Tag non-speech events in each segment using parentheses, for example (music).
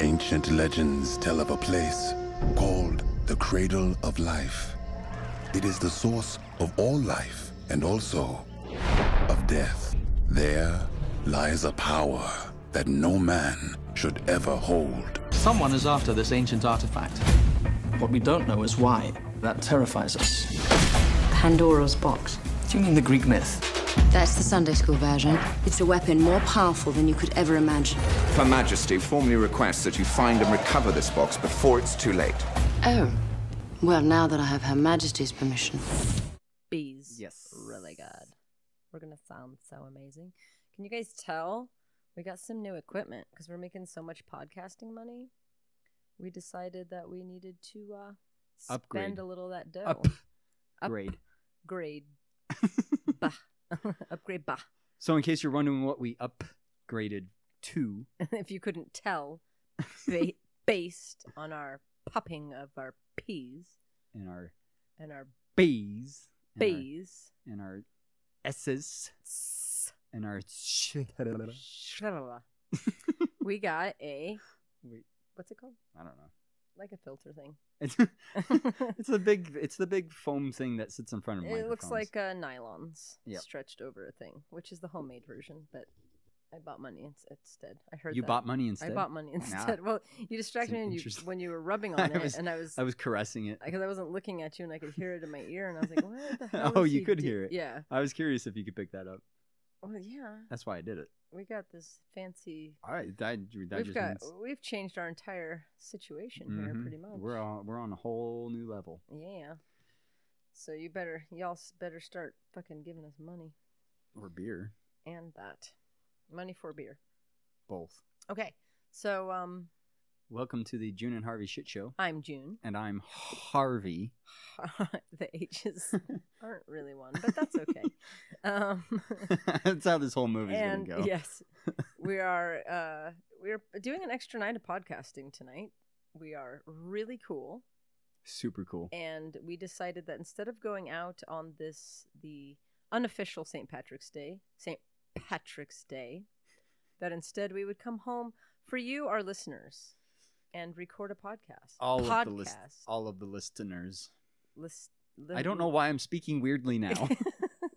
Ancient legends tell of a place called the Cradle of Life. It is the source of all life and also of death. There lies a power that no man should ever hold. Someone is after this ancient artifact. What we don't know is why. That terrifies us. Pandora's box. Do you mean the Greek myth? That's the Sunday school version. It's a weapon more powerful than you could ever imagine. Her Majesty formally requests that you find and recover this box before it's too late. Oh. Well, now that I have Her Majesty's permission. bees. Yes. Really good. We're going to sound so amazing. Can you guys tell? We got some new equipment because we're making so much podcasting money. We decided that we needed to uh, spend Upgrade. a little of that dough. Up- Upgrade. (laughs) Upgrade. bah. (laughs) Upgrade bah. (laughs) So, in case you're wondering what we upgraded to, if you couldn't tell, (laughs) ba- based on our popping of our peas in our and our B's, and our- bees. and our S's, Tss. and our sh- (laughs) Shalala. we got a Wait, what's it called? I don't know. Like a filter thing. It's, (laughs) it's (laughs) the big, it's the big foam thing that sits in front of. It looks microphones. like uh, nylons Yep. stretched over a thing, which is the homemade version. But I bought money ins- instead. I heard you that. bought money instead. I bought money instead. (laughs) Well, you distracted an me and you, interest- when you (laughs) were rubbing I on it, was- and I was I was caressing it. because (laughs) I, wasn't looking at you, and I could hear it in my ear, and I was like, "What (laughs) the hell?" Oh, is you he could do-" hear it. Yeah. I was curious if you could pick that up. Well, yeah. That's why I did it. We got this fancy. All right, that, that we've just got. means- We've changed our entire situation here, Mhm. pretty much. We're on we're on a whole new level. Yeah. So you better, y'all s- better start fucking giving us money Or beer, and that money for beer. both. Okay. So um, Welcome to the June and Harvey shit show, I'm June. (laughs) and I'm Harvey. the (laughs) H's aren't really one, but that's okay. um, (laughs) That's how this whole movie's and gonna (laughs) go. (laughs) yes, we are uh, we're doing an extra night of podcasting tonight. We are really cool. Super cool. and we decided that instead of going out on this the unofficial St. Patrick's Day, St. Patrick's Day, that instead we would come home for you, our listeners, and record a podcast. all podcast. of the list, all of the listeners. List- I don't know why I'm speaking (laughs) weirdly now.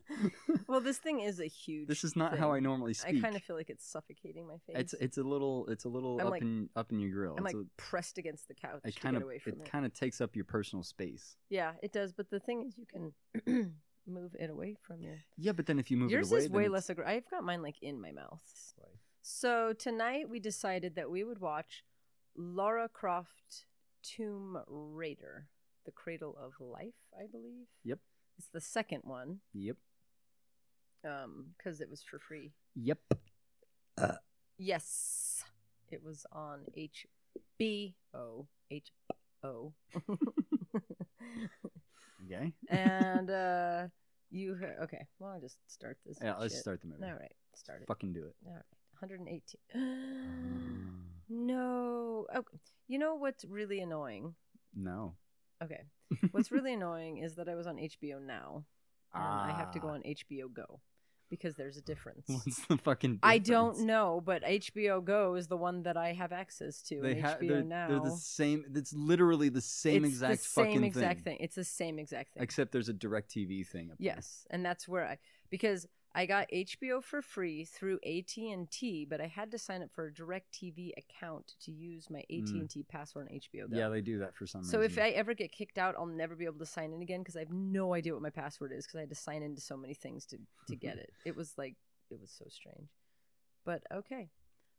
(laughs) well, this thing is a huge. this is not how I thing. normally I speak. kind of feel like it's suffocating my face. it's it's a little it's a little I'm up like- in up in your grill. I'm It's like a- pressed against the couch it to kind get of away it, from it. kind of takes up your personal space. Yeah, it does. But the thing is, you can (clears throat) move it away from you. Yeah, but then if you move Yours it away, is then way it's- less aggressive. I've got mine like in my mouth. So tonight we decided that we would watch Laura Croft Tomb Raider, The Cradle of Life, I believe. Yep. It's the second one Yep. because it was for free. Yep. Yes. It was on HBO. HBO. (laughs) Okay. and uh, you. Okay. Well, I'll just start this. Yeah, let's shit. start the movie. All right. Start it. Fucking (gasps) do it. All right, 118. (gasps) no. Oh, you know what's really annoying? No. (laughs) Okay. What's really annoying is that I was on HBO Now. And I have to go Ah. on HBO Go because there's a difference. What's the fucking? I don't difference? know, but HBO Go is the one that I have access to. They and ha- HBO they're, Now. they're the same. It's literally the same it's exact the same fucking exact thing. thing. It's the same exact thing. Except there's a direct TV thing. Up there. Yes, and that's where I because I got HBO for free through AT and T, but I had to sign up for a DirecTV account to use my AT Mm. and T password on HBO. Go. Yeah, they do that for some so if reason. I ever get kicked out, I'll never be able to sign in again because I have no idea what my password is because I had to sign into so many things to (laughs) to get it. It was like it was so strange, but okay.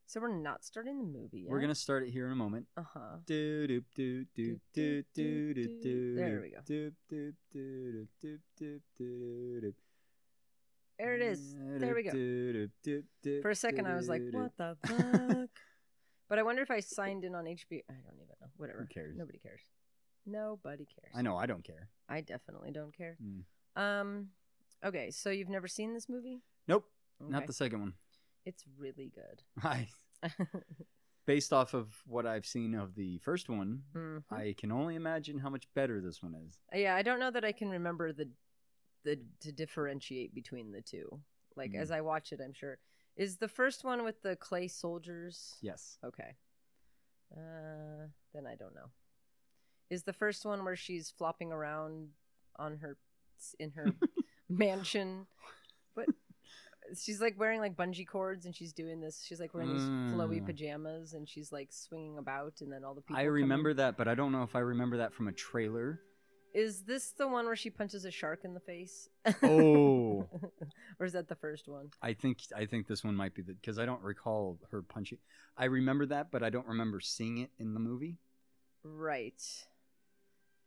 So we're not starting the movie. Yet. We're gonna start it here in a moment. Uh huh. Do do do do do do do do. There we go. Do do do do do do do. There it is. There we go. go. For a second, I was like, "What the fuck?" (laughs) but I wonder if I signed in on HBO. I don't even know. Whatever. Who cares? Nobody cares. Nobody cares. I know. I don't care. I definitely don't care. Mm. Um. Okay, so you've never seen this movie? Nope. Okay. Not the second one. (laughs) It's really good. (laughs) I based off of what I've seen of the first one, Mhm. I can only imagine how much better this one is. yeah, I don't know that I can remember the the to differentiate between the two. Like Mm. as I watch it, I'm sure is the first one with the clay soldiers. Yes. Okay. Uh, then I don't know. Is the first one where she's flopping around on her in her (laughs) mansion? But she's like wearing like bungee cords, and she's doing this. She's like wearing these flowy Mm. pajamas, and she's like swinging about, and then all the people. I come in. remember that, but I don't know if I remember that from (laughs) a trailer. Is this the one where she punches a shark in the face? (laughs) Oh. or is that the first one? I think I think this one might be the because I don't recall her punching. I remember that, but I don't remember seeing it in the movie. Right.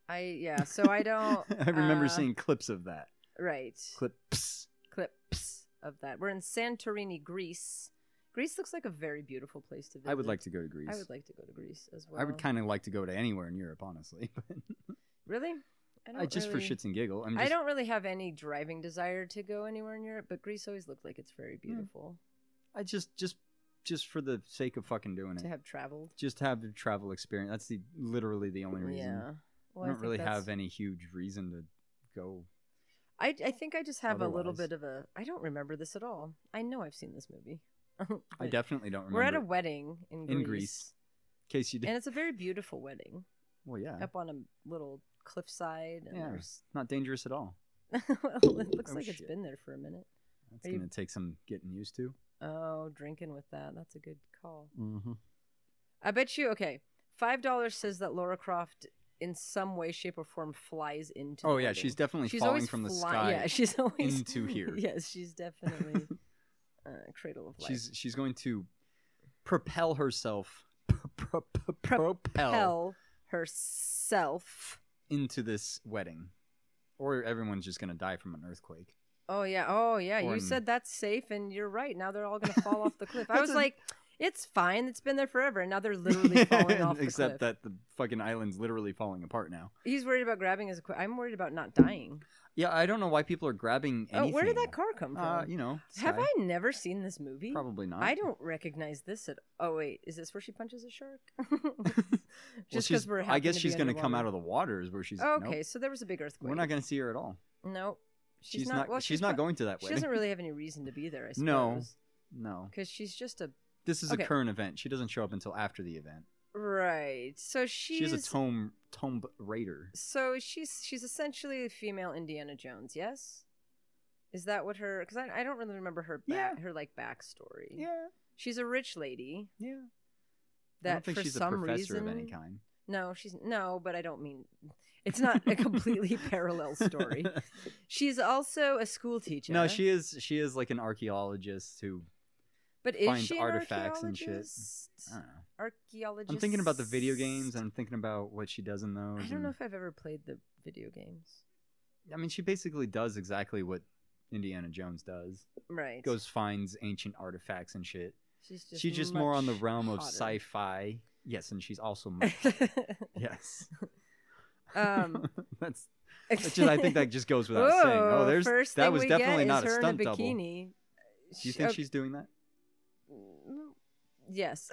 I yeah. So I don't. (laughs) I remember uh, seeing clips of that. right Clips. clips of that. We're in Santorini, Greece. Greece looks like a very beautiful place to visit. I would like to go to Greece. I would like to go to Greece as well. I would kind of like to go to anywhere in Europe, honestly. (laughs) But really. I just for shits and giggles. I'm just, I don't really have any driving desire to go anywhere in Europe, but Greece always looked like it's very Hmm. beautiful I just just just for the sake of fucking doing it. to have traveled. just have the travel experience. That's the literally the only reason. Yeah. Well, I don't think really that's- have any huge reason to go. I, I think I just have a little Otherwise- bit of a. I don't remember this at all. I know I've seen this movie. (laughs) I But definitely don't remember. We're at a it, wedding in Greece, In Greece. in case you did. and it's a very beautiful wedding well, yeah. up on a little cliffside. And Yeah. there's, Not dangerous at all. (laughs) well, it looks Oh, like it's shit. been there for a minute. That's Are you- going to take some getting used to. Oh, drinking with that. That's a good call. Mm-hmm. I bet you. Okay, five dollars says that Laura Croft, in some way, shape, or form, flies into. the Oh, yeah, wedding. she's definitely She's falling always from the fly- sky Yeah, (laughs) she's always into here. Yes, she's definitely uh, cradle of life. She's she's going to propel herself, (laughs) pro- pro- propel, propel herself. into this wedding, or everyone's just going to die from an earthquake. Oh yeah, oh yeah. Or You an- said that's safe, and you're right. Now they're (laughs) all gonna fall off the cliff. I That's was a- like, it's fine. It's been there forever, and now they're literally (laughs) falling off the cliff. Except that the fucking island's literally falling apart now. He's worried about grabbing his. equi- I'm worried about not dying. Yeah, I don't know why people are grabbing Oh, anything. where did that car come from? Uh, you know, Have sky. I never seen this movie? Probably not. I don't recognize this at. Oh wait, is this where she punches a (laughs) shark? (laughs) Just she's- because we're. I guess she's going to come out of the waters where she's. Okay, nope, so there was a big earthquake. we're not going to see her at all. Nope. She's, not. well, she's, not pro- going to that She wedding. doesn't really (laughs) have any reason to be there. I suppose. No. No, Because she's just a this is Okay. a current event. She doesn't show up until after the event. right. So she's She's a tomb tomb raider. So she's she's essentially a female Indiana Jones. Yes. Is that what her? Because I, I don't really remember her back, Yeah. her like backstory. Yeah, She's a rich lady yeah. that I don't think for she's a some professor reason of any kind. No, she's no, but I don't mean it's not a (laughs) completely parallel story. She's also a school teacher. No, she is. She is like an archaeologist who. but is finds she artifacts and shit. I don't Archaeologist. know. I'm thinking about the video games. and I'm thinking about what she does in those. I don't know and- if I've ever played the video games. I mean, she basically does exactly what Indiana Jones does. Right. Goes finds ancient artifacts and shit. She's she's just more on the much realm of hotter. sci-fi. Yes, and (laughs) she's also much. yes. (laughs) um, That's. That's just, I think that just goes without Whoa, saying. Oh, there's first that thing was we definitely get not is a her stunt in a double. Do bikini. you She- think oh, she's (laughs) doing that? Mm, (laughs) Yes.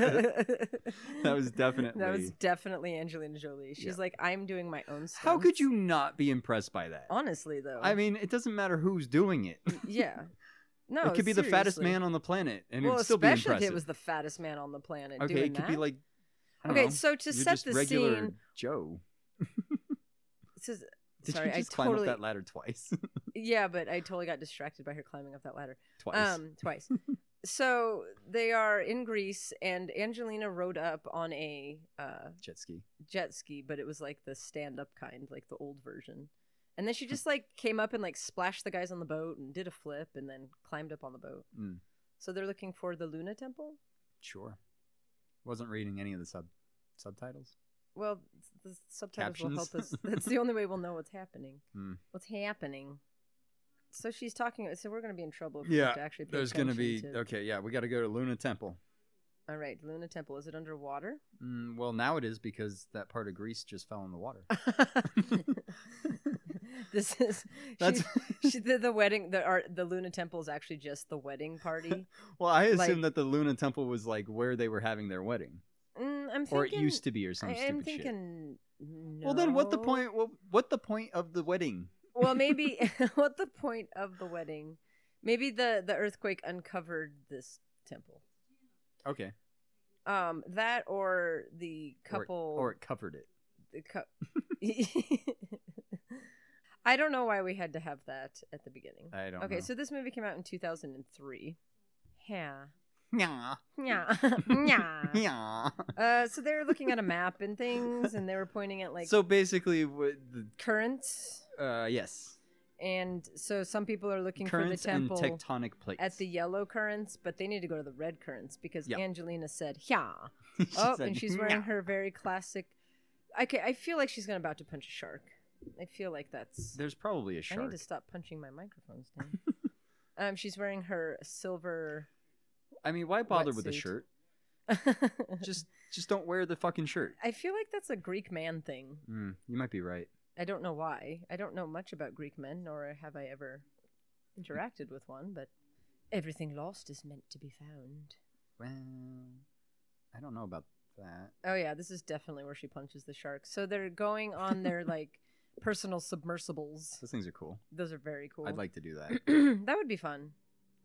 That was That was definitely- definitely Angelina Jolie. She's Yeah. like, I'm doing my own stuff. Oh, How could you not be impressed by that? Honestly, though. I mean, it doesn't matter who's doing it. (laughs) yeah. (laughs) No, it could be the fattest seriously. man on the planet, and well, it'd still be especially impressive. if it was the fattest man on the planet. okay, doing it could that. be like. I don't Okay, know, so to you're set just the regular scene- Joe. (laughs) This is- Did sorry, you just I climb totally. up that ladder twice? (laughs) Yeah, but I totally got distracted by her climbing up that ladder. twice. Um, twice. so they are in Greece, and Angelina rode up on a uh, Jet ski. jet ski, but it was like the stand up kind, like the old version. And then she just like came up and like splashed the guys on the boat and did a flip and then climbed up on the boat. Mm. So they're looking for the Luna Temple. Sure. Wasn't reading any of the sub subtitles. Well, the subtitles will help us. Captions. That's (laughs) the only way we'll know what's happening. Hmm. What's happening? So she's talking. So we're going to be in trouble. If we have Yeah, to actually pay there's gonna be attention to- okay. Yeah, we got to go to Luna Temple. All right, Luna Temple. Is it underwater? Mm, well, now it is because that part of Greece just fell in (laughs) the water. this is That's (laughs) she, she, the, the wedding. The art. The Luna Temple is actually just the wedding (laughs) party. well, I assumed like- that the Luna Temple was like where they were having their wedding, Mm, I'm thinking, or it used to be, or some I, stupid am shit. thinking. No. Well, then what the point? What, what the point of the wedding? well, maybe (laughs) (laughs) what the point of the wedding? Maybe the the earthquake uncovered this temple. Okay, Um, that or the Or it- couple. or it covered it. the cu- (laughs) I don't know why we had to have that at the beginning. I don't okay, know. so this movie came out in 2003. Yeah. Yeah. Yeah. (laughs) yeah. Yeah. Uh, so they were looking at a map and things, and they were pointing at (laughs) like so basically, what the, currents. uh, yes, And so some people are looking for the currents and temple tectonic plates. at the yellow currents, but they need to go to the red currents because Yeah. Angelina said, yeah. (laughs) She Oh, said, and she's wearing "Nyah." her very classic. Okay, I feel like she's going to about to punch a shark. I feel like that's. There's probably a I shark. need to stop punching my microphones down. (laughs) um, she's wearing her silver. (laughs) I mean, why bother with a wetsuit. shirt? I Just, just don't wear the (laughs) fucking shirt. feel like that's a Greek man thing. Mm, you might be right. I don't know why. I don't know much about Greek men, nor have I ever interacted with one. But everything lost is meant to be found. Well, I don't know about that. Oh yeah, this is definitely where she punches the shark. So they're going on (laughs) their like personal submersibles. Those things are cool. Those are very cool. I'd like to (coughs) do that. (clears throat) that would be fun.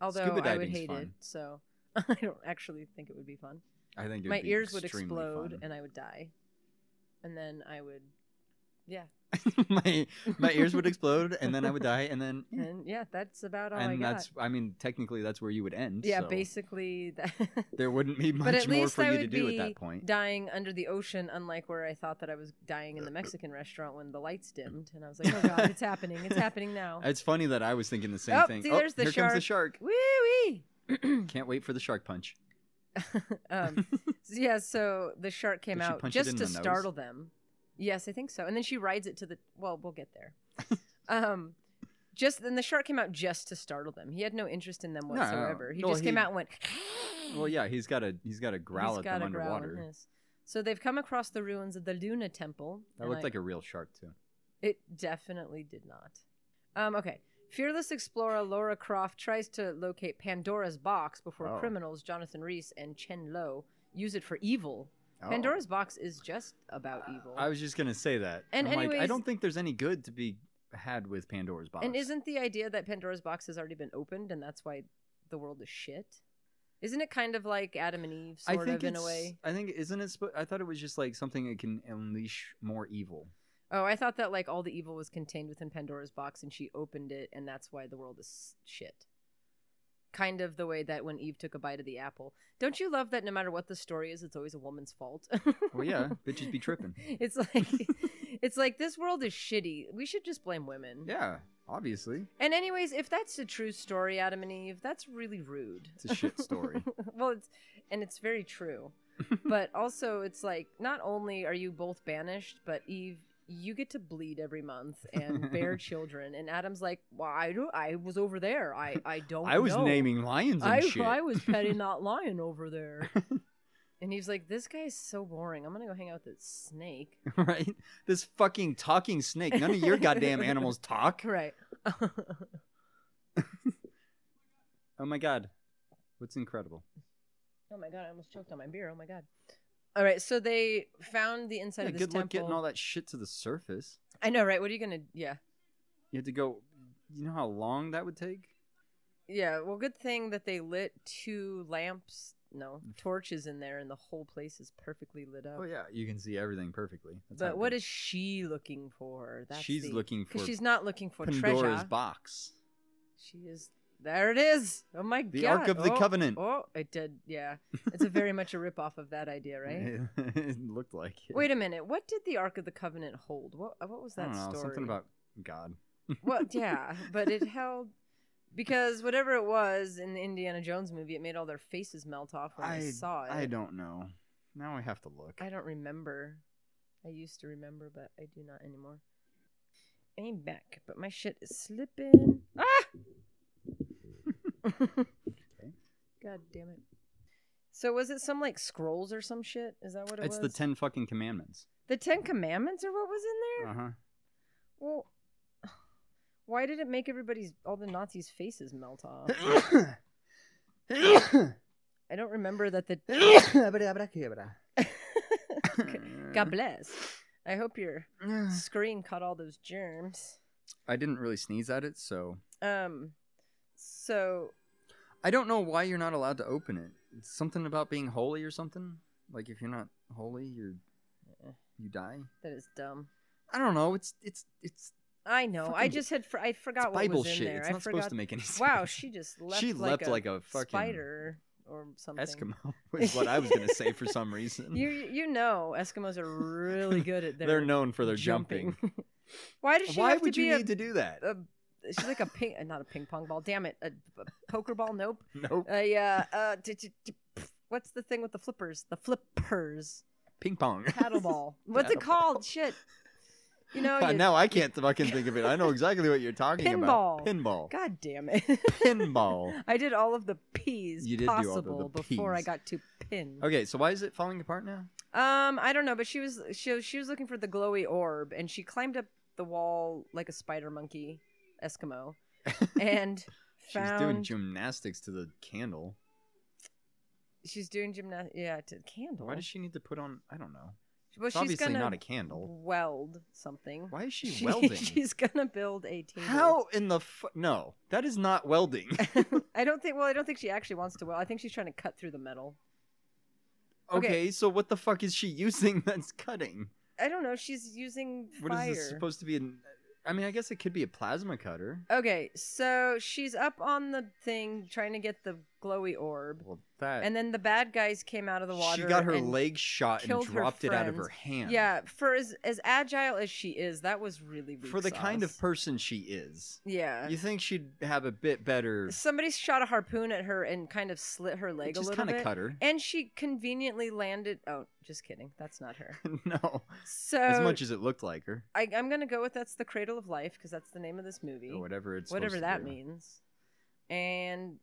Although Scuba I would diving's hate it, fun. so (laughs) I don't actually think it would be fun. I think it my would be ears would extremely explode fun. and I would die. And then I would, yeah, (laughs) my my (laughs) ears would explode, and then I would die, and then and yeah, that's about all I Hmm. and got. that's I mean technically that's where you would end. Oh yeah, so basically (laughs) that. There wouldn't be (laughs) much but at more least I for you would to be do at that point. dying under the ocean, unlike where I thought that I was dying in the Mexican restaurant when the lights Mm. dimmed, and I was like, oh god, it's happening, it's happening now. It's funny that I was thinking the (laughs) same Oh, thing. see, oh, there's the here comes the shark. Woo wee. (clears throat) Can't wait for the shark punch. (laughs) um, so yeah, so the shark came Did she out punch it just in to the nose? startle them. Yes, I think so. And then she rides it to the. Well, we'll get there. (laughs) um, just then the shark came out just to startle them. He had no interest in them No, no, no. whatsoever. He Well, just came he- out and went. Well, yeah, he's got a he's got a growl He's at got them a growl in underwater. his. So they've come across the ruins of the Luna Temple. That and I- looked like a real shark too. it definitely did not. Um, okay. Fearless explorer Laura Croft tries to locate Pandora's box before Oh. criminals Jonathan Reese and Chen Lo use it for evil. Oh. Uh, Pandora's box is just about evil. I was just gonna say that. And I'm like, I anyways- don't think there's any good to be had with Pandora's box. and isn't the idea that Pandora's box has already been opened and that's why the world is shit? Isn't it kind of like Adam and Eve, I sort think of in a it's- way? I think isn't it? Sp- I thought it was just like something that can unleash more evil. Oh, I thought that like all the evil was contained within Pandora's box and she opened it and that's why the world is shit. Kind of the way that when Eve took a bite of the apple. Don't you love that no matter what the story is, it's always a woman's fault? (laughs) Well, yeah, bitches be tripping. It's like (laughs) it's like this world is shitty. We should just blame women. Yeah, obviously. And anyways, if that's a true story, Adam and Eve, that's really rude. It's a (laughs) shit story. well, it's and it's very true. (laughs) but also it's like not only are you both banished, but Eve you get to bleed every month and (laughs) bear children. And Adam's like, "Well, I do. I was over there. I (laughs) I don't. I was know. naming lions and I shit. I was (laughs) petting that lion over there." and he's like, "This guy is so boring. I'm gonna go hang out with that snake." (laughs) (laughs) right? This fucking talking snake. None of your (laughs) goddamn animals talk. Right. Oh my god, what's incredible? Oh my god, I almost choked on my beer. Oh my god. All right, so they found the inside Yeah, of this good temple. luck getting all that shit to the surface. I know, right? What are you gonna? Yeah, You had to go. You know how long that would take? yeah. Well, good thing that they lit two lamps, no Mm. torches in there, and the whole place is perfectly lit up. Oh yeah, you can see everything perfectly. That's how But it what goes. is she looking for? She's the- looking 'cause for she's not looking for Pandora's treasure. box? She is. There it is. Oh my god. The Ark of the Oh, Covenant. Oh, it did. Yeah, it's a very much a rip off of that (laughs) idea, right? it looked like it. Wait a minute. What did the Ark of the Covenant hold? What uh, What was I that don't know, story? something about God. (laughs) Well, yeah, but it held because whatever it was in the Indiana Jones movie, it made all their faces melt off when I, saw it. I don't know. Now I have to look. I don't remember. I used to remember, but I do not anymore. I'm back, but my shit is slipping. Ah! (laughs) God damn it. So was it some like scrolls or some shit? Is that what it it's was? the ten fucking commandments. The Ten Commandments or what was in there? Uh huh. Well, (sighs) why did it make everybody's all the Nazis' faces melt off? Uh-huh. (coughs) (coughs) I don't remember that (coughs) the. (laughs) God bless. I hope (sighs) your screen caught all those germs. I didn't really sneeze at it, so Um, so I don't know why you're not allowed to open it. something about being holy or something. Like if you're not holy, you're eh, you die. That is dumb. I don't know. It's it's it's I know. I Fucking- just had. Fr- I forgot it's what Bible was in shit. there. It's I not forgot. supposed to (laughs) make any sense. Wow, she just leapt. She like leapt a like a fucking spider or something. (laughs) Eskimo (laughs) is what I was gonna say for (laughs) some reason. You you know Eskimos are really good at their (laughs) They're known for their jumping. Why does (laughs) she Why have would to you be a, need to do that? a (laughs) she's like a ping uh, not a ping pong ball damn it a, a poker ball nope nope. a uh, uh d- d- d- pff, what's the thing with the flippers the flippers Ping pong. (laughs) paddle ball what's it Paddle ball. called shit (laughs) you know God, you- now I can't fucking think of it. I know exactly what you're talking about. Pinball. Pinball. god damn it (laughs) Pinball. I did all of the P's You did do all of the possible before I Ps. got to pin Okay, so why is it falling apart now? Um, I don't know, but she was she she was looking for the glowy orb, and she climbed up the wall like a spider monkey, (laughs) Eskimo, and She's found doing gymnastics to the candle. she's doing gymnast yeah to candle. Why does she need to put on? I don't know. Well, it's she's obviously gonna not a candle. Weld something. Why is she, She- (laughs) welding? She's gonna build a tingle. How in the fu- no? That is not (laughs) welding. I don't think. Well, I don't think she actually wants to weld. I think she's trying to cut through the metal. (laughs) Okay, so what the fuck is she using (laughs) that's cutting? I don't know. She's using What is fire. this supposed to be? An, I mean, I guess it could be a plasma cutter. Okay, so she's up on the thing trying to get the glowy orb. Well, that And then the bad guys came out of the water. she got her and leg shot and killed her dropped it out of her friends. hand. Yeah, for as as agile as she is, that was really weak for the kind of sauce. person she is, yeah. you think she'd have a bit better? Somebody shot a harpoon at her and kind of slit her leg just a little kinda bit. cut her. And she conveniently landed. Oh, just kidding. That's not her. no, So (laughs) as much as it looked like her, I, I'm gonna go with that's the Cradle of Life because that's the name of this movie. or whatever it's whatever supposed to that be. means. And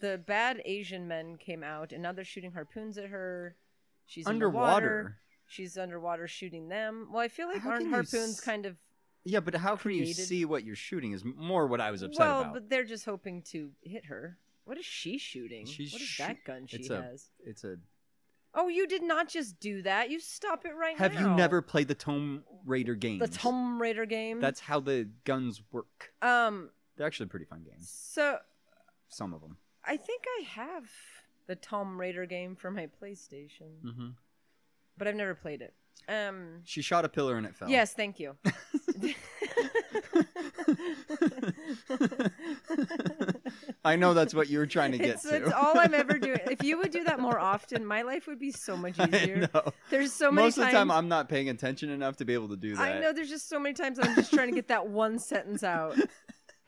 the bad Asian men came out, and now they're shooting harpoons at her. She's Underwater. She's underwater shooting them. Well, I feel like How aren't can you harpoons s- kind of Yeah, but how can you Created. see what you're shooting? Is more what I was upset well, about. but they're just hoping to hit her. What is she shooting? She's what is shoo- that gun she it's a- has? It's a. Oh, you did not just do that. You stop it right Have now. you never played the Tomb Raider games? the Tomb Raider game? That's how the guns work. um. They're actually pretty fun games. So Some of them. I think I have the Tomb Raider game for my PlayStation. Mm-hmm. but I've never played it. Um, She shot a pillar and it fell. yes, thank you. (laughs) I know that's what you were trying to get it's, to. it's all I'm ever doing. If you would do that more often, my life would be so much easier. (laughs) I know. There's so many Most times. of the time, I'm not paying attention enough to be able to do that. I know there's just so many times I'm just trying to get (laughs) that one sentence out.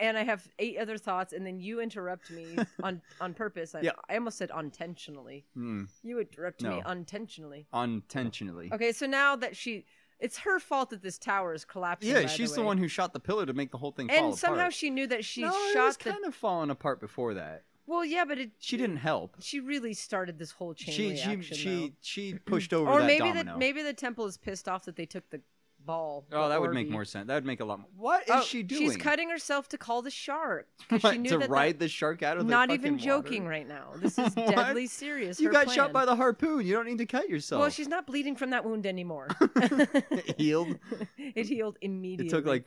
And I have eight other thoughts, and then you interrupt (laughs) me on on purpose. I, Yeah. I almost said unintentionally. Mm, You interrupt me No. unintentionally. unintentionally. Okay, so now that she, it's her fault that this tower is collapsing. by Yeah, she's the, way. one who shot the pillar to make the whole thing fall and somehow apart. she knew that she no, it was shot the kind of falling apart before that. well yeah but it She didn't help. she really started this whole chain She she reaction she she pushed over though. or that maybe domino. the maybe the temple is pissed off that they took the ball oh, the that would make Orbeez. more sense. That would make a lot. more... What is Oh, she doing? she's (laughs) cutting herself to call the shark 'cause What, she knew to that ride the shark out of the not even fucking water? joking right now this is (laughs) What? deadly serious You her got shot plan. by the harpoon. You don't need to cut yourself. (laughs) well she's not bleeding from that wound anymore (laughs) It healed. it healed immediately It took like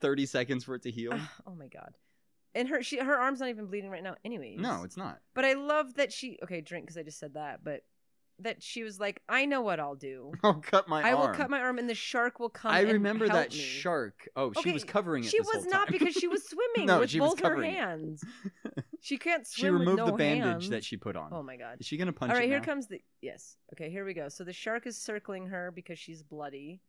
30 seconds for it to heal. oh my god and her she her arm's not even bleeding right now anyways no, it's not. (laughs) But I love that she okay drink because I just said that, but that she was like, I know what I'll do. I'll cut my I arm. will cut my arm, and the shark will come. I and remember help that me." shark. Oh, she Okay, was covering it. She this was whole not time. because she was swimming (laughs) No, with she was both her covering it. (laughs) hands. She can't swim. she with removed no the bandage hands. that she put on. Oh my god! Is she gonna punch? All right, it here now? comes the yes. Okay, here we go. So the shark is circling her because she's bloody.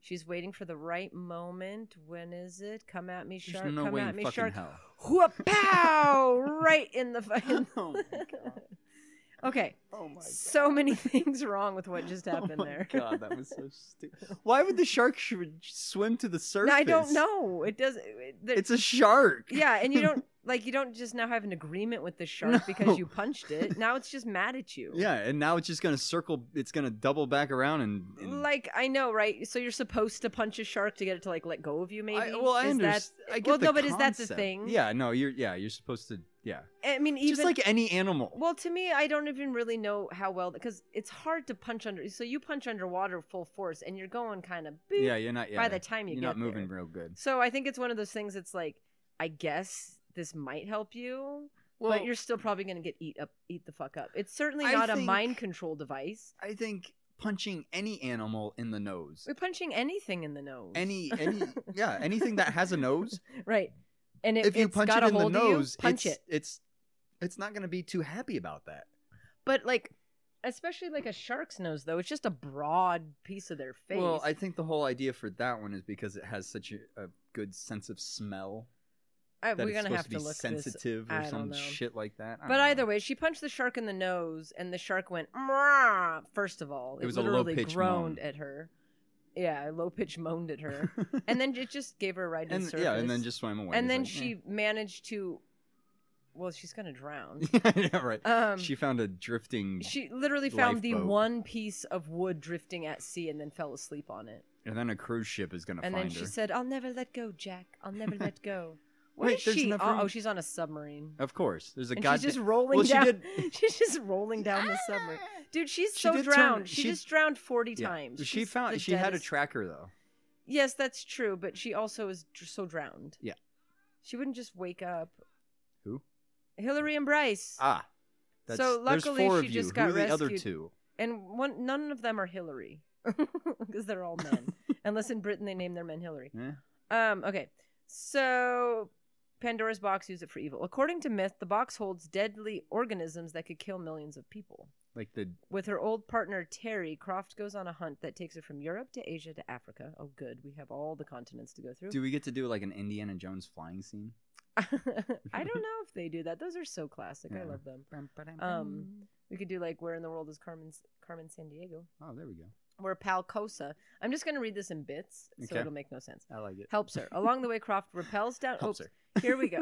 She's waiting for the right moment. When is it? Come at me, There's shark! no come way at in me, fucking shark! (laughs) hell. Whoop! Pow! right in the (laughs) fucking. Oh my God. okay. Oh my so many things wrong with what just (laughs) Oh happened my there. God, that was so stupid. (laughs) Why would the shark sh- swim to the surface? No, I don't know. It does. It, there- It's (laughs) a shark. yeah, and you don't like you don't just now have an agreement with the shark No. because you punched it. Now it's just mad at you. Yeah, and now it's just gonna circle. It's gonna double back around and. and Like I know, right? So you're supposed to punch a shark to get it to like let go of you, maybe. I, well, I Is that- understand. I get well, the no, but is that the concept. thing? Yeah, no, you're. Yeah, you're supposed to. Yeah, I mean, even just like any animal. well, to me, I don't even really know how well because it's hard to punch under. So you punch underwater full force, and you're going kind of yeah, you're not. Yeah, by the time you are get not moving there. real good. So I think it's one of those things. It's like I guess this might help you, but you're still probably going to get eat up, eat the fuck up. It's certainly I not a think- mind control device. I think punching any animal in the nose, We're punching anything in the nose. (laughs) any any yeah, anything that has a nose. right? And it, if you it's punch got it a in the hold of you, nose, punch it's, it. it's it's not going to be too happy about that. But like, especially like a shark's nose, though, it's just a broad piece of their face. Well, I think the whole idea for that one is because it has such a, a good sense of smell I- that we're it's gonna supposed have to be look this. sensitive I or don't some know. shit like that. I But don't either know. way, she punched the shark in the nose, and the shark went. "Mrah." First of all, It was a literally low-pitched groaned moan. at her. Yeah, low pitch moaned at (laughs) her, and then it just gave her a ride to the and surface. yeah, and then just swam away. and It's then like, she eh. managed to. Well, she's gonna (laughs) drown. eh. yeah, right. Um, she found a drifting, She literally found the Lifeboat. one piece of wood drifting at sea and then fell asleep on it. and then a cruise ship is gonna and find then she her. said, I'll never let go, Jack. I'll never let go. Where (laughs) Wait, is there's she? enough Oh, room. oh, she's on a submarine. of course, there's a and goddamn. she's just rolling well, down. She did, (laughs) Ah! she's just rolling down the submarine. Dude, she's She so did turn- drowned. she, she- just drowned 40 yeah. times. She She's the found. She had a deadest- tracker though. Yes, that's true, but she also is dr- so drowned. Yeah. She wouldn't just wake up. Who? Hillary and Bryce. Ah. That's, So there's luckily four she of you. just Who got are the other rescued. two? and one none of them are Hillary (laughs) because they're all (laughs) men, unless in Britain they name their men Hillary. Yeah. Um, okay, so Pandora's box used it for evil. According to myth, the box holds deadly organisms that could kill millions of people. Like the With her old partner Terry, Croft goes on a hunt that takes her from Europe to Asia to Africa. Oh, good, we have all the continents to go through. Do we get to do like an Indiana Jones flying scene? (laughs) I don't know if they do that. Those are so classic. I Yeah. love them. Um, we could do like where in the world is Carmen Carmen San Diego? Oh, there we go. where Palcosa, I'm just going to read this in bits, so Okay. it'll make no sense. I like it. Helps her. Along the way, Croft repels down. Helps oops, Here we go.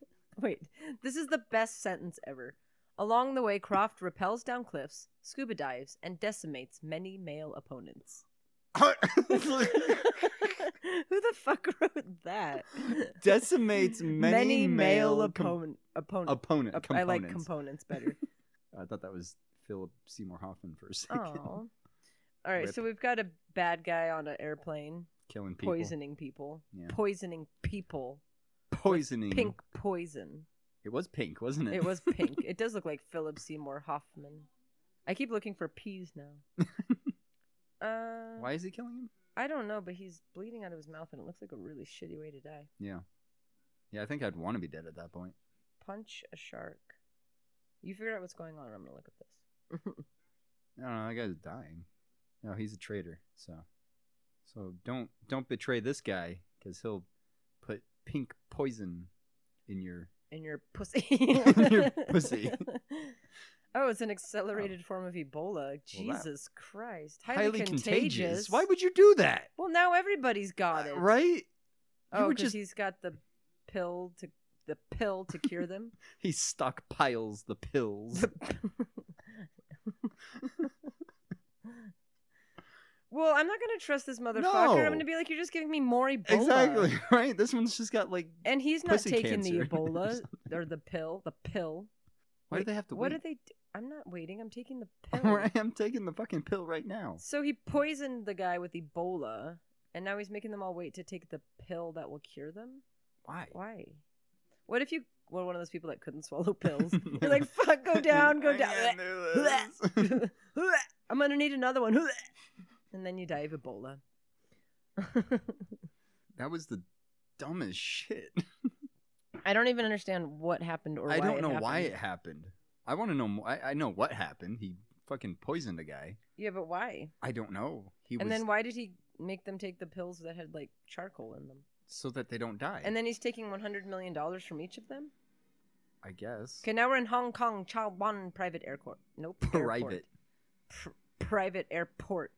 (laughs) Wait, this is the best sentence ever. Along the way, Croft repels down cliffs, scuba dives, and decimates many male (laughs) opponents. Who the fuck wrote that? (laughs) Decimates many, male, com- opponent. Opponent. opponent. op- I like components. components (laughs) better. I thought that was Philip Seymour Hoffman for a second. Oh. All right, Rip. so we've got a bad guy on an airplane. (laughs) Killing people. poisoning people, Yeah. poisoning people, Poisoning. pink poison. It was pink, wasn't it? It was (laughs) pink. it does look like Philip Seymour Hoffman. I keep looking for peas (laughs) now. uh, Why is he killing him? I don't know, but he's bleeding out of his mouth, and it looks like a really shitty way to die. Yeah. Yeah, I think I'd want to be dead at that point. Punch a shark. You figure out what's going on. I'm gonna look at (laughs) this. I don't know. That guy's dying. No, he's a traitor. So, so don't don't betray this guy because he'll put pink poison in your. and your (laughs) pussy. In your pussy. (laughs) Oh, it's an accelerated form of Ebola. Jesus Christ! Highly, contagious. Why would you do that? Well, now everybody's got Uh, it, Right? You Oh, were because just- he's got the pill to the pill to cure them. He stockpiles the pills. (laughs) (laughs) well, I'm not gonna trust this motherfucker. I'm gonna No. be like, you're just giving me more Ebola. exactly. (laughs) Right? This one's just got like. And he's not Pussy taking the cancer (laughs) or Ebola something. or the pill. The pill. Why do Wait, they have to What wait? are they? Do- I'm not waiting. I'm taking (laughs) the pill. Right? I'm taking the fucking pill right now. So he poisoned the guy with Ebola, and now he's making them all wait to take the pill that will cure them. Why? Why? What if you were one of those people that couldn't (laughs) swallow pills? You're like, fuck, go down, go I down. can't do this. (laughs) I'm gonna need another one. (laughs) And then you die of Ebola. (laughs) that was the dumbest shit. (laughs) I don't even understand what happened or I why don't it know why it happened. happened. I want to know. mo- I, I know what happened. He fucking poisoned a guy. Yeah, but why? I don't know. He And was then why did he make them take the pills that had like charcoal in them? so that they don't die. And then he's taking 100 million dollars from each of them. I guess Okay, now we're in Hong Kong, Chao Wan Private Airport. Nope. (laughs) private. Pr- private airport.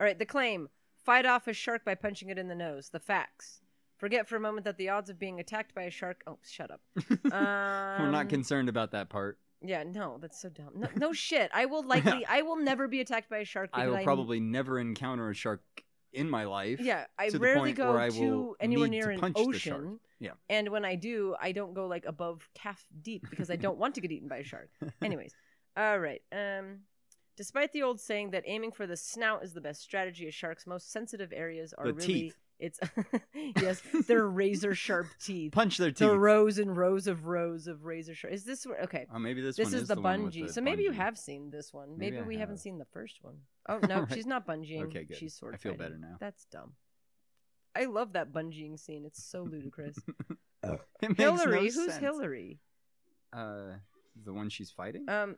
All right, the claim fight off a shark by punching it in the nose. The facts. Forget for a moment that the odds of being attacked by a shark. Oh, shut up. (laughs) We're Um, not concerned about that part. Yeah, no, that's so dumb. No, no shit. I will (laughs) likely, I will never be attacked by a shark. I will because probably never encounter a shark in my life. Yeah, I to the rarely point go where I to will anywhere need near to an punch the shark. ocean. Yeah. And when I do, I don't go like above calf deep because I (laughs) don't want to get eaten by a shark. Anyways, all right. Um, despite the old saying that aiming for the snout is the best strategy, a shark's most sensitive areas are The really teeth. It's (laughs) yes, they're razor (laughs) sharp teeth. Punch their teeth. The rows and rows of rows of razor sharp. Is this where- okay? oh, maybe this, this one is, is the one with bungee. the So maybe you bungee. have seen this one. Maybe, Maybe I we haven't have. seen the first one. (laughs) Oh no, Right. she's not bungeeing. Okay, good. She's sword. I feel fighting. better now. That's dumb. I love that bungeeing scene. It's so (laughs) ludicrous. (laughs) It (laughs) makes no Hillary, who's sense. Hillary? Uh, the one she's fighting. Um,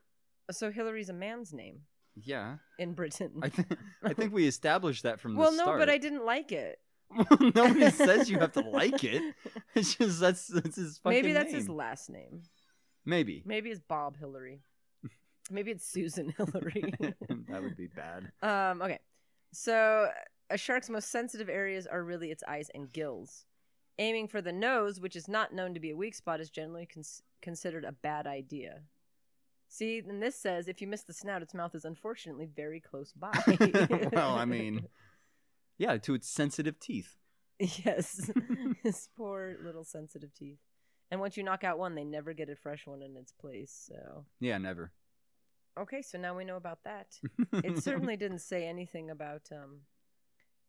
so Hillary's a man's name yeah, in Britain. (laughs) I think I think we established that from well, the no, start. but I didn't like it. Well, (laughs) (laughs) nobody says you have to like it. It's just that's that's his fucking Maybe that's his name. last name. Maybe. Maybe it's Bob Hillary. Maybe it's Susan (laughs) Hillary. (laughs) that would be bad. (laughs) um, okay. So a shark's most sensitive areas are really its eyes and gills. Aiming for the nose, which is not known to be a weak spot, is generally cons- considered a bad idea. See, and this says if you miss the snout, its mouth is unfortunately very close by. (laughs) well, I mean, yeah, to its sensitive teeth. (laughs) Yes. (laughs) His poor little sensitive teeth. And once you knock out one, they never get a fresh one in its place. So Yeah, never. okay, so now we know about that. (laughs) It certainly didn't say anything about um,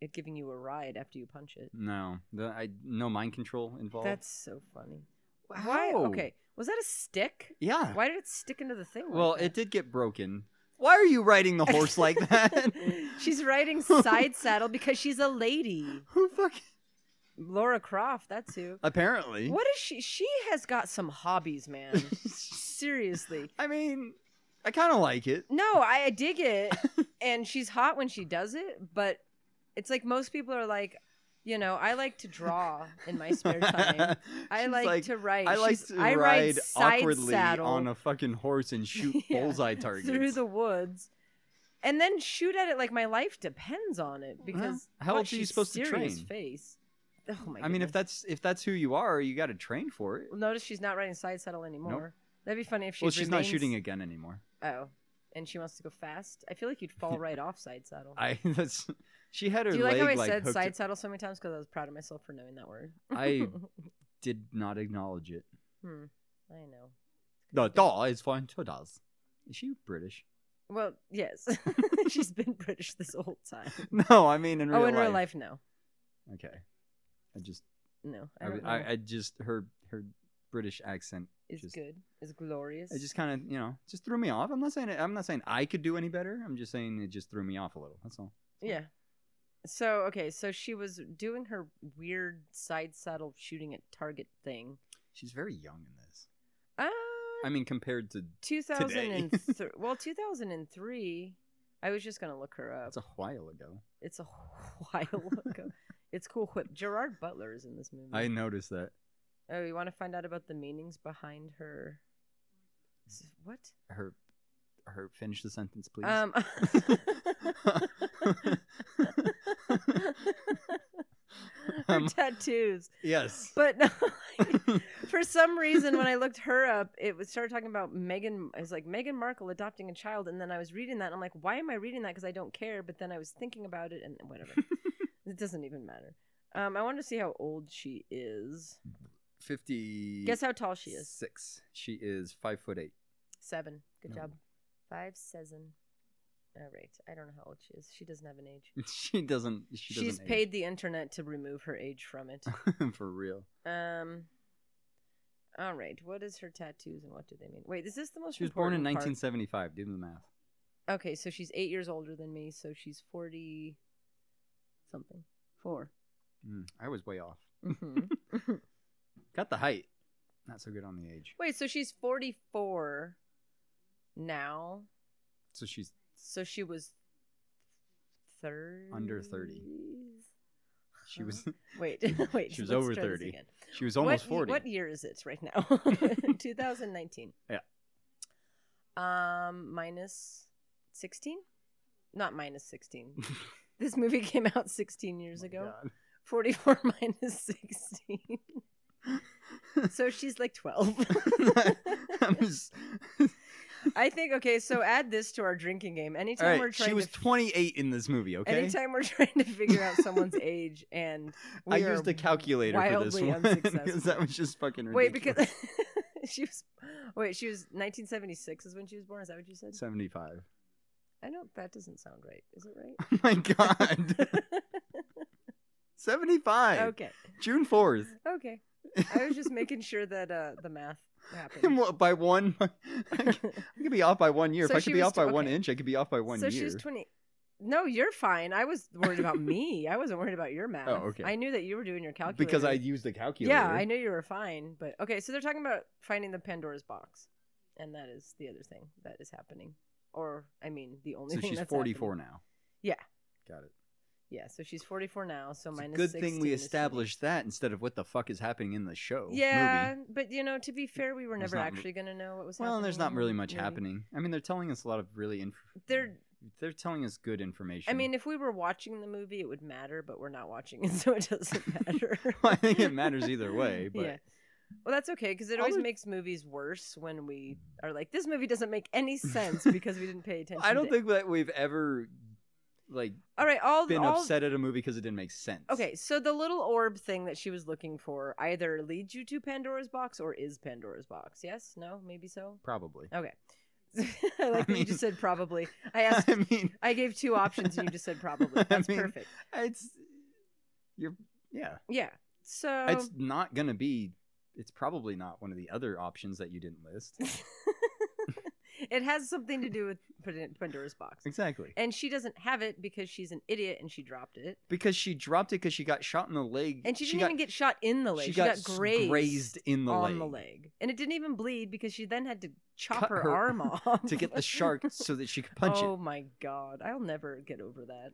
it giving you a ride after you punch it. no, the, I no mind control involved. That's so funny. Why? How? Okay, was that a stick? Yeah. Why did it stick into the thing? like well, that? it did get broken. Why are you riding the (laughs) horse like that? (laughs) she's riding side saddle because she's a lady. Who fucking? Laura Croft, that's who. Apparently. What is she? She has got some hobbies, (laughs) man. Seriously. I mean, I kind of like it. No, I I dig it, (laughs) and she's hot when she does it. But it's like most people are like, you know, I like to draw in my spare (laughs) time. I She's like, to write. I like She's- to I ride side awkwardly saddle on a fucking horse (laughs) and shoot Yeah, bullseye targets. through the woods, and then shoot at it like my life depends on it. Because how what, else are you she's supposed to serious train? Face. Oh my. I mean, goodness. if that's if that's who you are, you got to train for it. notice she's not riding side saddle anymore. That'd be funny if she. well, she's not remains- shooting again anymore. Oh, and she wants to go fast. I feel like you'd (laughs) fall right off side saddle. I (laughs) that's she had her Do you like leg how I like said hooked- side saddle so many times because I was proud of myself for knowing that word? I (laughs) did not acknowledge it. Hmm. I know. The da is fine to does. Is she British? Well, yes. (laughs) She's been British this whole time. (laughs) No, I mean (laughs) in real oh, in life. real life, no. Okay, I just No. I I, don't know. I, I just her her British accent it's just good. It's glorious. it just kind of you know just threw me off. I'm not saying it, I'm not saying I could do any better. I'm just saying it just threw me off a little. That's all. Yeah. So, okay. So she was doing her weird side saddle shooting at target thing. She's very young in this. Uh, I mean, compared to 2003. (laughs) well, 2003. I was just going to look her up. that's a while ago. It's a while ago. (laughs) it's cool whip. Gerard Butler is in this movie. I noticed that Oh, you want to find out about the meanings behind her? s- What? her her finish the sentence, please. Um. (laughs) her Um, tattoos, (laughs) yes. but no, (laughs) for some reason, when I looked her up, it was started talking about Megan. I was like Meghan Markle adopting a child, and then I was reading that, and I'm like, why am I reading that? Because I don't care. But then I was thinking about it, and (laughs) whatever. it doesn't even matter. Um, I wanted to see how old she is. Fifty. Guess how tall she is? Six. She is five foot eight. (laughs) Seven. Good No. job. Five season. All right. I don't know how old she is. She doesn't have an age. She doesn't. She doesn't She's paid the internet to remove her age from (laughs) it. paid for real. um. All right. What is her tattoos and what do they mean? Wait, is this the most? She was born in important part? 1975. Do the math. Okay, so she's eight years older than me, so she's forty something. Four. Mm, I was way off. Mhm. Got the height. Not so good on the age. Wait, so she's forty-four now. So she's So she was thirty. Under 30. she was Wait, (laughs) wait. (laughs) She was let's over try this 30. again. (laughs) she was almost Uh-huh. what, ye- 40. What year is it right now? (laughs) 2019. (laughs) Yeah. Um, minus 16? Not minus 16. (laughs) this movie came out 16 years Oh My ago. God. 44 (laughs) minus 16. so she's like (laughs) 12. I'm (laughs) just- I think, okay, so add this to our drinking game. Anytime All right, we're trying she was to. 28 in this movie. Okay. Anytime we're trying to figure out (laughs) someone's age and I we are used a calculator for this wildly one (laughs) because unsuccessful. that was just fucking ridiculous. Wait, because (laughs) she was wait, she was 1976 is when she was born. Is that what you said? 75. (laughs) (laughs) (laughs) I don't. That doesn't sound right. Is it right? Oh my god. 75. Okay. June 4th. Okay. I was just making sure that uh, the math happened. (laughs) What, by one, I could be off by one year. So if I she could be was off by t- one okay. inch, I could be off by one so year. she's 20. No, you're fine. I was worried about (laughs) me. I wasn't worried about your math. Oh, okay. I knew that you were doing your calculator. because I used a calculator. Yeah, I knew you were fine, but okay, so they're talking about finding the Pandora's box. And that is the other thing that is happening. Or I mean, the (laughs) only So thing she's that's 44 happening. now. Yeah. Got it. Yeah, so she's 44 now, so It's a minus good thing we 16 is she- established that instead of what the fuck is happening in the show. Yeah, movie. but you know, to be fair, we were There's never not m- actually going to know what was happening. Well, there's not really much maybe. happening. I mean, they're telling us a lot of really. Inf- They're they're telling us good information. I mean, if we were watching the movie, it would matter, but we're not watching it, (laughs) so it (laughs) doesn't matter. Well, I think it matters either way, (laughs) but- yeah. Well, that's okay because it always Other- makes movies worse when we are like, "This movie doesn't make (laughs) any sense because we didn't pay attention." I don't to-" think that we've ever like All right, all been all- upset at a movie because it didn't make sense. Okay, so the little orb thing that she was looking for either leads you to Pandora's box or is Pandora's box. Yes? No? Maybe so. probably. (laughs) Okay. (laughs) I like that you just mean- said probably. I asked. (laughs) I mean, I gave two options and you just said probably. (laughs) I That's mean, perfect. It's you're yeah. Yeah. So It's not gonna be. It's probably not one of the other options that you didn't (laughs) list. (laughs) it has something to do with Pan- Pandora's box. (laughs) Exactly. And she doesn't have it because she's an idiot and she dropped it. Because she dropped it because she got shot in the leg. And she didn't got, even get shot in the leg. She, She, got, got, s- grazed, in the on leg. the leg. And it didn't even bleed because she then had to chop Cut her, her (laughs) arm off to get (laughs) the shark so that she could punch oh it. my god, I'll never get over that.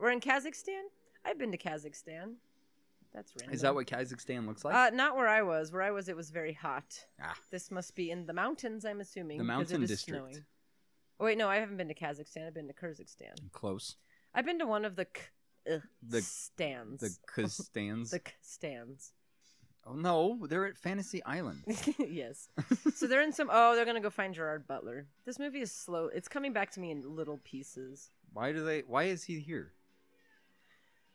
We're in Kazakhstan. I've been to Kazakhstan. That's random. Is that what Kazakhstan looks like? Uh, not where I was. Where I was, it was very hot. Ah. This must be in the mountains. I'm assuming The because mountain it is district. Snowing. Oh, wait, no, I haven't been to Kazakhstan. I've been to Kyrgyzstan. Close. I've been to one of the k- uh, The- stands. (laughs) The Kazans. the k- stands. oh no, they're at (laughs) Fantasy Island. yes. so they're in some. Oh, they're gonna go find Gerard Butler. This movie is slow. It's coming back to me in little pieces. Why do they? Why is he here?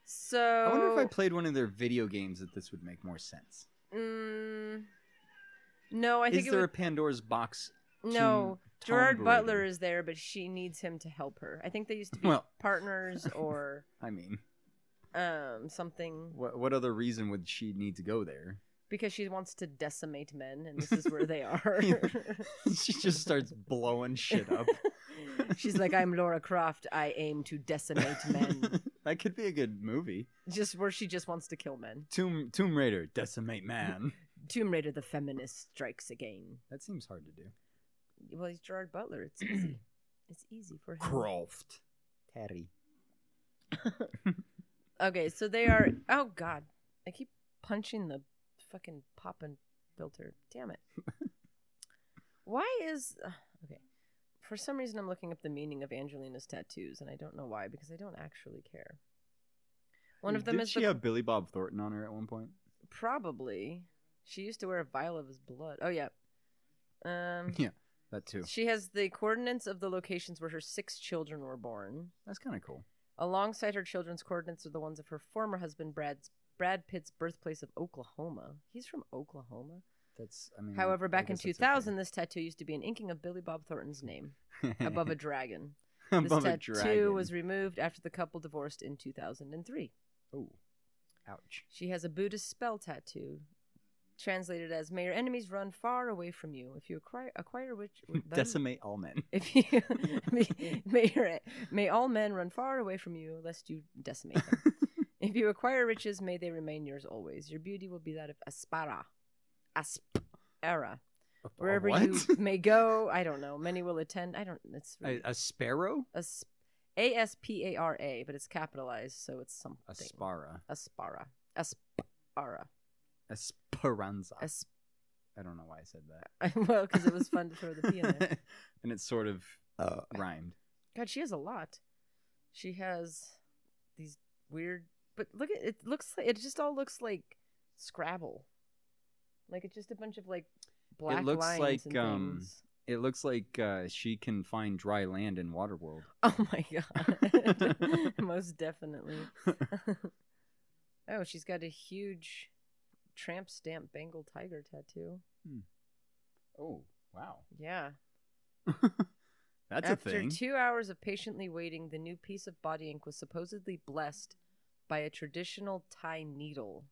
So I wonder if I played one of their video games that this would make more sense. Mm, no, I think is it there would, a Pandora's box? to no. Tomb Gerard Butler Raider? is there, but she needs him to help her. I think they used to be Well. (laughs) partners or I mean, um, something what what other reason would she need to go there? because she wants to decimate men, and this is where (laughs) they are. she just starts blowing shit (laughs) up. She's like, I'm Laura Croft. I aim to decimate (laughs) men. that could be a good movie. just where she just wants to kill men. Tomb Tomb Raider, decimate man. Tomb Raider, the feminist strikes again. That seems hard to do. Well, he's Gerard Butler. (clears throat) It's easy. it's easy for him. Croft, Terry. Okay, so they are. Oh God, I keep punching the fucking pop and filter. Damn (laughs) it! why is ugh, okay? For some reason, I'm looking up the meaning of Angelina's tattoos, and I don't know why because I don't actually care. One of them Did is she the, have Billy Bob Thornton on her at one point? probably she used to wear a vial of his blood. Oh yeah, um, (laughs) Yeah, that too. she has the coordinates of the locations where her six children were born. That's kind of cool. Alongside her children's coordinates are the ones of her former husband Brad's Brad Pitt's birthplace of Oklahoma. He's from Oklahoma. That's I mean. However, Mm, I back in guess that's 2000, okay. this tattoo used to be an inking of Billy Bob Thornton's name (laughs) above a dragon. This above a tattoo dragon. was removed after the couple divorced in 2003. oh, (laughs) ouch. She has a Buddhist spell tattoo, translated as "May your enemies run far away from you. If you acquire, acquire (laughs) which Decimate all men. If you (laughs) may, may, your- may all men run far away from you, lest you decimate them. if you acquire riches, may they remain yours always. Your beauty will be that of Aspara, Aspera. (laughs) Wherever you (laughs) what? may go, I don't know. Many will attend. I don't. It's (laughs) A, really, a sparrow? As- A S P A R A, but it's capitalized, so it's something. A spara. Aspara, Aspara, Esperanza. As- (laughs) I don't know why I said that. well, because it was fun to throw the P in there. (laughs) and it's sort of rhymed. God, she has a lot. She has these weird, but look at it. Looks like it just all looks like Scrabble. Like it's just a bunch of like black looks lines like, and um, things. It looks like uh, she can find dry land in Waterworld. (laughs) (laughs) Oh my god! Most definitely. (laughs) oh, she's got a huge tramp stamp Bengal tiger tattoo. Oh, wow. Yeah. That's After a thing. two hours of patiently waiting, the new piece of body ink was supposedly blessed by a traditional Thai needle.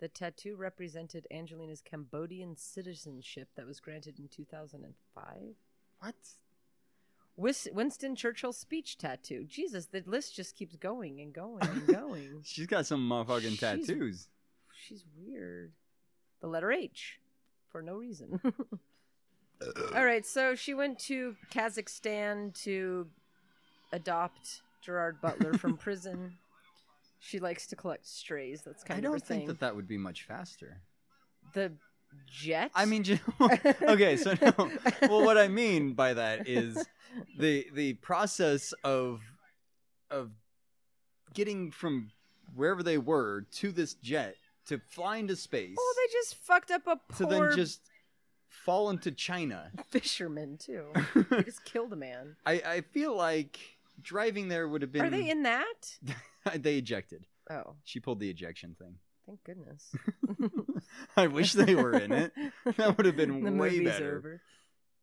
The tattoo represented Angelina's Cambodian citizenship that was granted in 2005. What? Wis- Winston Churchill's speech tattoo. Jesus, the list just keeps going and going (laughs) and going. She's got some motherfucking She's- tattoos. She's weird. The letter H for no reason. (laughs) All right, so she went to Kazakhstan to adopt Gerard Butler (laughs) from prison. She likes to collect strays. That's kind I of her don't think thing. that that would be much faster. the jet. (laughs) I mean, (laughs) ju- okay, so no. Well, what I mean by that is the the process of of getting from wherever they were to this jet to fly into space well, Oh, they just fucked up a to poor then just fall into China. fisherman (laughs) too. they just killed a man. I I feel like driving there would have been. Are they in that? (laughs) they ejected. Oh, She pulled the ejection thing. thank goodness. (laughs) I wish they were (laughs) in it. (laughs) That would have been the way movie's better. over.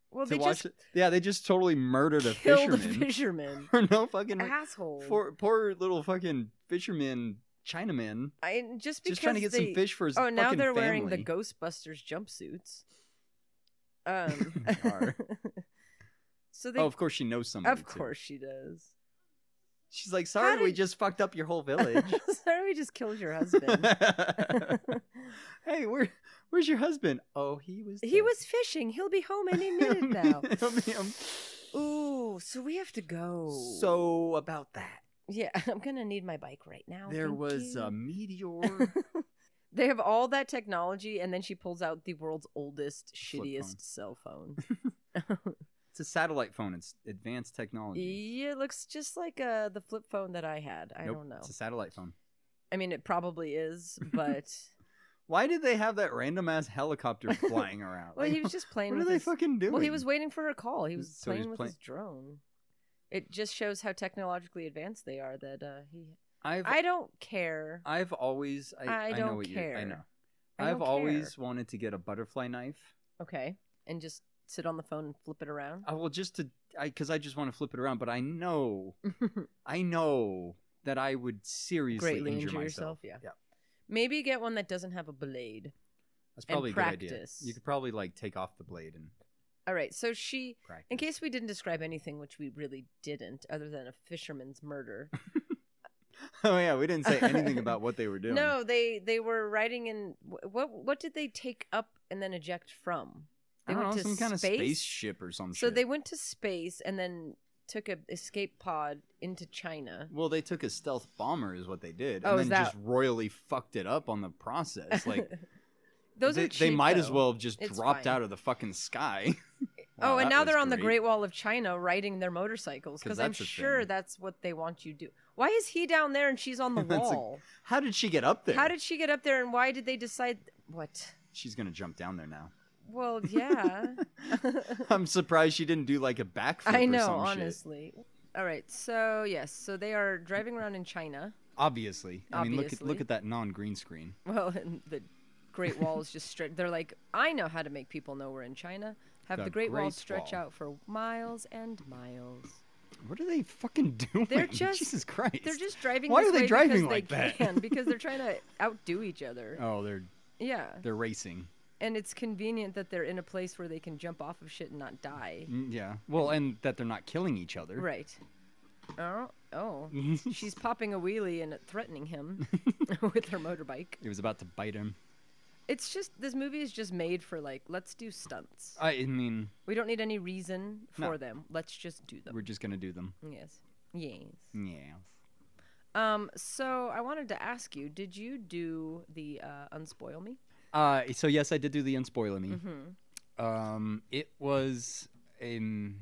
Well, to they watch just it. Yeah, they just totally murdered a killed fisherman. a fisherman. (laughs) for no fucking re- Asshole. for poor little fucking fisherman Chinaman I and just because just trying to get they, some fish for his Oh, now fucking they're wearing the family. Ghostbusters (laughs) jumpsuits. Um, They are. (laughs) so they, oh, of course she knows somebody. of too. course she does. She's like, sorry, we did- just fucked up your whole village. (laughs) Sorry, we just killed your (laughs) husband. (laughs) hey, where, where's your husband? Oh, he was. he there. was fishing. He'll be home any (laughs) minute now. He'll be- um, Ooh, so we have to go. so about that, yeah, (laughs) I'm gonna need my bike right now. there Thank was um, you. a meteor. (laughs) They have all that technology, and then she pulls out the world's oldest, Flip shittiest phone. cell (laughs) phone. it's a satellite phone. It's advanced technology. yeah, it looks just like uh, the flip phone that I had. I Nope, don't know. It's a satellite phone. I mean, it probably (laughs) is, but Why did they have that random (laughs) ass helicopter flying around? well, Like, he was just playing. What with are they his... fucking doing? Well, he was waiting for her call. He was So he playing was with play- his drone. It just shows how technologically advanced they are. That uh, he, I've I don't care. I've always I, I I, know don't what you I care. know. I I've don't always wanted to get a butterfly knife. Okay, and just sit on the phone and flip it around. I will Uh, just to I because I just want to flip it around, but (laughs) I know I know that I would seriously Greatly injure, injure myself. yourself, yeah. yeah. Maybe get one that doesn't have a blade. That's And probably a good idea. practice. You could probably like take off the blade and (laughs) All right, so she, practice. in case we didn't describe anything, which we really didn't, other than a fisherman's murder. oh yeah, we (laughs) didn't say (laughs) anything about what they were doing. No, they they were riding in wh- what what did they take up and then eject from? They I don't went know, to some kind of space? spaceship or some So shit. they went to space and then took a escape pod into China. Well, they took a stealth bomber, is what they did, Oh, and is then that- just royally fucked it up on (laughs) the process. Like Those they, are they cheap, might as though. well have just It's dropped fine. out of the fucking sky. (laughs) Oh, Wow, and that now they're was on the great. Great Wall of China riding their motorcycles 'Cause because I'm that's a sure thing. that's what they want you to do. Why is he down there and she's on the (laughs) That's a- wall? How did she get up there? How did she get up there and why did they decide what? She's gonna jump down there now. (laughs) Well, yeah. I'm surprised she didn't do like a backflip. I or know, some Shit. honestly. All right, so yes, so they are driving around in China. Obviously, I mean, look at Obviously. look at that non-green screen. Well, (laughs) and the (laughs) Great Wall is just straight. They're like, I know how to make people know we're in China. Have the, The Great, Wall Great stretch Wall. out for miles and miles. What are they fucking (laughs) doing? They're just Jesus Christ. They're just driving. Why this are they way driving because like they that? Can, because they're trying to outdo each other. (laughs) Oh, they're Yeah, they're racing. and it's convenient that they're in a place where they can jump off of shit and not die. Mm, Yeah. Well, and that they're not killing each other. Right. Oh, oh. (laughs) She's popping a wheelie and threatening him with her motorbike. It was about to bite him. It's just this movie is just made for like let's do stunts. I I mean, We don't need any reason No. for them. Let's just do them. we're just gonna do them. Yes. Yes. Yeah. Um, so I wanted to ask you, did you do the uh, Unspoil Me? Uh, so yes, I did do the unspoiler me. Mm-hmm. Um, it was um,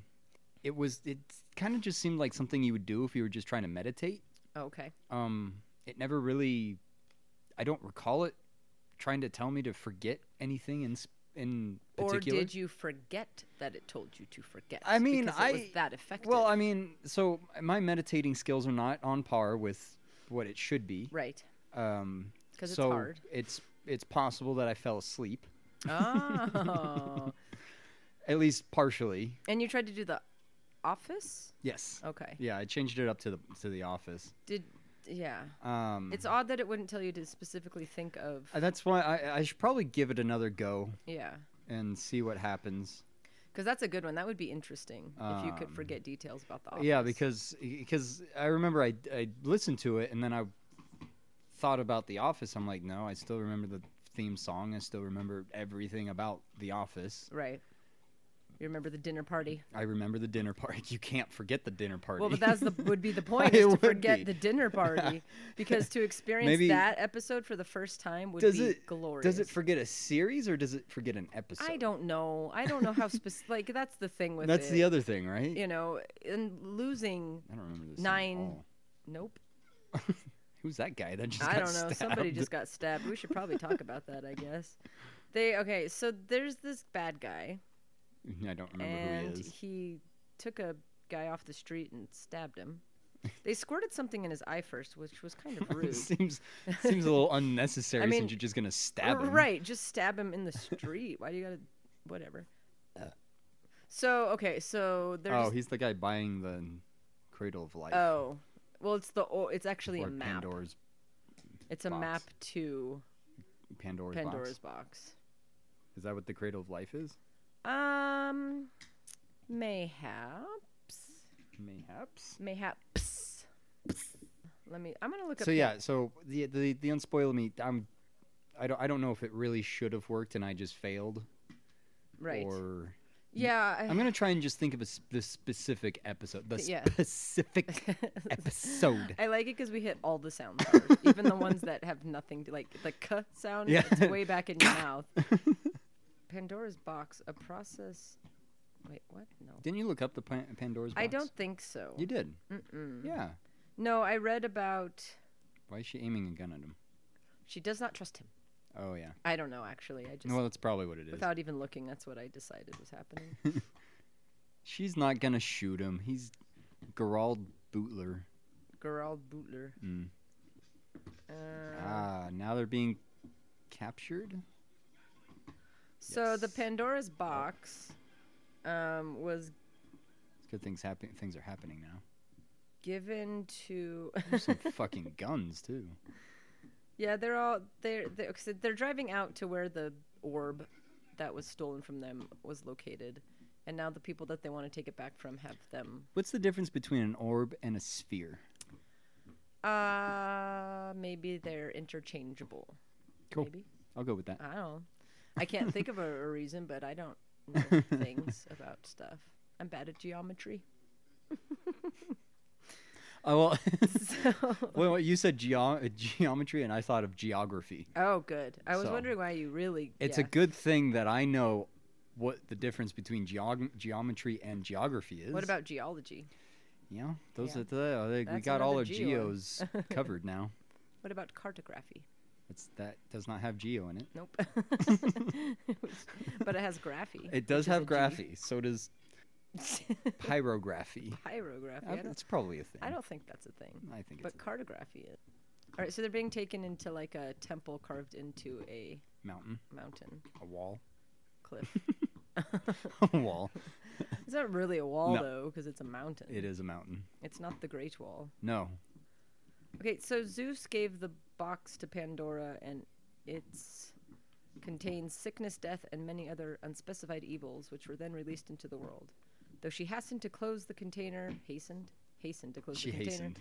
it was it kind of just seemed like something you would do if you were just trying to meditate. Oh, okay. Um, it never really, I don't recall it trying to tell me to forget anything in s- in particular. Or did you forget that it told you to forget? I mean, because I it was that effective. Well, I mean, so my meditating skills are not on par with what it should be. (laughs) right. (laughs) Um, 'Cause it's so hard. It's it's possible that I fell asleep, Oh. at least partially. and you tried to do the Office? Yes. Okay. Yeah, I changed it up to the to the office. Did yeah. Um, It's odd that it wouldn't tell you to specifically think of. uh, that's why I, I should probably give it another go Yeah. and see what happens. Because that's a good one. That would be interesting if you could forget details about the office. Um, Yeah, because because I remember I I listened to it and then I thought about The Office. I'm like, no, I still remember the theme song. I still remember everything about The Office. Right. You remember the dinner party? I remember the dinner (laughs) party. You can't forget the dinner party. (laughs) Well, but that's the would be the point It is to would forget be. the (laughs) dinner party because to experience Maybe- that episode for the first time would does be it glorious. does it forget a series or does it forget an episode? I don't know. I don't know how specific. like that's the thing with That's it, the other thing, right? You know, and losing I don't remember this. Name at nine. all. Nope. Who's that guy that just? I got don't know. Somebody stabbed? just got stabbed. We should probably talk about that, I guess. They okay, so there's this bad guy (laughs) I don't remember and who he is. he took a guy off the street and stabbed him. They squirted something in his eye first, which was (laughs) kind of rude. (laughs) seems seems a little unnecessary mean, since you're just gonna stab him. Right, just stab him in the street. Why do you gotta whatever. So okay, so there's Uh. Oh, he's the guy buying the Cradle of Life. oh well it's the o- it's actually or a map. Pandora's It's a box. map to Pandora's, Pandora's box. box. Is that what the Cradle of Life is? Um mayhaps. Mayhaps. Mayhaps. Let me I'm gonna look up So the- yeah, so the the the unspoil me. I'm, I don't I don't know if it really should have worked and I just failed. right. Or yeah, I- I'm gonna try and just think of a s- the specific episode. The Yeah. (laughs) specific episode. I like it because we hit all the sound bars, even the ones that have nothing to like the k sound. Yeah. it's way back (laughs) in your mouth. Pandora's box, a process. Wait, what? No, Didn't you look up the Pan- Pandora's box? I don't think so. You did. Mm-mm. Yeah. No, I read about. Why is she aiming a gun at him? She does not trust him. Oh yeah. I don't know actually. I just Well, that's probably what it is. without even looking, that's what I decided was happening. She's not gonna shoot him. He's Gerald Butler. Gerald Butler. Uh, Ah, now they're being captured. So the Pandora's box um, was It's good things happen. Things are happening now. given to. (laughs) There's some fucking guns too. Yeah, they're all they're they're, 'cause they're driving out to where the orb that was stolen from them was located, and now the people that they want to take it back from have them. What's the difference between an orb and a sphere? Uh maybe they're interchangeable. Cool. Maybe I'll go with that. I don't. know. I can't think of a, a reason, but I don't know things about stuff. I'm bad at geometry. (laughs) Oh well. (laughs) well, you said geo- geometry, and I thought of geography. Oh, good. I was So, wondering why you really. It's yeah. a good thing that I know what the difference between geog- geometry and geography is. What about geology? Yeah, those Yeah. are the. I think we That's got all another our geo. (laughs) geos covered now. What about cartography? It's that does not have geo (laughs) in it. (laughs) Nope. but it has graphy. It does which is have a G. graphy. So does (laughs) pyrography. Pyrography. Uh, I don't, That's probably a thing. I don't think that's a thing. I think But it's cartography is. All right, so they're being taken into like a temple carved into a a mountain, mountain (laughs) a wall, (laughs) cliff. a wall. it's not really a wall No. though, because it's a mountain. It is a mountain. It's not the Great Wall. No, Okay, so Zeus gave the box to Pandora, and it's contains sickness, death, and many other unspecified evils, which were then released into the world. Though she hastened to close the container, hastened, hastened to close She the container. hastened.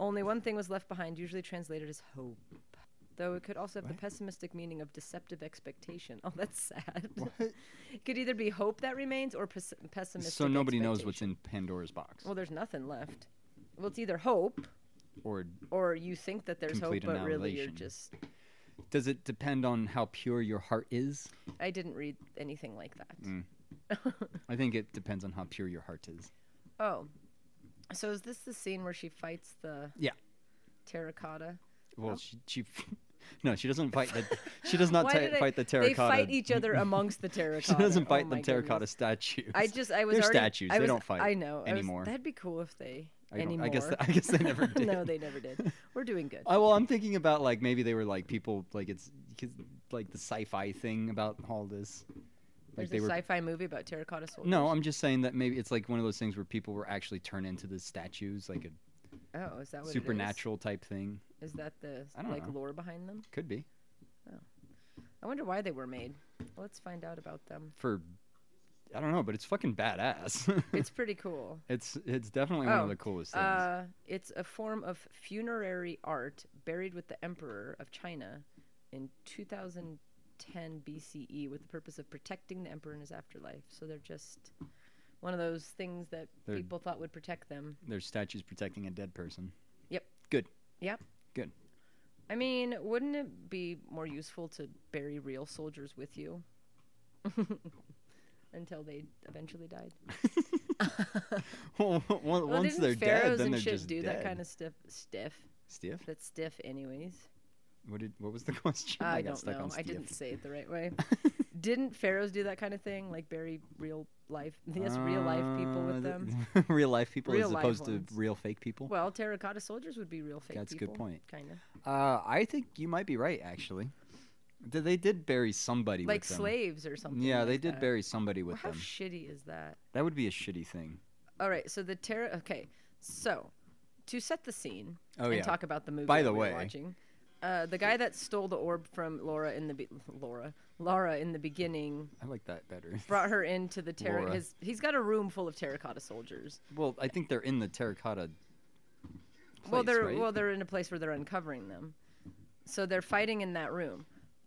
Only one thing was left behind, usually translated as hope. Though it could also have the pessimistic meaning of deceptive expectation. Oh, that's sad. (laughs) it could either be hope that remains or pes- pessimistic. so nobody knows what's expectation. in Pandora's box, Well, there's nothing left. Well, it's either hope or or you think that there's hope, Complete but really you're annihilation. just. does it depend on how pure your heart is? I didn't read anything like that. Mm. I think it depends on how pure your heart is. Oh, so is this the scene where she fights the Yeah. terracotta? Well, she, she (laughs) no, she doesn't fight the (laughs) she does not ta- did I- fight the terracotta. They fight (laughs) each other amongst the terracotta. She doesn't Oh fight my the goodness. terracotta statues. I just I was They're already, statues. I they was- don't fight. I know I was- anymore. that'd be cool if they I don't- anymore. I (laughs) guess th- (laughs) I guess they never did. no, they never (laughs) did. We're doing good. I, well, I'm thinking about like maybe they were like people like it's 'cause, like the sci-fi thing about all this. There's Like they a were. sci-fi movie about terracotta soldiers. No, I'm just saying that maybe it's like one of those things where people were actually turned into the statues, like a Oh, is that what it is? supernatural type thing. Is that the I don't like know. lore behind them? Could be I wonder why they were made. Let's find out about them. for I don't know, but it's fucking badass. (laughs) It's pretty cool. it's it's definitely one Oh, of the coolest things. Uh, it's a form of funerary art buried with the emperor of China in 2010 BCE E with the purpose of protecting the emperor in his afterlife. So they're just one of those things that They're- people thought would protect them. There's statues protecting a dead person. Yep. Good. Yep. Good. (laughs) I mean, wouldn't it be more useful to bury real soldiers with you (laughs) until they eventually died? Once Well, once didn't they're pharaohs dead, then and they're shit just do dead. that kind of stiff, stiff. stiff. That's stiff, anyways. What did what was the (laughs) question? I, got don't stuck know. on I stiff. didn't say it the right (laughs) way. didn't pharaohs do that kind of thing? Like bury real life, (laughs) yes, real life people Uh, with th- them. (laughs) real life people Real as life opposed ones. to real fake people. Well, terracotta soldiers would be real fake. That's a good people, point. Kind of Uh, I think you might be right actually. Th- They did bury somebody like with them. slaves or something. Yeah, like they did that. bury somebody Well, with How them. shitty is that? that would be a shitty thing. All right, so the terror. Okay, so to set the scene Oh, and yeah. talk about the movie. By that the we were way- watching, uh, the guy that stole the orb from Laura in the be- Laura Laura in the beginning I like that better. brought her into the terror. Laura. His he's got a room full of terracotta soldiers. (laughs) Well, I think they're in the terracotta. well, place, they're right? well they're in a place where they're uncovering them, so they're fighting in that room.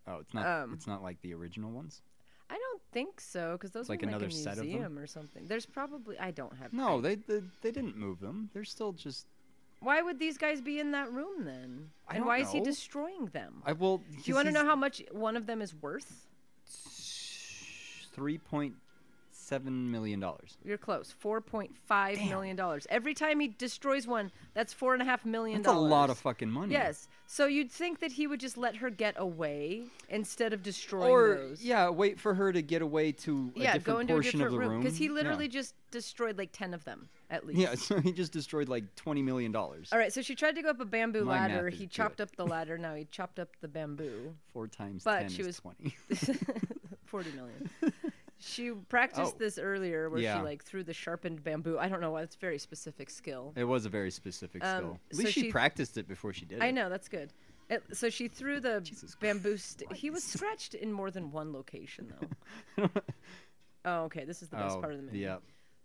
Oh, it's not. um, it's not like the original ones. I don't think so because those like were in, another like a set of them? museum or something. There's probably I don't have No, they, they they didn't move them. They're still just. Why would these guys be in that room then? I and don't why is he know. destroying them? I will. Do you want to know how much one of them is worth? Three point seven million dollars. You're close. Four point five million dollars. Every time he destroys one, that's four and a half million That's a dollars. lot of fucking money. Yes. So you'd think that he would just let her get away instead of destroying Or those. yeah, wait for her to get away to a yeah, different go into a portion different of the room because he Yeah. literally just destroyed like ten of them at least. Yeah. (laughs) so he just destroyed like twenty million dollars. All right, so she tried to go up a bamboo My math ladder. is He good. chopped up the ladder. Now he chopped up the bamboo. Four times But ten she is was- (laughs) twenty. (laughs) 40 million. She practiced Oh. this earlier where Yeah. she like threw the sharpened bamboo. I don't know why. It's a very specific skill. it was a very specific Um, skill. At so least she, she- practiced it before she did it. I know, that's good. It, so she threw the Jesus bamboo. St- he was scratched in more than one location, though. (laughs) oh, okay. This is the best Oh, part of the movie. Yeah.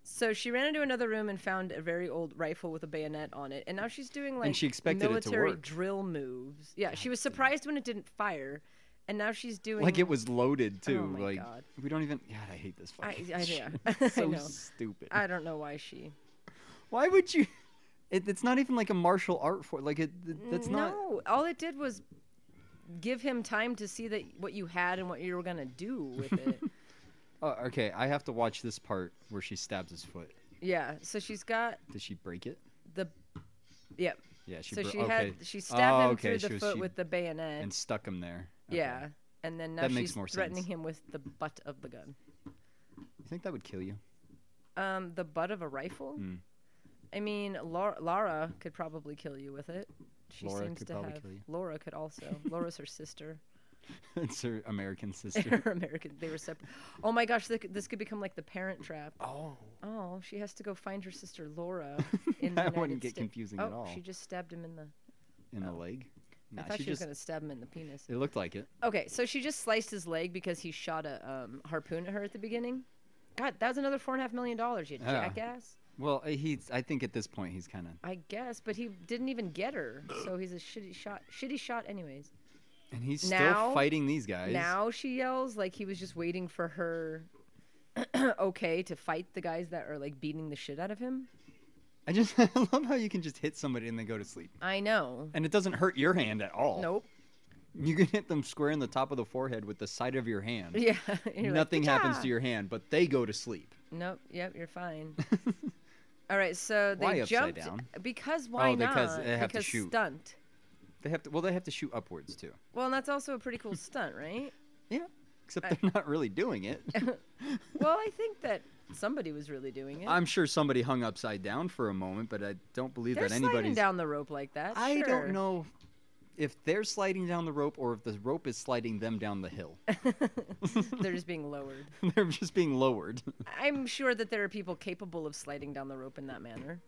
So she ran into another room and found a very old rifle with a bayonet on it, and now she's doing like she expected it to military work. drill moves. Yeah, she was surprised when it didn't fire, and now she's doing Like it was loaded too. Oh my like God. we don't even. God, I hate this I, fucking. I, shit. yeah. (laughs) I so know. (laughs) stupid. I don't know why she Why would you? It, it's not even like a martial art form. Like it, th- that's not. Mm, No, all it did was give him time to see that what you had and what you were gonna do with (laughs) it. Oh, okay, I have to watch this part where she stabs his foot. yeah. So she's got Does she break it? the. Yep. Yeah, she. so bro- she okay. had she stabbed Oh, him okay, through she the was- foot she- with the bayonet. and stuck him there. Uh, Okay. Yeah. And then now That she's makes more threatening sense. him with the butt of the gun. You think that would kill you? (laughs) Um, the butt of a rifle. I mean, Lara, Lara could probably kill you with it. She Laura seems could to probably have. kill you. Laura could (laughs) also. Laura's her sister. it's her (laughs) American sister. They're American. They were separate. Oh my gosh, th- this could become like the Parent Trap. oh. Oh, she has to go find her sister (laughs) Laura. In the That wouldn't United get Sta- confusing oh, at all. She just stabbed him in the. In a leg. Nah, I thought she, she, was just. gonna stab him in the penis. It looked like it. Okay, so she just sliced his leg because he shot a um, harpoon at her at the beginning. God, that was another four and a half million dollars, you Yeah. jackass. Well, uh, he's. I think at this point he's kind of. I guess, but he didn't even get her, (clears throat) so he's a shitty shot. Shitty shot, anyways. And he's still Now- fighting these guys. Now she yells like he was just waiting for her. (clears throat) okay, to fight the guys that are like beating the shit out of him. I just (laughs) I love how you can just hit somebody and they go to sleep, I know. and it doesn't hurt your hand at all. Nope. (laughs) You can hit them square in the top of the forehead with the side of your hand. Yeah. You're like, Nothing happens "Ka-cha!" to your hand, but they go to sleep. Nope. Yep. You're fine. (laughs) All right. So they Why upside jumped down? because why Oh, because not? they have to because shoot. stunt. They have to. Well, they have to shoot upwards too. Well, and that's also a pretty cool stunt, right? Yeah. Except they're (laughs) not really (laughs) doing it. Well, I think that somebody was really doing it. I'm sure somebody hung upside down for a moment, but I don't believe They're that sliding anybody's. down the rope like that. I sure. don't know if they're sliding down the rope or if the rope is sliding them down the hill. (laughs) They're just being lowered. they're just being (laughs) lowered. I'm sure that there are people capable of sliding down the rope in that manner.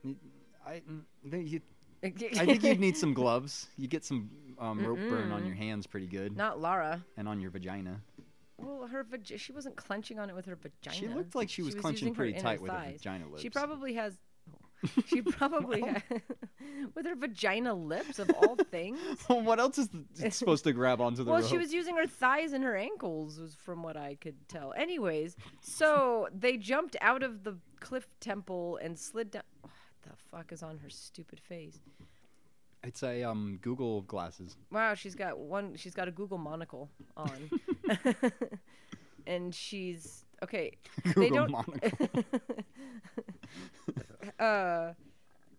I, mm, they, you, I I (laughs) think you'd need some gloves. You get some um, rope burn on your hands pretty good, Not Lara. and on your vagina. (laughs) Well, her vag- she wasn't clenching on it with her vagina. She looked like she was clenching using her pretty inner tight with her thighs. vagina She lips. probably (laughs) has. She probably has, (laughs) with her vagina lips of (laughs) all things. what else is (laughs) it supposed to grab onto the well, rope? she was using her thighs and her ankles, was from what I could tell. (laughs) Anyways, so they jumped out of the cliff temple and slid down. (sighs) What the fuck is on her stupid face? It's a um, Google glasses. Wow, she's got one. She's got a Google monocle (laughs) on, and she's okay. they Google don't. (laughs) monocle. uh,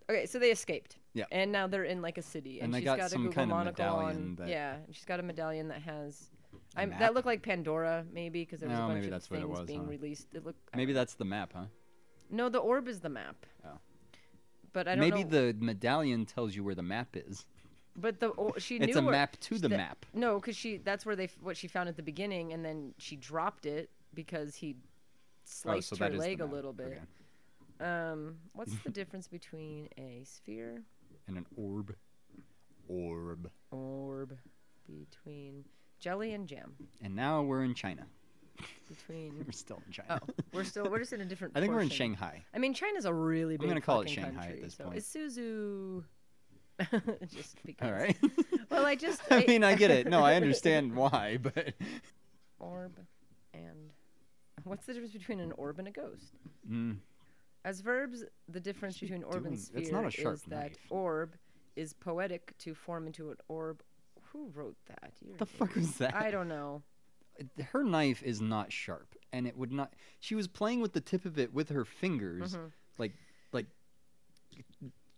okay, so they escaped. Yeah. And now they're in like a city, and, And they she's got got, a some Google kind of monocle medallion on. that- Yeah, and she's got a medallion that has. I'm, map? that looked like Pandora, maybe, because there was No, a bunch maybe of that's what it things was, being huh? released. It looked Maybe that's the map, huh? no, the orb is the map. Oh. But I don't Maybe know. the medallion tells you where the map is. But the or, she It's knew a where- map to she- the that- map. No, because she that's where they f- what she found at the beginning, and then she dropped it because he sliced oh, so that her is the leg a map. little bit. Okay. Um, what's (laughs) the difference between a sphere And an orb. Orb. orb between jelly and jam And now we're in China. between? We're still in China. oh, we're still we're just in a different. (laughs) I think we're in portion. Shanghai. I mean, China's a really big. gonna call it fucking Shanghai at country, this so point. It's Suzu. (laughs) just because. All right. (laughs) Well, I just. I mean, I get it. No, (laughs) I (laughs) understand why, but orb and (laughs) what's the difference between an orb and a ghost? Hmm. As verbs, the difference between orb doing? and sphere That's not a sharp is that knife. orb is poetic to form into an orb. Who wrote that? You're the an fuck was that? I don't know. her knife is not sharp and it would not she was playing with the tip of it with her fingers like like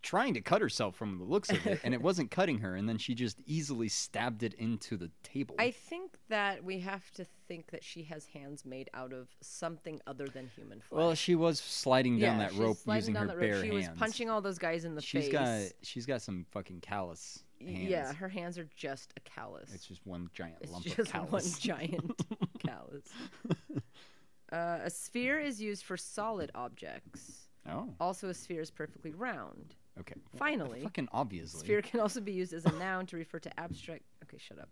trying to cut herself from the looks of it and it wasn't cutting her and then she just easily stabbed it into the table I think that we have to think that she has hands made out of something other than human flesh. well she was sliding down that she's rope sliding using down her that rope. bare She hands was punching all those guys in the She's face. got she's got some fucking callous hands Yeah, her hands are just a callus. it's just one giant It's lump of just callus one (laughs) (laughs) giant callus. Uh, a sphere is used for solid objects. oh Also, a sphere is perfectly round. okay Finally, fucking obviously sphere can also be used as a noun to refer to abstract. Okay, shut up.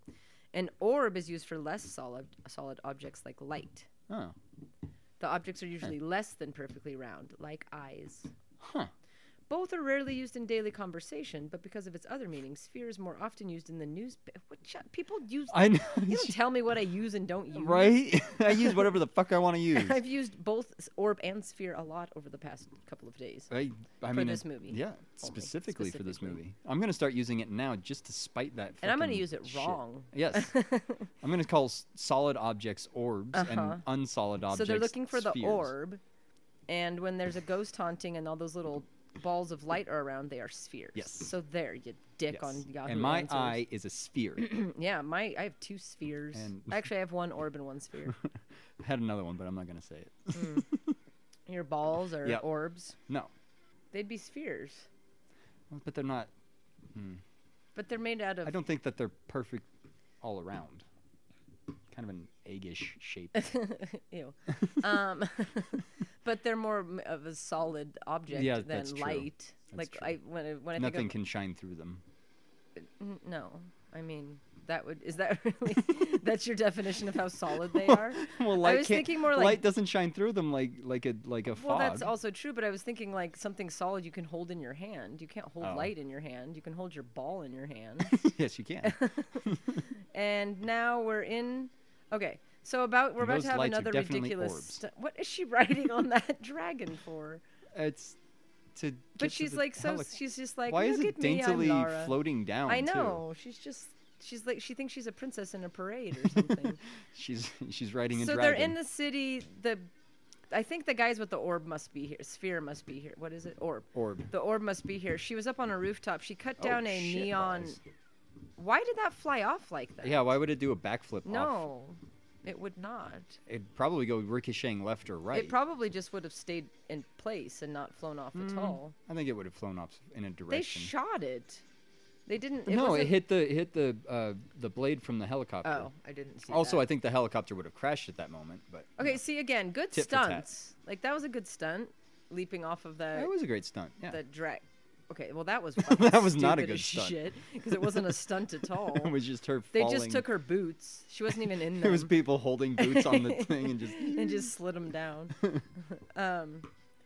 An orb is used for less solid solid objects like light. oh The objects are usually less than perfectly round, like eyes. Huh. Both are rarely used in daily conversation, but because of its other meaning, sphere is more often used in the news. What shut- people use? I know You (laughs) don't tell me what I use and don't use. right (laughs) I use whatever the fuck I (laughs) want to use I've used both s- orb and sphere a lot over the past couple of days. I, I mean, this it- movie Yeah, only, specifically, for this specifically. movie. I'm gonna start using it now just to spite that. And I'm gonna fucking use it shit. wrong. (laughs) Yes, I'm gonna call s- solid objects orbs and unsolid objects. Uh-huh. so they're looking for the spheres. orb, and when there's a ghost haunting and all those little balls of light are around, they are spheres. Yes. So there, you dick Yes. on Yahoo and my Answers. Mm, eye is (clears throat) a sphere. Yeah, my I have two spheres. And- Actually, I have one orb and one (laughs) sphere. I had another one, but I'm not gonna say it. Your balls are Yep. orbs. No, They'd be spheres, but they're not. but they're made out of. I don't think that they're perfect all around. Kind of an eggish (laughs) shape. Ew. um, (laughs) but they're more m- of a solid object Yeah, than that's true. light. That's like true. I when I, when I Nothing think can shine through (laughs) them. of, n- no, I mean that would is that (laughs) really that's your definition of how solid they are? (laughs) Well, light I was can't- thinking more light like doesn't shine through them like like a like a well, fog. that's also true, but I was thinking like something solid you can hold in your hand. You can't hold Oh. light in your hand. You can hold your ball in your hand. (laughs) (laughs) yes, you can. and now we're in. Okay, so about we're And about those to have lights are another definitely ridiculous. orbs. stu- what is she (laughs) riding on that dragon for? It's to. But she's like so. she's just like. Why Look is it at me, I'm daintily Lara." floating down? I too? know. She's just. She's like. She thinks she's a princess in a parade or (laughs) something. She's she's riding a so they're dragon. in the city. The. I think the guys with the orb must be here. Sphere must be here. What is it? Orb. Orb. The orb must be here. She was up on a rooftop. She cut Oh, down a shit neon. balls. Why did that fly off like that? Yeah, why would it do a backflip? off? No, it would not. it'd probably go ricocheting left or right. It probably just would have stayed in place and not flown off Mm. at all. I think it would have flown off in a They direction. shot it. They didn't. It no, it wasn't- hit the it hit the uh, the blade from the helicopter. Oh, I didn't see. also, that. I think the helicopter would have crashed at that moment. But Okay, see again, good Tit for tat. stunts. Like that was a good stunt, leaping off of the that was a great stunt. Oh, Yeah, the dra- Okay, well (laughs) that was That was not a good stunt. stunt because it wasn't a stunt (laughs) at all. (laughs) It was just her. they falling. just (laughs) took her boots. She wasn't even in them. There was people holding boots on (laughs) the thing and just. and just slid them (laughs) down. um,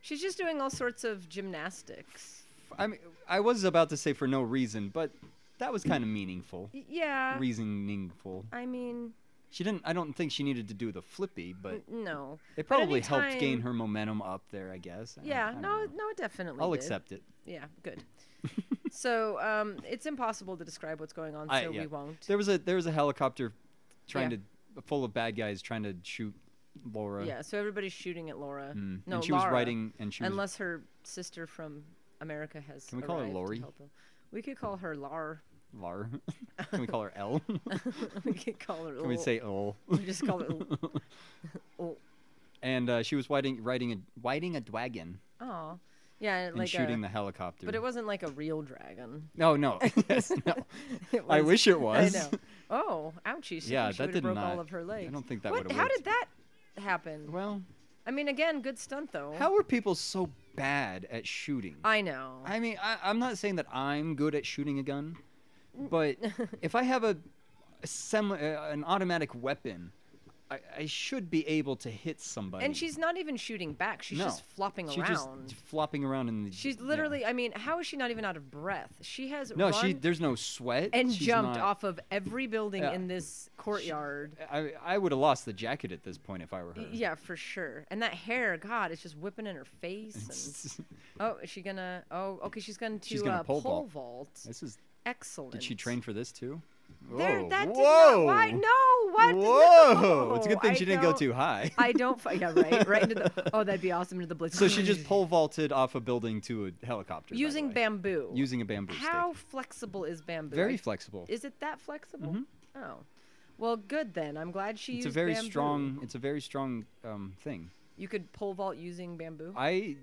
she's just doing all sorts of gymnastics. I mean, I was about to say for no reason, but that was kind of meaningful, Y- Yeah. reasoningful. I mean, She didn't. I don't think she needed to do the flippy, but no. Mm, it But probably helped anytime- gain her momentum up there. I guess. I don't- I Yeah. don't No. know. No. It definitely. I'll did. accept it. Yeah. Good. (laughs) so um, it's impossible to describe what's going on, so I, yeah. we won't. There was a there was a helicopter trying Yeah. to full of bad guys trying to shoot Laura. Mm. Yeah. So everybody's shooting at Laura. No, and she was Lara, writing and she was Unless her sister from America has. Can we call her arrived to Lori? help her. We could call her Lar. (laughs) (laughs) Lar. Can we call her L? (laughs) Can we could call her. we L- say L? We just call her. (laughs) L- L- And uh, she was riding riding a riding a dragon Oh, yeah, and like shooting a, the helicopter. But it wasn't like a real (laughs) dragon. No, no. Yes, no. (laughs) It I was- wish it was. I know. Oh, ouchie! She, Yeah, she that would've did broke not- all of her I legs. don't think that What? would've How worked. did that happen? Well, I mean, again, good stunt though. how are people so bad at shooting? I know. I mean, I, I'm not saying that I'm good at shooting a gun, (laughs) but if I have a, a sem- uh, an automatic weapon, I, I should be able to hit somebody. and she's not even shooting back. She's no, just flopping she's around. just flopping around in the. she's yeah. literally. I mean, how is she not even out of breath? She has No, run she. There's no sweat. and She's jumped not- off of every building Yeah. in this courtyard. I, I would have lost the jacket at this point if I were her. (laughs) yeah, for sure. And that hair, God, it's just whipping in her face. And... Oh, is she gonna? Oh, okay, she's going to She's gonna uh, pole, pole vault. vault. This is. Excellent. Did she train for this too? There, Whoa. that did not. Whoa. Why? No. What? Whoa! No, It's a good thing I she didn't go don't- too high. I don't. fi- Yeah, right. Right into (laughs) the. Oh, that'd be awesome into the blitz. so (laughs) she just pole vaulted off a building to a helicopter. by the using way. bamboo. Using a bamboo How stick. flexible is bamboo? Very I- flexible. Is it that flexible? Oh, well, good then. I'm glad she It's used a very bamboo. strong. It's a very strong um, thing. You could pole vault using bamboo. I,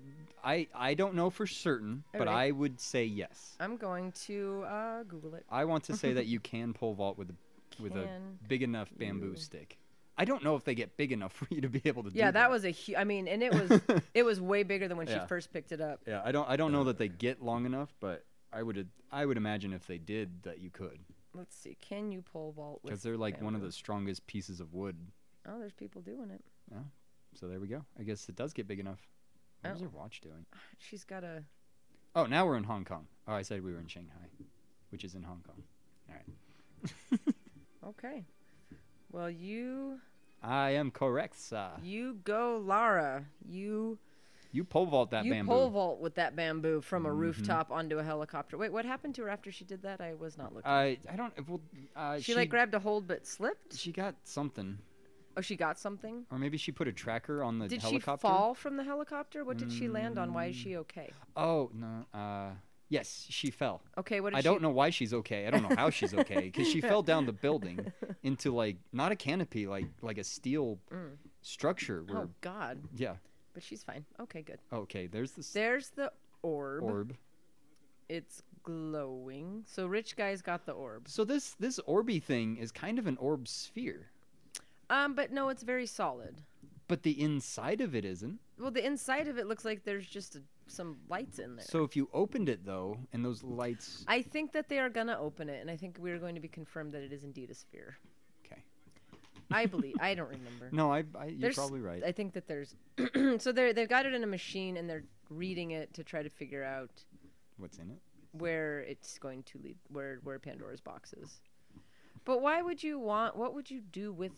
I, I don't know for certain, but Alright. I would say yes. I'm going to uh, Google it. I want to (laughs) say that you can pole vault with a, with Can a big enough bamboo stick. I don't know if they get big enough (laughs) for you to be able to do. Yeah, that was a huge. I mean, (laughs) and it was it was way bigger than when Yeah. she first picked it up. Yeah, I don't. I don't know that they get long enough, but I would. I would imagine if they did, that you could, Let's see. Can you pole vault? with because they're like one of bamboo? the strongest pieces of wood. Oh, there's people doing it. So there we go. I guess it does get big enough. Oh. What is your watch doing? She's got a. Oh, now we're in Hong Kong. Oh, I said we were in Shanghai, which is in Hong Kong. All right. Okay. Well, you I am correct, sir. you go, Lara. You You pole vault that you bamboo. Mm-hmm. pole vault with that bamboo from a rooftop onto a helicopter. Wait, what happened to her after she did that? I was not looking. I I don't. Well, uh, she, like grabbed a hold but slipped. She got something, Oh, she got something. or maybe she put a tracker on the Did helicopter. she fall from the helicopter? What did she land on? Why is she okay? Oh no. Uh, yes, she fell. Okay, what? Did I she... don't know why she's okay. I don't know how she's okay because she fell down (laughs) the building into like not a canopy, like like a steel structure. Where Mm. Oh God! yeah. But she's fine. Okay, good. Okay. There's this There's the orb. orb. It's glowing. So rich guy's got the orb. So this this orby thing is kind of an orb sphere, Um, but no, it's very solid. but the inside of it isn't. Well, the inside of it looks like there's just a, some lights in there. So if you opened it though, and those lights. I think that they are going to open it, and I think we're going to be confirmed that it is indeed a sphere. Okay. I believe. I don't remember. No, I, I (laughs) you're There's- probably right. I think that there's. (clears throat) so they're, they've got it in a machine, and they're reading it to try to figure out What's in it? where it's going to lead, where, where Pandora's box is. But why would you want? What would you do with?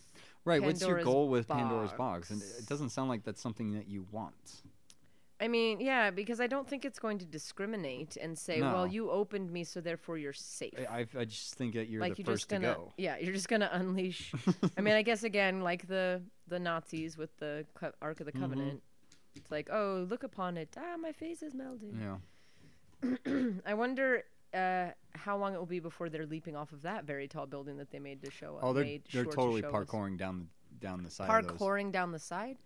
Right. what's your Pandora's goal with Pandora's box? And it doesn't sound like that's something that you want. I mean, yeah, because I don't think it's going to discriminate and say, "Well, No. you opened me, so therefore you're safe." I, I, I just think that you're like the you're just first to gonna go. yeah you're just gonna (laughs) unleash i mean i guess again like the the nazis with the co- ark Mm-hmm. of the covenant it's like oh look upon it ah my face is melting Yeah. i wonder uh, how long it will be before they're leaping off of that very tall building that they made to show Oh, they're made they're sure to totally show us. parkouring down the down the side. Of those. Mm-hmm. parkouring down the side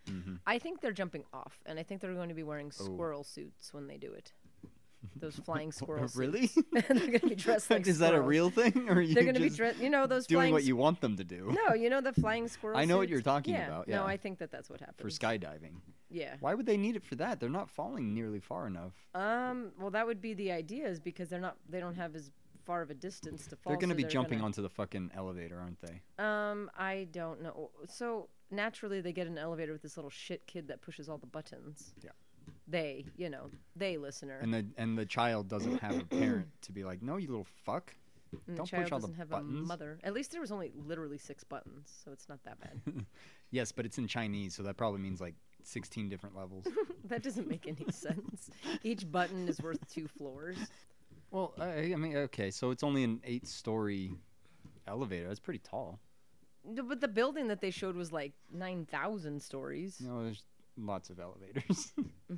i think they're jumping off and i think they're going to be wearing squirrel suits when they do (laughs) it those flying Oh, squirrels really? (laughs) they're going to be dressed like (laughs) Is that a squirrels. real thing, or are you they're going to be just dressed you know those doing flying what you want them to do (laughs) No, you know the flying squirrel. I know what suits? you're talking about, No, yeah. I think that that's what happened. for skydiving? Yeah. Why would they need it for that? They're not falling nearly far enough. Um. Well, that would be the idea, is because they're not. They don't have as far of a distance to fall. They're going to so be jumping gonna- onto the fucking elevator, aren't they? Um, I don't know. So naturally, they get in an elevator with this little shit kid that pushes all the buttons. Yeah. They, you know, they listener. And the and the child doesn't (coughs) have a parent to be like, "No, you little fuck." And don't the child push all the doesn't have a buttons." mother. At least there was only literally six buttons, so it's not that (laughs) bad. Yes, but it's in Chinese, so that probably means like 16 (laughs) different levels. that doesn't make any sense. Each button is worth two floors. well, I, I mean, okay, so it's only an eight-story elevator. That's pretty tall. No, But the building that they showed was like nine thousand stories. No, there's lots of elevators. (laughs)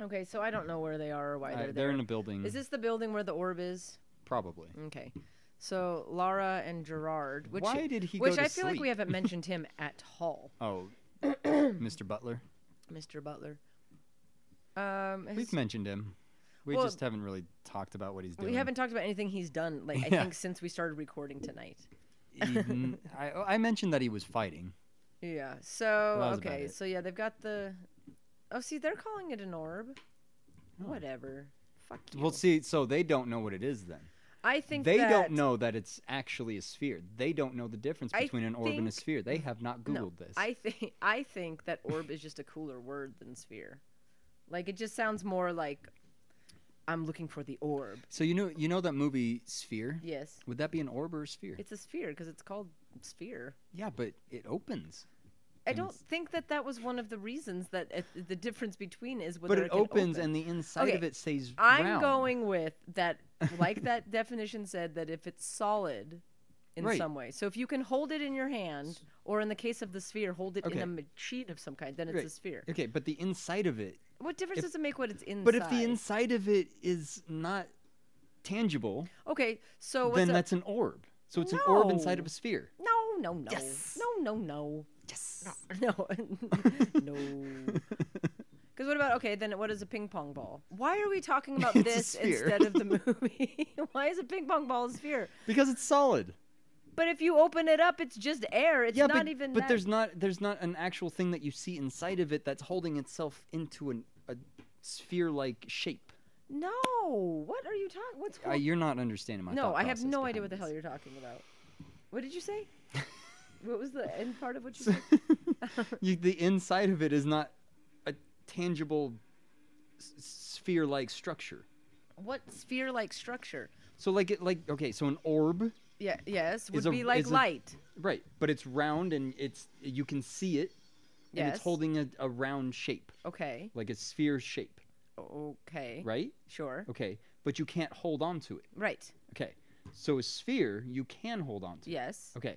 Okay, so I don't know where they are or why Uh, they're there. they're in a building. Is this the building where the orb is? probably? Okay. So Lara and Gerard, which Why did he go which to I feel like we sleep? haven't (laughs) mentioned him at all, Oh, (coughs) Mr. Butler. Mr. Butler. Um, his- We've mentioned him. We Well- just haven't really talked about what he's doing. we haven't talked about anything he's done. Like I Yeah. think since we started recording tonight. (laughs) Even- I, I mentioned that he was fighting. Yeah. So Well, that was about okay. it. So yeah, they've got the. Oh, see, they're calling it an orb. Whatever. Fuck you. Well, see, so they don't know what it is then. I think They that- don't know that it's actually a sphere. They don't know the difference I between an orb and a think- sphere. They have not No, Googled this. I think I think that orb is just a cooler word than sphere. Like it just sounds more like I'm looking for the orb. So you know you know that movie Sphere? Yes. Would that be an orb or a sphere? It's a sphere because it's called sphere. yeah, but it opens. I don't think that that was one of the reasons that it, the difference between is whether But it can opens open. and the inside of Okay, it says I'm round. going with that, (laughs) like that definition said that if it's solid in Right. some way. So if you can hold it in your hand, or in the case of the sphere, hold it in Okay. a machine of some kind, then it's a Right. sphere. Okay, but the inside of it What difference If- does it make what it's inside? But if the inside of it is not tangible, okay, so what's then a- that's an orb. So it's an orb inside of No. a sphere. No, no, no. No, no, no. Yes. No. (laughs) No. Because what about, okay, then what is a ping pong ball? Why are we talking about (laughs) It's a this sphere. instead (laughs) of the movie? (laughs) Why is a ping pong ball a sphere? Because it's solid. But if you open it up, it's just air. It's yeah, not but, even. but that- there's not there's not an actual thing that you see inside of it that's holding itself into an, a sphere-like shape. No. What are you talking? What's. Uh, you're not understanding my no, thought I have process no idea behind what the hell this. you're talking about. What did you (laughs) say? what was the end part of what you said? (laughs) (laughs) you, the inside of it is not a tangible s- sphere-like structure. What sphere like structure? So like it like okay, so an orb, Yeah, yes. Would a- be like is a- light. right? But it's round and it's you can see it, and yes. it's holding a, a round shape, Okay. like a sphere shape, Okay. right? Sure. Okay, but you can't hold on to it. Right. Okay, so a sphere you can hold on to. Yes. Okay,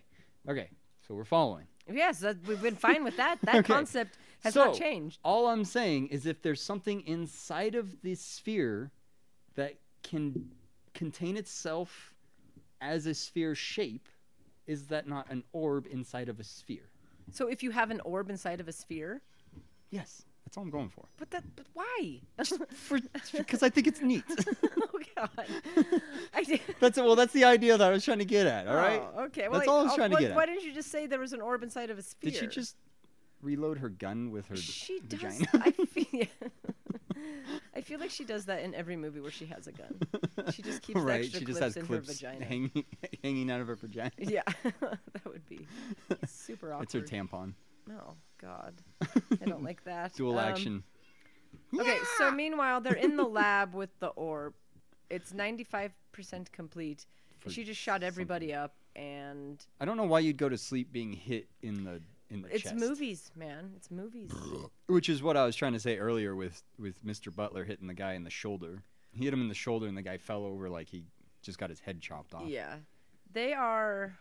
okay, so we're following. Yes, that, we've been fine with (laughs) that. That Okay. concept has so, not changed. All I'm saying is if there's something inside of the sphere that can contain itself as a sphere shape, is that not an orb inside of a sphere? So if you have an orb inside of a sphere, Yes. That's all I'm going for. but that, but why? (laughs) For because I think it's neat. (laughs) oh God. I did. that's well that's the idea that I was trying to get at, all right? Oh, okay. Well, That's I- all I was oh, trying why, to get at. Why didn't you just say there was an orb inside of a sphere? Did she just reload her gun with her (laughs) She does. vagina? (laughs) I feel. I feel like she does that in every movie where she has a gun. She just keeps the (laughs) right, extra she clips just has in clips her vagina. hanging hanging out of her vagina. (laughs) Yeah, (laughs) that would be super awkward. (laughs) It's her tampon. Oh God, (laughs) I don't like that. Dual Um, action. Okay, so meanwhile they're in the (laughs) lab with the orb. It's ninety five percent complete. For she just shot everybody up, and I don't know why you'd go to sleep being hit in the in the it's chest. movies, man. It's movies. Which is what I was trying to say earlier with with Mr. Butler hitting the guy in the shoulder. He hit him in the shoulder and the guy fell over like he just got his head chopped off. yeah, they are.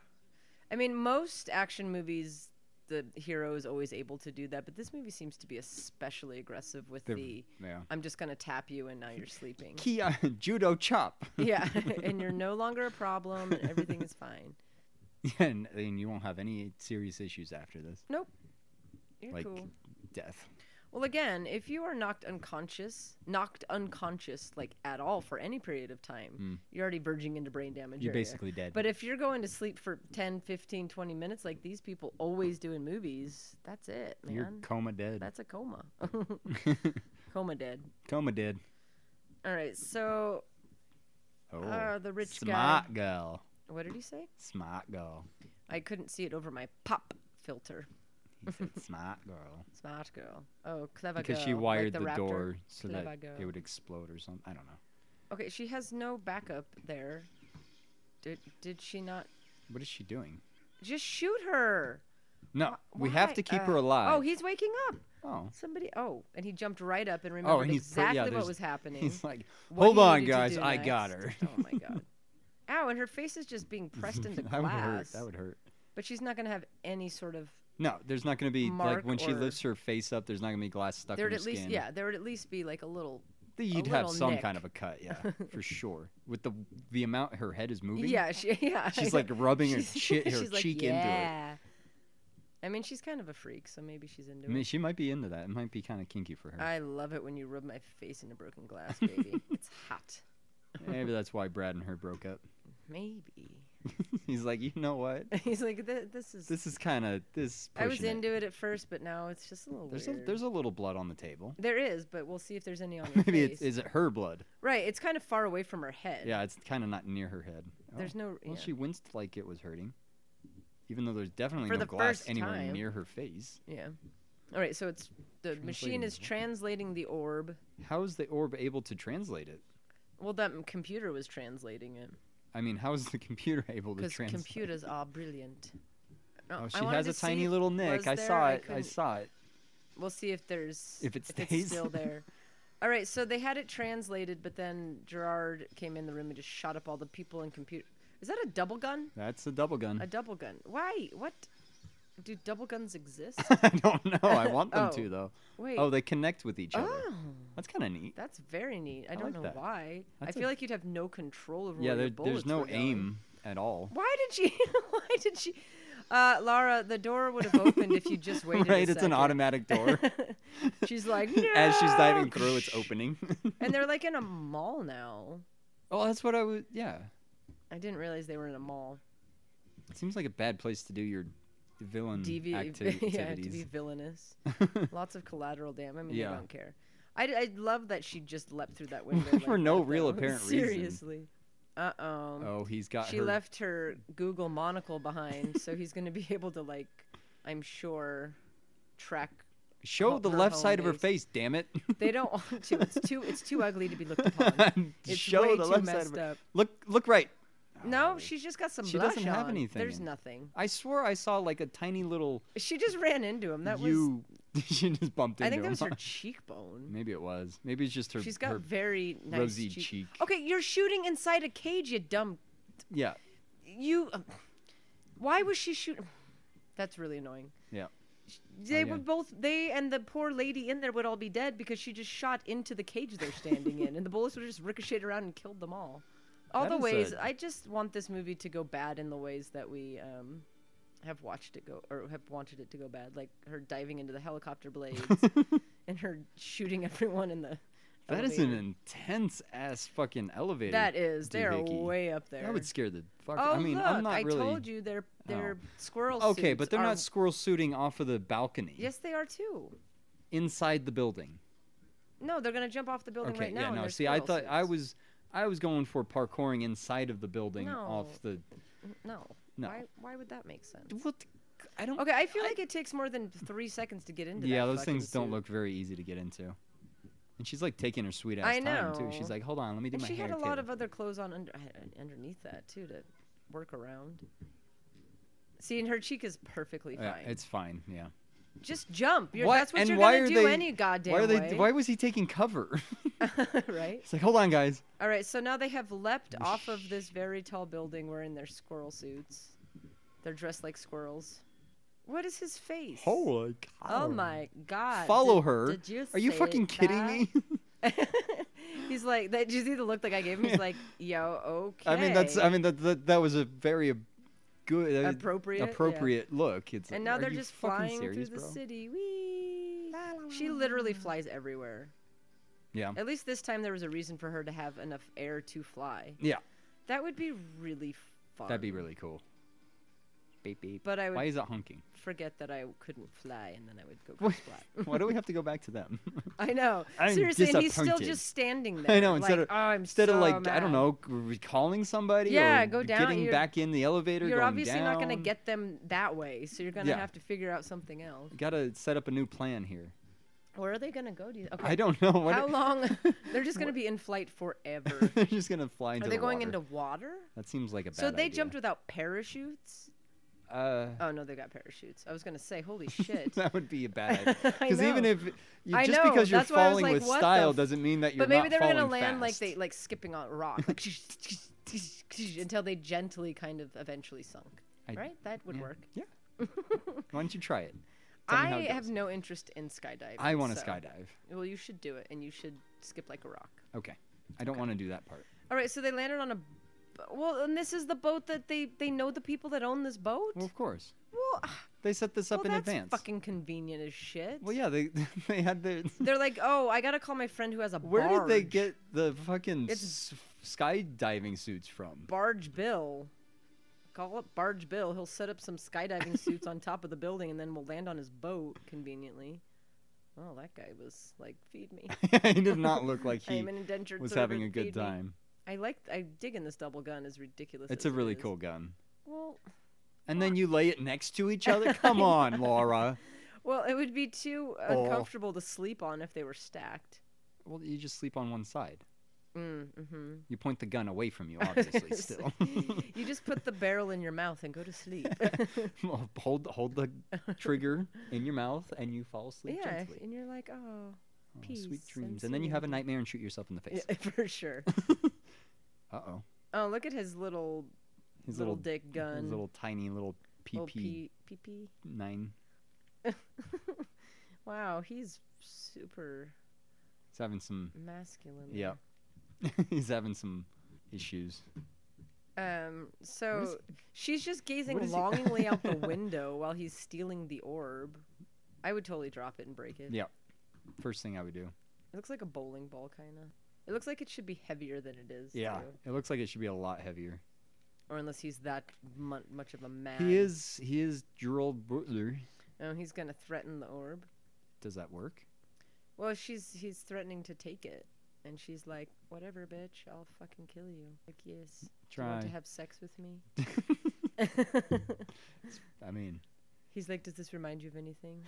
I mean, most action movies, the hero is always able to do that, but this movie seems to be especially aggressive with They're- the. yeah. I'm just gonna tap you, and now you're (laughs) sleeping. Ki- judo chop. (laughs) yeah, (laughs) and you're no longer a problem, and everything is fine. and, and you won't have any serious issues after this. Nope, you're like cool. death. Well, again, if you are knocked unconscious, knocked unconscious like at all for any period of time, Hmm. you're already verging into brain damage. You're area. basically dead. But if you're going to sleep for 10, 15, 20 minutes like these people always do in movies, that's it, man. You're coma dead. that's a (laughs) coma. (laughs) coma dead. Coma did. All right, so Oh, uh, the rich guy- smart girl. what did he say? Smart girl. I couldn't see it over my pop filter. He (laughs) said smart girl. Smart girl. Oh, clever Because girl. she like wired the, raptor. door so Clever that girl. it would explode or something. I don't know. Okay, she has no backup there. Did did she not What is she doing? just shoot her? No, we have Why? to keep Uh, her alive. Oh, he's waking up. Oh. Somebody. Oh, and he jumped right up and Oh, remembered and he's pr- yeah, exactly what there's- was happening. He's like, what hold he on, needed to guys, do I (laughs) got next." her. oh my (laughs) god. Ow, and her face is just being pressed into that would hurt. glass. That would hurt. But she's not gonna have any sort of. No, there's not going to be Mark like when she or- lifts her face up. There's not going to be glass stuck There in would her at least, skin. yeah, there would at least be like a little. Th- a you'd have little some nick. kind of a cut, yeah, (laughs) for sure. With the the amount her head is moving. Yeah, she, (laughs) yeah. She's, like, rubbing her She's- (laughs) chi- her she's like, cheek into it. yeah. I mean, she's kind of a freak, so maybe she's into I mean, it. she might be into that. It might be kind of kinky for her. I love it when you rub my face into broken glass, (laughs) baby. it's hot. Maybe that's why Brad and her broke up. (laughs) Maybe. He's like, you know what? (laughs) He's like, "Th- this is. This is kind of this. I was pushing it. into it. at first, but now it's just a little There's a weird. there's a little blood on (laughs) the table. There is, but we'll see if there's (laughs) any on her Maybe face. it's is it her blood? Right, it's kind of far away from her head. Yeah, it's kind of not near her head. There's Oh. no- Well, yeah. she winced like it was hurting, even though there's definitely For no the glass first anywhere time. near her face. Yeah. All right, so it's the machine is translating the orb. How is the orb able to translate it? Well, that m- computer was translating it I mean, how is the (laughs) computer able to because translate? computers are brilliant. No, Oh, I she wanted has to a see tiny if little was nick. I there, saw it. I couldn't- saw it. We'll see if there's If it it's stays. still there. (laughs) All right, so they had it translated, but then Gerard came in the room and just shot up all the people and computer. Is that a double gun? That's a double gun. A double gun? Why? What? Do double guns exist? (laughs) I don't know. I want them Oh, to though. wait. Oh, they connect with each other. Oh. That's kind of neat. That's very neat. I don't like know that. why. That's I a- feel like you'd have no control over. yeah, where there, your there's bullets no were going. aim at all. Why did she? (laughs) why did she? Uh, Laura, the door would have opened if you (laughs) just waited. a right, it's an second. (laughs) automatic door. She's like, no! (laughs) As she's diving through, it's opening. (laughs) and they're like in a mall now. oh, that's what I was. Yeah, I didn't realize they were in a mall. it seems like a bad place to do your villain DV, (laughs) acti- yeah, to be activities. (laughs) villainous. Lots of collateral damage. I mean, Yeah. they don't care. I, I love that she just leapt through that window (laughs) For like no that, real though. (laughs) apparent reason. Seriously. Uh oh. oh, he's got. She her- left her Google monocle behind, so he's going to be (laughs) able to, like, I'm sure, track. Show her- the her left home side of her base. face. Damn it! (laughs) They don't want to. It's too. It's too ugly to be looked upon. It's Show way the too left side messed of her. up. Look, look right. No, she's just got some. She blush doesn't have on. anything There's in- nothing. I swore I saw like a tiny little She just ran into him. That was. you. (laughs) she just bumped into I think that him. was (laughs) her cheekbone. Maybe it was. Maybe it's just her. She's got her- very nice rosy cheek. Okay, you're shooting inside a cage, you dumb. yeah, You. um, why was she shooting? That's really annoying. yeah. They Oh, yeah. would both. They and the poor lady in there would all be dead because she just shot into the cage they're standing in, and the bullets would have just ricocheted around and killed them all. All That the is ways. a- I just want this movie to go bad in the ways that we um, have watched it go, or have wanted it to go bad, like her diving into the helicopter (laughs) blades and her shooting everyone in the. That is elevator. an intense ass fucking elevator. That is. They are doohickey. way up there. That would scare the fuck. Oh, I mean, look, I'm not I really. Oh. told you they're they're squirrel Okay, suits but they're are- not squirrel suiting off of the balcony. Yes, they are too. Inside the building. No, they're gonna jump off the building Okay. right now. yeah. in No. their See, I squirrel thought I suits. was, I was going for parkouring inside of the building No. off the. No. No. Why? Why would that make sense? What? the- I don't. Okay, I feel like it takes more than three seconds to get into. that Yeah, those fucking things don't suit. look very easy to get into. And she's like taking her sweet ass I time too. know. She's like, hold on, let me do And my she hair. had a lot too." of other clothes on under, uh, underneath that too to work around. See, and her cheek is perfectly fine. Yeah, it's fine. Yeah. Just jump. You're, Why- That's what and you're why gonna are do they- any goddamn Why are they? way, Why was he taking cover? (laughs) (laughs) right? it's like, hold (laughs) on, guys. All right, so now they have leapt off of this very tall building wearing their squirrel suits. They're dressed like squirrels. What is his face? Holy Oh my god. Follow Did- her. Did you Are you say fucking kidding that? me? (laughs) (laughs) He's like, that, did you see the look like I gave him? (laughs) He's like, yo, okay. I mean, that's. I mean, that that, that was a very ab- good uh, Appropriate, yeah. appropriate look. It's and like, now are they're you just fucking flying serious, through the bro? city. Whee! She literally flies everywhere. Yeah. At least this time there was a reason for her to have enough air to fly. Yeah. That would be really fun. That'd be really cool. Beep beep. But I would- Why is it (laughs) honking? Forget that I couldn't fly, and then I would (laughs) go get flat. Why do we have to go back (laughs) to them? (laughs) I know. I'm Seriously, and he's still disappointed. just standing there. I know. Instead like, of oh, I'm instead so of like I mad." don't know, g- calling somebody. Yeah, or go down, Getting you're- back in the elevator. You're going obviously not going down. to get them that way, so you're going to Yeah. have to figure out something else. Gotta set up a new plan here. Where are they going to go? Do you? Okay. I don't (laughs) know. What How long? They're just going to be in flight (laughs) forever. They're just gonna fly into. Are they the going water. into water? That seems like a bad. So they idea. (laughs) jumped without parachutes? Uh, Oh no, they got parachutes. I was gonna say, holy (laughs) shit. that would be a bad idea. (laughs) I Because even know. if you, I just know, because you're that's why I was falling like, with what the style f- doesn't mean that you're but maybe not they were gonna falling land like fast. they like skipping on a rock, like (laughs) until they gently kind of eventually sunk. I- right? That would work. Yeah. Why don't you try it? Tell me how I it have goes. no interest in skydiving. (laughs) I want to so- skydive. Well, you should do it, and you should skip like a rock. Okay. I don't want to do that part. All right, so they landed on a. b- Well, and this is the boat that they they know the people that own this boat. Well, Well, of course. ah, They set this up well, in that's advance. fucking convenient as shit. Well, yeah, they (laughs) they had their. They're like, oh, I gotta call my friend who has a (laughs) Where did they barge." get the fucking It's- s- skydiving suits from? (laughs) Barge Bill. Call up Barge Bill. He'll set up some (laughs) skydiving suits on top of the building, and then we'll land on his boat conveniently. Well, that guy was like, "Feed me." he did not (laughs) look like I he am an indentured was servant, having a good feed me. time. I like. I dig in this double gun. As ridiculous. It's as a it really is. cool gun. Well, And then you lay it next to each other. (laughs) Come on, Laura. well, it would be too uncomfortable to sleep on if they were stacked. Well, you just sleep on one side. Mm-hmm. You point the gun away from you, (laughs) obviously. still, (laughs) you just put the barrel in your mouth and go to sleep. Well, hold hold the trigger in your mouth, and you fall (laughs) asleep yeah, gently. and you're like, oh, Oh, peace, sweet and dreams, and then you have a serenity." nightmare and shoot yourself in the face. (laughs) Yeah, for sure. Uh oh. Oh, look at his little His little, dick gun. His little tiny little little PP pee- pee-pee. nine. (laughs) Wow, he's super He's having some. masculine. Yeah. (laughs) He's having some issues. Um. So is- she's just gazing is he- longingly out (laughs) the window while he's stealing the orb. I would totally drop it and break it. Yeah. First thing I would do. It looks like a bowling ball, kind of. It looks like it should be heavier than it is. Yeah. too. It looks like it should be a lot heavier. Or unless he's that mu- much of a man. He is. He is Gerald Butler. Oh, he's gonna threaten the orb. Does that work? Well, she's he's threatening to take it, and she's like, "Whatever, bitch, I'll fucking kill you." Like, yes. Do you want Try. to have sex with (laughs) me? (laughs) I mean, He's like, "Does this remind you of (laughs) anything?"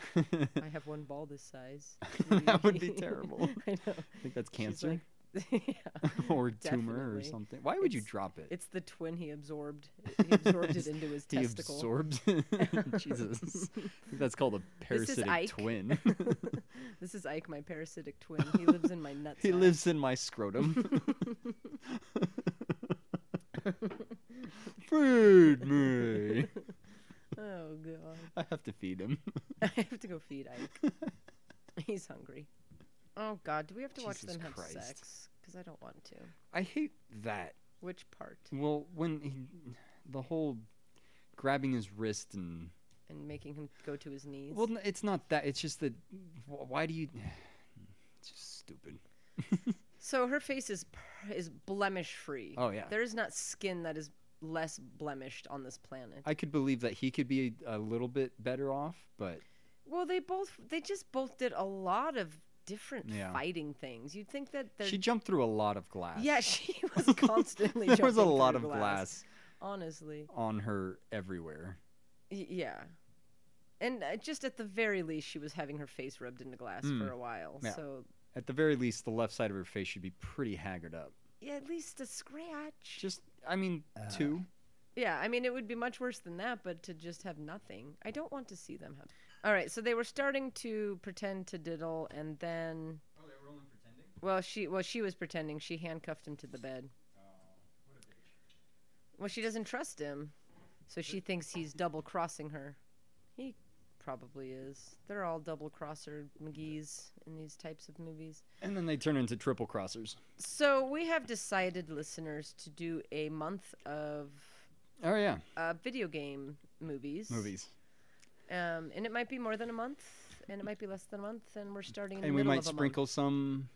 I have one ball this size. that would be terrible. (laughs) I know. (laughs) I think that's She's cancer like- (laughs) yeah. (laughs) or tumor or definitely. something. Why would you It's- drop it? It's the twin he absorbed. He absorbed (laughs) it into his he testicle. absorbs. (laughs) Jesus, I think that's called a This is parasitic Ike. twin. (laughs) this is Ike, my parasitic twin. He lives (laughs) in my nuts. he lives in my scrotum. (laughs) feed me. Oh god. (laughs) I have to feed him. (laughs) I have to go feed Ike. He's hungry. Oh God, do we have to watch Jesus them have Christ. sex? Because I don't want to. I hate that. Which part? Well, when he, the whole grabbing his wrist and And making him go to his knees. well, n- it's not that. It's just that. wh- Why do you? (sighs) It's just stupid. so her face is pr- is blemish free. Oh, yeah. There is not skin that is less blemished on this planet. I could believe that he could be a, a little bit better off, but Well, they both they just both did a lot of different Yeah. fighting things. You'd think that they're she jumped through a lot of (laughs) glass. yeah (laughs) she was constantly there was a jumping lot through of glass. Honestly, on her everywhere. Y- yeah. And uh, just at the very least, she was having her face rubbed into glass for a while. Hmm. Yeah. So At the very least, the left side of her face should be pretty haggard up. yeah, at least a scratch. Just, I mean, Uh. two. Yeah, I mean, it would be much worse than that, but to just have nothing. I don't want to see them have. All right, so they were starting to pretend to diddle, and then. Oh, they were only pretending? Well, she, well, she was pretending. She handcuffed him to the bed. Well, she doesn't trust him, so she thinks he's double crossing her. He probably is. They're all double crosser McGee's in these types of movies. And then they turn into triple crossers. So we have decided, listeners, to do a month of Oh, yeah. uh, video game movies. Movies. Um, and it might be more than a month. and it might be less than a month, and we're starting. In the and we middle might of a month. sprinkle some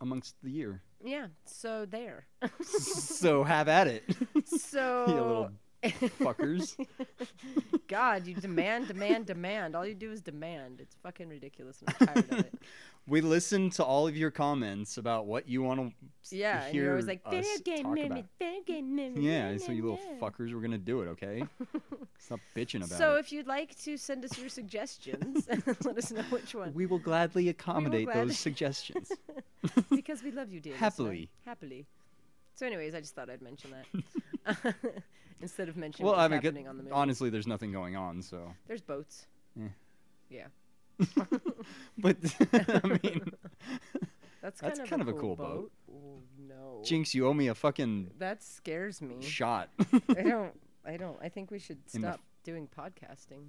amongst the year. (laughs) Yeah, so there. so have at it, (laughs) so you (laughs) little fuckers. God, you demand, demand, demand. All you do is demand. It's fucking ridiculous, and I'm tired of it. We listen to all of your comments about what (laughs) you want to Yeah, and hear you're always like us video game talk mimic, about. video game mimic. (laughs) Yeah, nah, so you little nah, nah." fuckers, we're gonna do it, okay? (laughs) Stop bitching about So it. if you'd like to send (laughs) us your suggestions, (laughs) let us know which one. we will gladly accommodate gladly- (laughs) those suggestions. because we love you, dear. listener. Happily. Happily. So, anyways, I just thought I'd mention (laughs) that (laughs) instead of mentioning well, what's I mean, happening on the movie. honestly, there's nothing going on, so. (laughs) There's boats. Yeah. But (laughs) I (laughs) mean, That's kind, That's of, kind a, cool boat. Oh no. Jinx, you owe me a fucking that scares me. shot. (laughs) I don't. I don't. I think we should In the stop doing podcasting.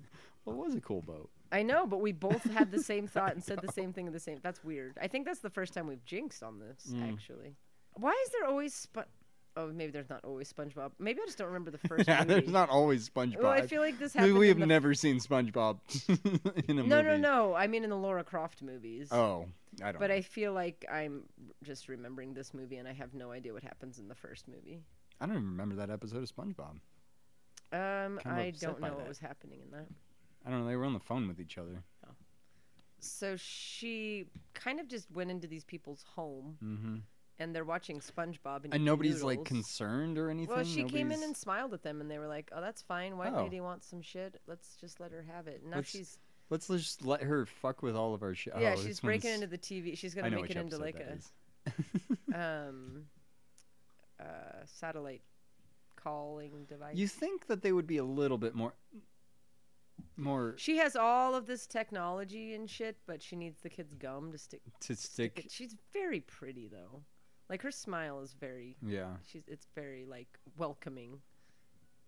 what was a cool boat? I know, but we both had the (laughs) same thought and said the same thing at the same. That's weird. I think that's the first time we've jinxed on this, Mm. actually. Why is there always Spon? Oh, maybe there's not always SpongeBob. Maybe I just don't (laughs) remember the first. Yeah, movie. there's not always SpongeBob. Well, I feel like this We- happened We in have the- never seen SpongeBob (laughs) in a No, movie. no, no. I mean in the Laura Croft movies. Oh, I don't. But know. I feel like I'm just remembering this movie, and I have no idea what happens in the first movie. I don't even remember that episode of SpongeBob. Um, Kinda I upset don't by know what that. was happening in that. I don't know. They were on the phone with each other. So she kind of just went into these people's home, Mhm. and they're watching SpongeBob, and, And eating nobody's like noodles. concerned or anything. Well, she came in Nobody's- and smiled at them, and they were like, "Oh, that's fine. White Oh. lady wants some shit. Let's just let her have it." And now Let's- she's Let's just let her fuck with all of our shit. yeah, oh, she's this breaking one's- into the TV. She's I gonna know make which it into episode like that a is. um, (laughs) uh, satellite calling device. You think that they would be a little bit more, more She has all of this technology and shit, but she needs the kid's gum to stick. to stick stick? it. She's very pretty though. Like her smile is very. Yeah. She's it's very like welcoming.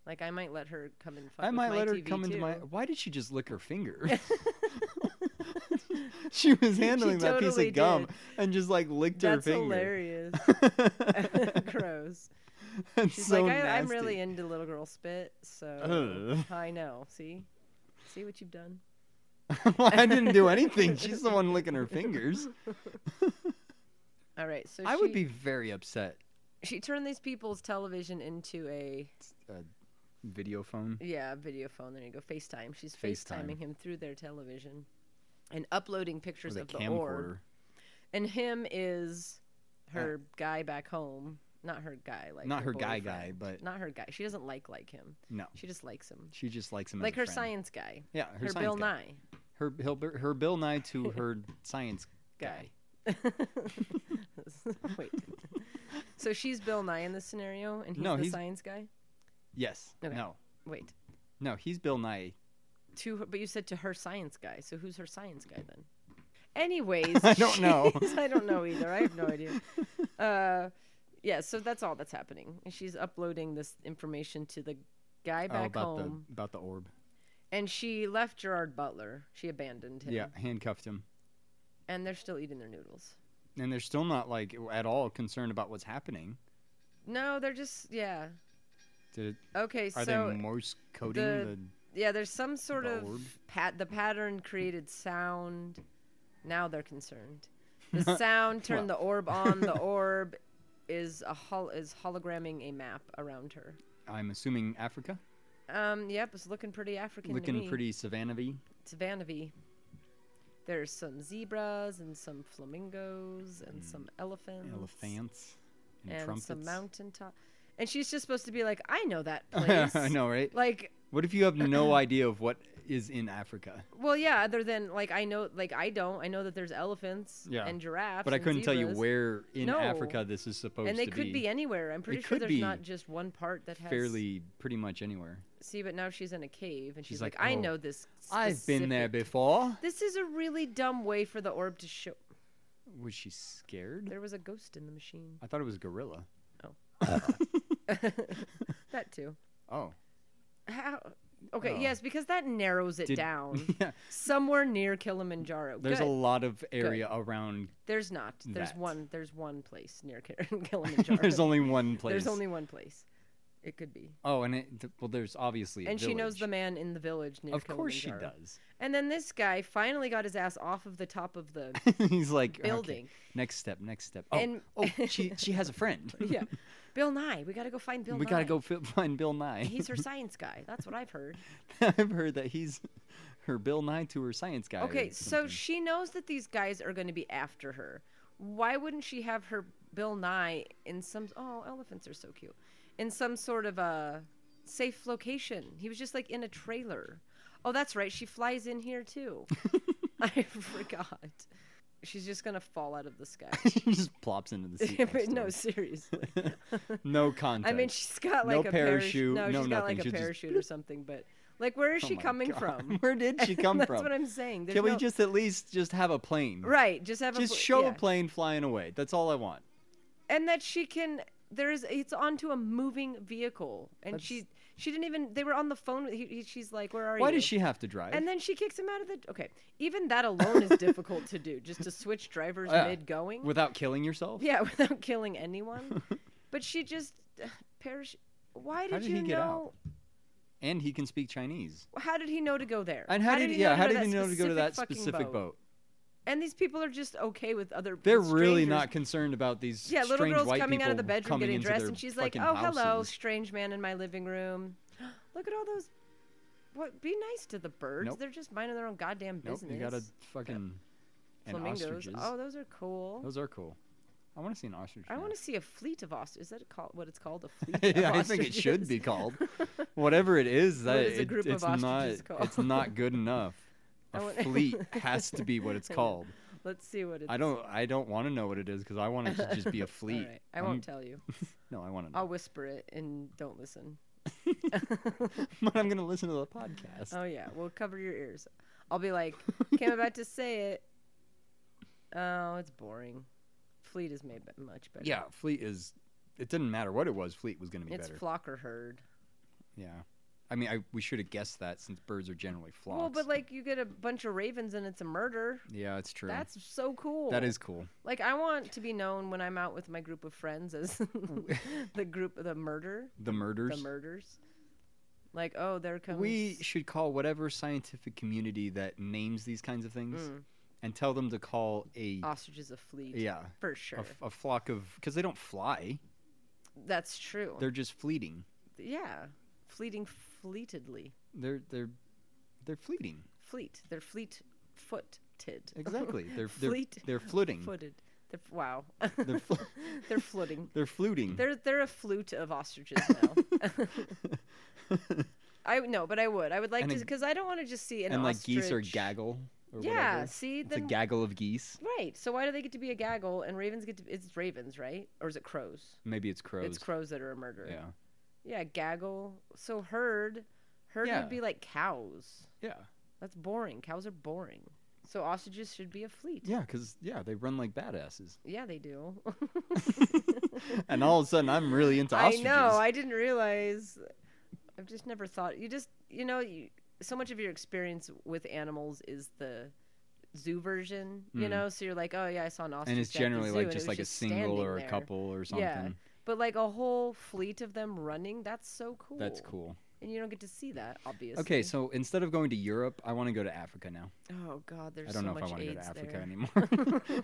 Like I might let her come and. Fuck I with might my let her TV come into my. too. Why did she just lick (laughs) her finger? (laughs) she was handling that piece totally of gum did. and just like licked That's her finger. (laughs) hilarious. (laughs) Gross. That's She's so like I, I'm nasty. really into little girl spit, so Ugh. I know. See, see what you've done. (laughs) well, I didn't (laughs) do anything. She's the one licking her fingers. All right, so I would she- be very upset. She turned these people's television into a Video phone. Yeah, video phone. There you go. FaceTime. She's FaceTime. FaceTiming him through their television and uploading pictures With a of the orb. camcorder. Uh, And him is her guy back home. Not her guy, like Not her guy guy, boyfriend. but- not her guy. She doesn't like like him. No. She just likes him. She just likes him. as Like a her friend. science guy. Yeah, her, Her, science Bill guy. Nye Her, her, her Bill (laughs) Nye to her science guy. guy. (laughs) Wait. so she's Bill Nye in this scenario, and he's No, the he's- science guy. Yes. Okay. No. Wait. No, he's Bill Nye. To her, but you said to her science guy. So who's her science guy (laughs) then? Anyways, I don't know. (laughs) she's- I don't know either. I have no idea. Uh, yeah, so that's all that's happening. And She's uploading this information to the guy oh, back about home, the about the orb. and she left Gerard Butler. She abandoned him. Yeah, handcuffed him. and they're still eating their noodles. and they're still not like at all concerned about what's happening. No, they're just yeah. Did, Okay, are so they Morse coding the- the, yeah, there's some sort of Bulb? pat. The pattern created sound. Now they're concerned. The (laughs) sound turned the orb on. The orb is a hol- is hologramming a map around her. I'm assuming Africa, Um, yep, it's looking pretty African. to looking me. pretty savannah-y. It's Vanavi. There's some zebras and some flamingos and some elephants. elephants Mm. and, and trumpets. some mountaintop. And she's just supposed to be like, I know that place. (laughs) I know, right? Like, what if you (clears throat) have no idea of what is in Africa? Well, yeah. Other than like I know, like I don't. I know that there's elephants Yeah. and giraffes, But I and couldn't tell you zebras, where in No. Africa this is supposed And they to could be. be. anywhere. I'm pretty sure could there's be not just one part that has. fairly pretty much anywhere. See, but now she's in a cave, and she's, She's like, like, I "Oh, know this. I've been there specific-" before. This is a really dumb way for the orb to show. Was she scared? There was a ghost in the machine. (laughs) I thought it was gorilla. That too. Oh, How? Okay, yes, because that narrows it Did- down. (laughs) (laughs) yeah. Somewhere near Kilimanjaro. There's a Good. lot of area (laughs) around. (laughs) There's not. There's that. one. There's one place near (laughs) Kilimanjaro. There's only one place. There's only one place. It could be. Oh, and it, th- well, there's obviously. a And she knows the village. man in the village near Of course she Kilimanjaro. does. (laughs) And then this guy finally got his ass off of the top of the (laughs) He's like "Okay, Building. next step, next step. Oh, And- oh, (laughs) she she has a friend. yeah. Bill Nye. We got to go find Bill (laughs) we gotta Nye. go fi- find Bill (laughs) Nye. He's her science guy. That's what I've heard. (laughs) I've heard that he's (laughs) her Bill Nye to her science guy. or Okay, so something. she knows that these guys are going to be after her. Why wouldn't she have her Bill Nye in some? Oh, elephants are so cute. In some sort of a safe location. He was just like in a trailer. Oh, that's right. She flies in here (laughs) too. (laughs) I forgot. She's just gonna fall out of the sky. (laughs) she just plops (laughs) into the seat. But next no, to seriously. her. no context. (laughs) I mean, she's got like No a parachute. parachute, No, no she's got nothing, like a she'll just- Oh parachute or something. But like, where is she my coming God. from? (laughs) (laughs) Where did she come That's from? what I'm saying. There's Can we no- just at least just have a plane? right? Just have Just a pl- show yeah. a plane flying away. That's all I want. and that she can there's it's onto a moving vehicle and she she didn't even they were on the phone with- he, he, she's like where are you Why does she have to drive? and then she kicks him out of the okay even that alone is difficult to do just to switch drivers (laughs) Yeah. mid going Uh, without killing yourself? yeah (laughs) without killing anyone but she just uh, perish why did, How did you he get know out? And he can speak Chinese. how did he know to go there And how, did, yeah? know to How go did that he know to go to that fucking specific boat? and these people are just okay with other with They're really strangers not concerned about these Yeah, little strange girl's white coming out of the people bedroom coming getting into dressed, their and she's like, fucking "Oh, hello, houses." strange man in my living room. (gasps) Look at all those. What? Be nice to the birds. Nope. They're just minding their own goddamn Nope, business. you got a fucking and Flamingos. ostriches. Oh, those are cool. Those are cool. I want to see an ostrich. I now. want to see a fleet of ostriches. Is that called what it's called? (laughs) A fleet. of I think it should ostriches? be called (laughs) whatever it is. That is a it- group of it's not. ostriches called? It's not (laughs) good enough. A want- fleet has to be what it's called. (laughs) Let's see what it's. I don't. I don't want to know what it is because I want it to just be a (laughs) All fleet. right, I Oh. I'm- won't tell you. (laughs) No, (laughs) I want to know. I'll whisper it and don't listen. (laughs) but I'm gonna listen to the (laughs) podcast. Oh yeah, well cover your ears. I'll be like, okay, I'm about to say it. Oh, it's boring. Fleet is made be- much better. yeah, fleet is. It didn't matter what it was. Fleet was gonna be it's better. flock or herd. yeah. I mean, I, we should have guessed that since birds are generally flocks. Well, but like you get a bunch of ravens and it's a murder. yeah, it's true. That's so cool. that is cool. like I want to be known when I'm out with my group of friends (laughs) as (laughs) the group the murder, The murders. the murders. Like oh, there comes We should call whatever scientific community that names these kinds of things and tell them to call a ostriches Mm. a fleet. yeah, for a sure. f- a, flock of because they don't fly; That's true. they're just fleeting. yeah, fleeting fleetedly. They're they're they're fleeting. fleet. They're fleet footed. Exactly. They're they're Fleet they're fluting. Footed. They're, f- wow. They're fl- (laughs) they're floating. they're fluting. They're they're a flute of ostriches (laughs) now. (laughs) I no, but I would. I would like And to a- because I don't want to just see an and like ostrich. geese are gaggle or Yeah, whatever. see, it's a then- gaggle of geese. Right. So why do they get to be a gaggle and ravens get to? It's ravens, right? Or is it crows? Maybe it's crows. It's crows that are a murderer. Yeah. Yeah, gaggle. So herd, herd Yeah. would be like cows. Yeah. That's boring. Cows are boring. So ostriches should be a fleet. Yeah, because yeah, they run like badasses, yeah they do. (laughs) and all of a sudden I'm really into ostriches. I know. I didn't realize. I've just never thought. You just, you know, you, so much of your experience with animals is the zoo version, you know? So you're like, oh, yeah, I saw an ostrich. Mm. and it's at the generally zoo, like and it just was like a single standing or a there." couple or something. Yeah. But like a whole fleet of them running, that's so cool. That's cool. And you don't get to see that, obviously. Okay, so instead of going to Europe, I want to go to Africa now. Oh, God, there's I don't so know if much I want to go to AIDS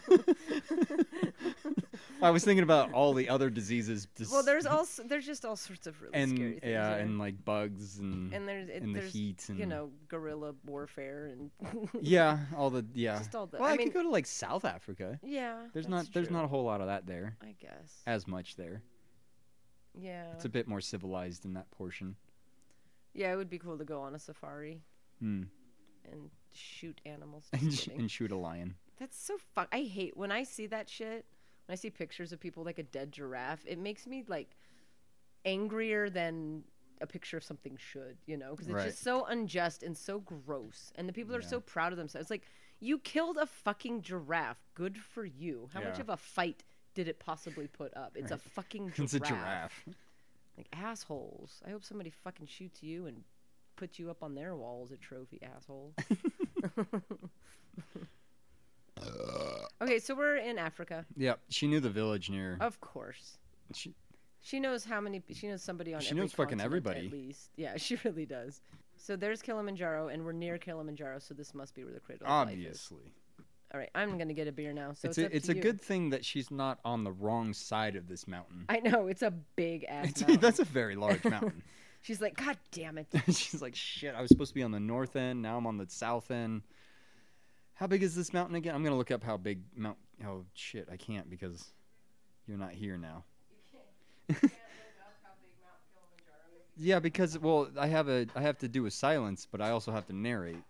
there. Africa anymore. (laughs) I was thinking about all the other diseases. dis- Well, (laughs) there's also there's just all sorts of really and scary things. yeah, there. and like bugs and and there's it, and the there's, heat you and- know guerrilla warfare and (laughs) yeah, all the yeah. Just all the- well, I I, mean- could go to like South Africa. yeah. There's that's not there's true. not a whole lot of that there. I Uh, guess. As much there. Yeah. It's a bit more civilized in that portion. (laughs) Yeah, it would be cool to go on a safari Hmm. and shoot animals. And, Just sh- kidding. and shoot a lion. (laughs) That's so fun. I hate when I see that shit. When I see pictures of people like a dead giraffe, it makes me like angrier than a picture of something should, you know? Because it's Right. just so unjust and so gross. And the people are so proud of themselves. It's like, you killed a fucking giraffe. Good for you. How much Yeah. of a fight did it possibly put up? It's a fucking giraffe. It's a giraffe. Like assholes. I hope somebody fucking shoots you and puts you up on their wall as a trophy, asshole. (laughs) (laughs) okay, so we're in Africa, Yep. She knew the village near. Oh, of course. She, She knows how many. She knows somebody on. She every knows fucking continent, everybody. At least, yeah, (laughs) she really does. So there's Kilimanjaro, and we're near Kilimanjaro, so this must be where the cradle. Of life is. Obviously. All right, I'm gonna get a beer now. So it's, it's a, up to it's a you. good thing that she's not on the wrong side of this mountain. I know it's a big ass. It's- mountain. (laughs) That's a (laughs) very large mountain. She's like, God damn (laughs) it! she's like, shit, I was supposed to be on the north end. Now I'm on the south end. How big is this mountain again? I'm going to look up how big Mount. Oh, shit, I can't because you're not here now. Yeah, because well, I have a I have to do a silence, but I also have to narrate.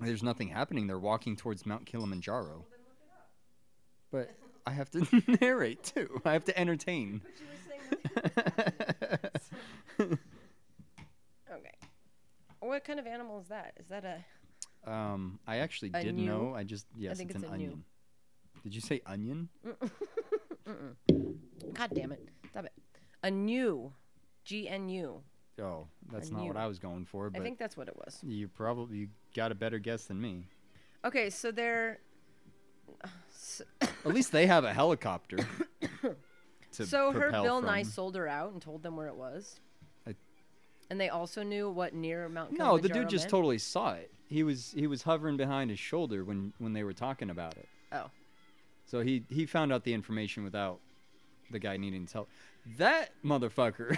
There's nothing happening. They're walking towards Mount Kilimanjaro. But I have to (laughs) narrate too. I have to entertain. (laughs) Okay. What kind of animal is that? Is that a? Um, I actually A did new? know. I just yes, think it's, it's an a new. onion. Did you say onion? God damn it! Stop it! A new, G N U. Oh, that's not what Mm-hmm. new. I was going for. I But think that's what it was. you probably you got a better guess than me. Okay, so they're At least they have a (coughs) helicopter. to So her propel Bill from. Nye sold her out and told them where it was. I- and they also knew what near Mount No, the dude Kilimanjaro just meant? totally saw it. He was he was hovering behind his shoulder when when they were talking about it. Oh. So he he found out the information without the guy needing to tell. That motherfucker.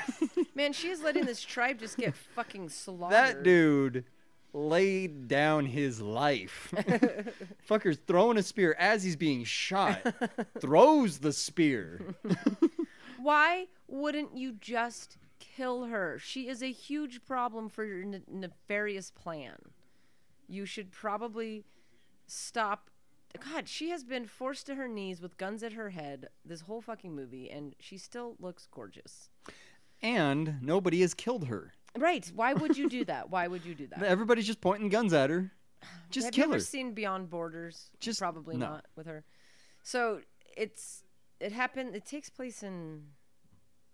(laughs) Man, she is letting this tribe just get (laughs) fucking slaughtered. That dude laid down his life. (laughs) Fucker's throwing a spear as he's (laughs) being shot. throws the spear. Why wouldn't you just kill her? She is a huge problem for your ne- nefarious plan. You should probably stop. God, she has been forced to her knees with guns at her head this whole fucking movie, and she still looks gorgeous. And nobody has killed her. Right. Why would you do that? Why would you (laughs) do that? Everybody's just pointing guns at her. Uh, Just Have kill you her. ever seen Beyond Borders? Just- probably no. not with her. So it's it happened. It takes place in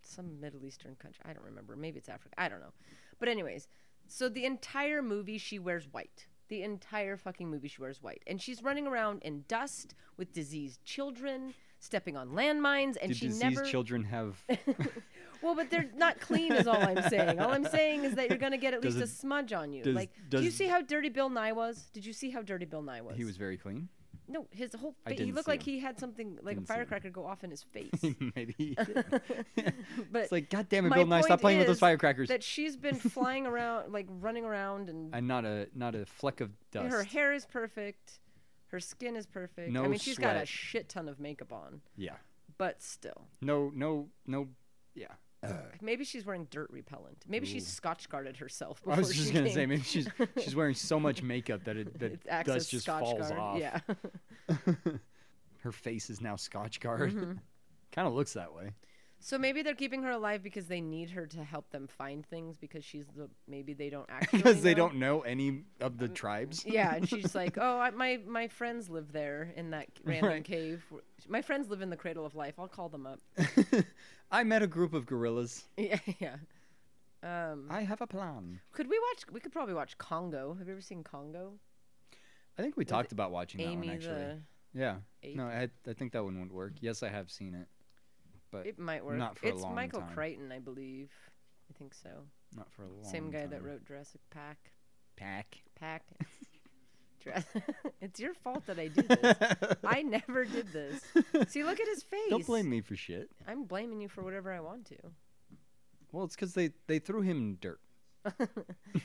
some Middle Eastern country. I don't remember. Maybe it's Africa. I don't know. But anyways, so the entire movie she wears white. The entire fucking movie she wears white, and she's running around in dust with diseased children, stepping on landmines, and Do she diseased never. (laughs) children have? Well, but they're not clean, is all I'm saying. (laughs) All I'm saying is that you're gonna get at Does least a it- smudge on you. does- like, do you does- see how dirty Bill Nye was? Did you see how dirty Bill Nye was? he was very clean. (laughs) No, his whole I face. He didn't looked see like him. he had something like Didn't a see him. firecracker go off (laughs) in his face. Maybe. (laughs) he did. But it's like, God damn it, my Bill Nye, stop point playing with is those firecrackers. That she's (laughs) been flying around, like running around, and And not a not a fleck of dust. her hair is perfect. Her skin is perfect. I No mean, she's got a sweat. shit ton of makeup on, Yeah. but still, No. No. No. Yeah. maybe she's wearing dirt repellent. Maybe she's scotch guarded herself. Before (laughs) I was just she gonna came. say maybe she's she's wearing so much makeup that it (laughs) It (laughs) that acts as dust just scotch falls guard. off. (laughs) Yeah. Her face is now Scotch guard. Mm-hmm. (laughs) kind of (laughs) looks that way. So maybe they're keeping her alive because they need her to help them find things because she's the maybe they don't actually (laughs) Because they know. don't know any of Mm-hmm. the tribes. Yeah, and she's like, "Oh, I, my my friends live there in (laughs) that random Right. cave. My friends live in the Cradle of Life. I'll call them (laughs) up." I met a group of gorillas. yeah, yeah. Mm-hmm. I have a plan. Could we watch? We could probably watch Congo. Have you ever seen Congo? I think we talked about watching that Amy one actually. the Yeah. ape? No, I I think that one would work. Yes, I have seen it. But it might work. Not for a it's long Michael time. Crichton, I believe. I think so. not for a long Same guy that time. wrote Jurassic Pack. Pack. (laughs) Pack. Jurass- (laughs) it's your fault that I do this. (laughs) I never did this. See, look at his face. Don't blame me for shit. I'm blaming you for whatever I want to. Well, it's because they, they threw him in (laughs) dirt.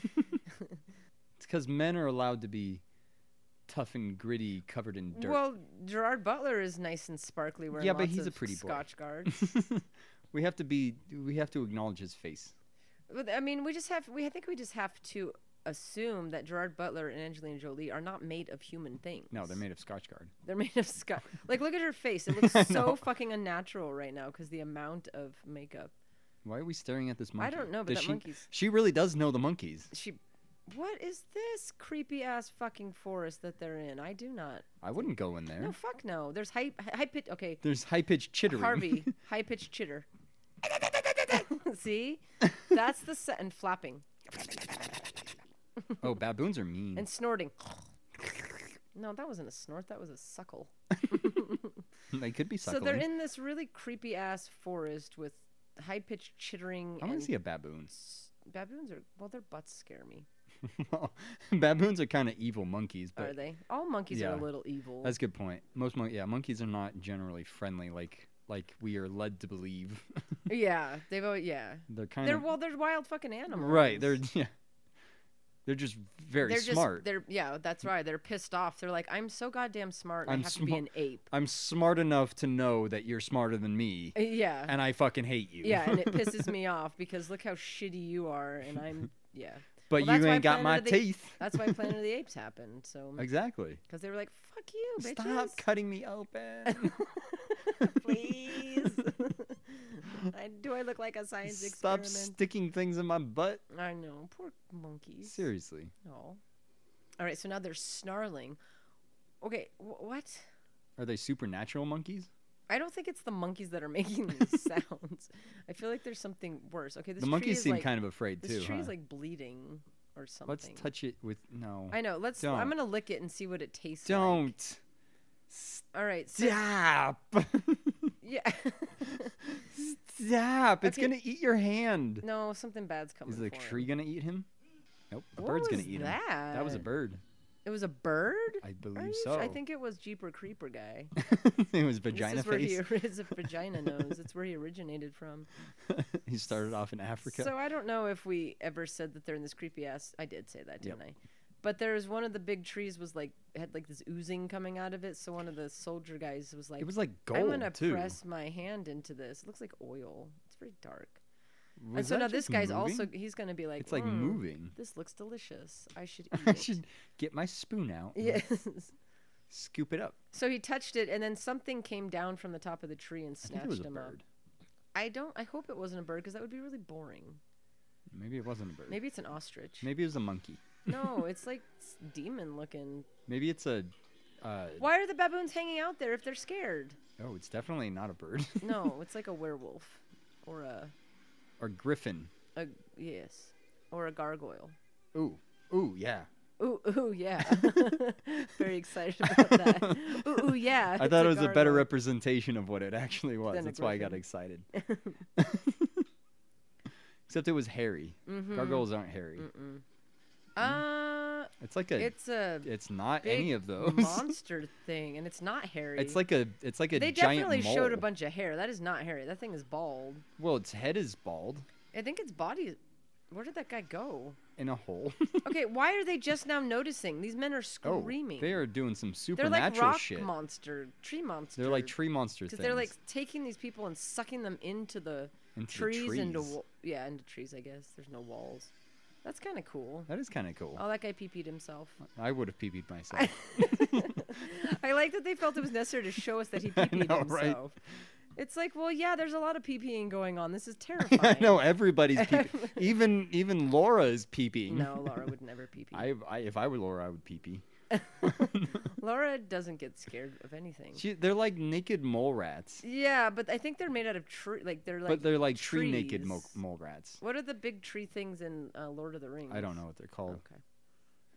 (laughs) it's because men are allowed to be tough and gritty, covered in dirt. Well, Gerard Butler is nice and sparkly wearing Yeah, but lots he's a of pretty boy. Scotch (laughs) guard. we have to be. We have to acknowledge his face. But, I mean, we just have we I think we just have to assume that Gerard Butler and Angelina Jolie are not made of human things. No, they're made of Scotch guard. They're made of (laughs) Scotch. like look at her face. It looks so fucking unnatural right now cuz the amount of makeup. Why are we staring at this monkey? don't know, but Does that she, monkey's- She really does know the monkeys. She What is this creepy ass fucking forest that they're in? I do not. I wouldn't go in there. No fuck no. There's high high pit okay. There's high pitched Hmm. chittering. Harvey, high pitched chitter. (laughs) See? That's the set and flapping. (laughs) oh, baboons are mean. (laughs) and snorting. No, that wasn't a snort. That was a suckle. they could be So suckling. they're in this really creepy ass forest with high pitched chittering. I want and to see a baboon. (laughs) s- baboons are well, their butts scare me. Baboons are kind of evil monkeys, but Are they? All monkeys are a yeah. little evil. That's a good point. Most mon- yeah, monkeys are not generally friendly like like we are led to believe. (laughs) (laughs) yeah, they've always, yeah. they're kind They're of well, they're wild fucking animals. right. They're yeah. They're just very they're smart. Just, they're yeah, that's right. They're pissed off. They're like, I'm so goddamn smart. and I'm I have to be sma- an ape. (laughs) I'm smart enough to know that you're smarter than me, Uh, Yeah, and I fucking hate you. yeah, (laughs) and it pisses me (laughs) off because look how shitty you are, and (laughs) I'm yeah. but Well, that's you why ain't got Planet my of the- teeth. That's why Planet of the Apes happened. So exactly. because they were like, fuck you, bitches. Stop cutting (laughs) me open. please. I, do I look like a science Stop experiment? sticking things in my butt. I know, poor monkeys. Seriously. No. All right, so now they're snarling. Okay, wh- what? Are they supernatural monkeys? I don't think it's the monkeys that are (laughs) making these sounds. I feel like there's something worse. Okay, this the monkeys seem seem like, kind of afraid This too. tree is huh? like bleeding or something. Let's touch it with no. I know. Let's. I'm don't. gonna lick it and see what it tastes like. Don't All right. So, stop. (laughs) (laughs) yeah. (laughs) stop. It's Okay. gonna eat your hand. no, something bad's coming. Is the for tree him. gonna eat him? Nope. A What bird's gonna was eat him. That was a that? bird. It was a bird. I Are believe you so. sure? I think it was Jeeper Creeper guy. (laughs) it was vagina this is where face. he (laughs) his vagina nose. It's where he originated from. (laughs) he started off in Africa. So I don't know if we ever said that they're in this creepy ass. I did say that, didn't I? But there's one of the big trees was like had like this oozing coming out of it. So one of the soldier guys was like, it was like gold "I'm gonna too. press my hand into this. It looks like oil. It's very dark." Was And so that now this just guy's moving? also he's gonna be like, It's like "Mm, moving. (laughs) This looks delicious. I should eat (laughs) I it." should get my spoon out. (laughs) and Yes. Scoop it up. So he touched it, and then something came down from the top of the tree and I think snatched it was a him up. bird. I don't. I hope it wasn't a bird because that would be really boring. Maybe it wasn't a bird. Maybe it's an ostrich. Maybe it was a monkey. (laughs) no, it's like s- demon looking. Maybe it's a. Uh, Why are the baboons hanging out there if they're scared? oh, it's definitely not a bird. (laughs) No, it's like a werewolf, or a, or griffin. a yes, or a gargoyle. Ooh, ooh, yeah. Ooh, ooh, yeah. (laughs) Very excited about (laughs) that. Ooh, ooh, yeah. I it's thought it was a better gargoyle. representation of what it actually was. Than a That's why I got griffin. excited. (laughs) (laughs) Except it was hairy. Mm-hmm. Gargoyles aren't hairy. Uh, It's like a. It's, it's a not big any of those. (laughs) monster thing, and it's not hairy. It's like a. It's like a they giant definitely showed a mole. bunch of hair. That is not hairy. That thing is bald. Well, its head is bald I think its body. Where did that guy go? in a hole. (laughs) Okay, why are they just now noticing? These men are screaming. Oh, they are doing some They're supernatural like rock shit. monster, tree monster. They're like tree monster things. Because they're like taking these people and sucking them into the Into the trees, into trees. wa- yeah, into trees. I guess there's no walls. That's kind of cool. That is kind of cool. Oh, that guy pee peed himself. (laughs) I would have pee-peed myself. (laughs) (laughs) I like that they felt it was necessary to show us that he pee (laughs) I peed know, himself. right? It's like, well, yeah, there's a lot of pee peeing going on. This is terrifying. (laughs) I know everybody's (laughs) pee-pee. even even Laura is pee-peeing. No, Laura would never pee pee. (laughs) I, I if I were Laura, I would pee-pee. Laura doesn't get scared of anything. She, they're like naked mole rats, Yeah, but I think they're made out of tree. Like they're like. but they're like tree naked trees. mole, mole rats. What are the big tree things in uh, Lord of the Rings? I don't know what they're called. Okay.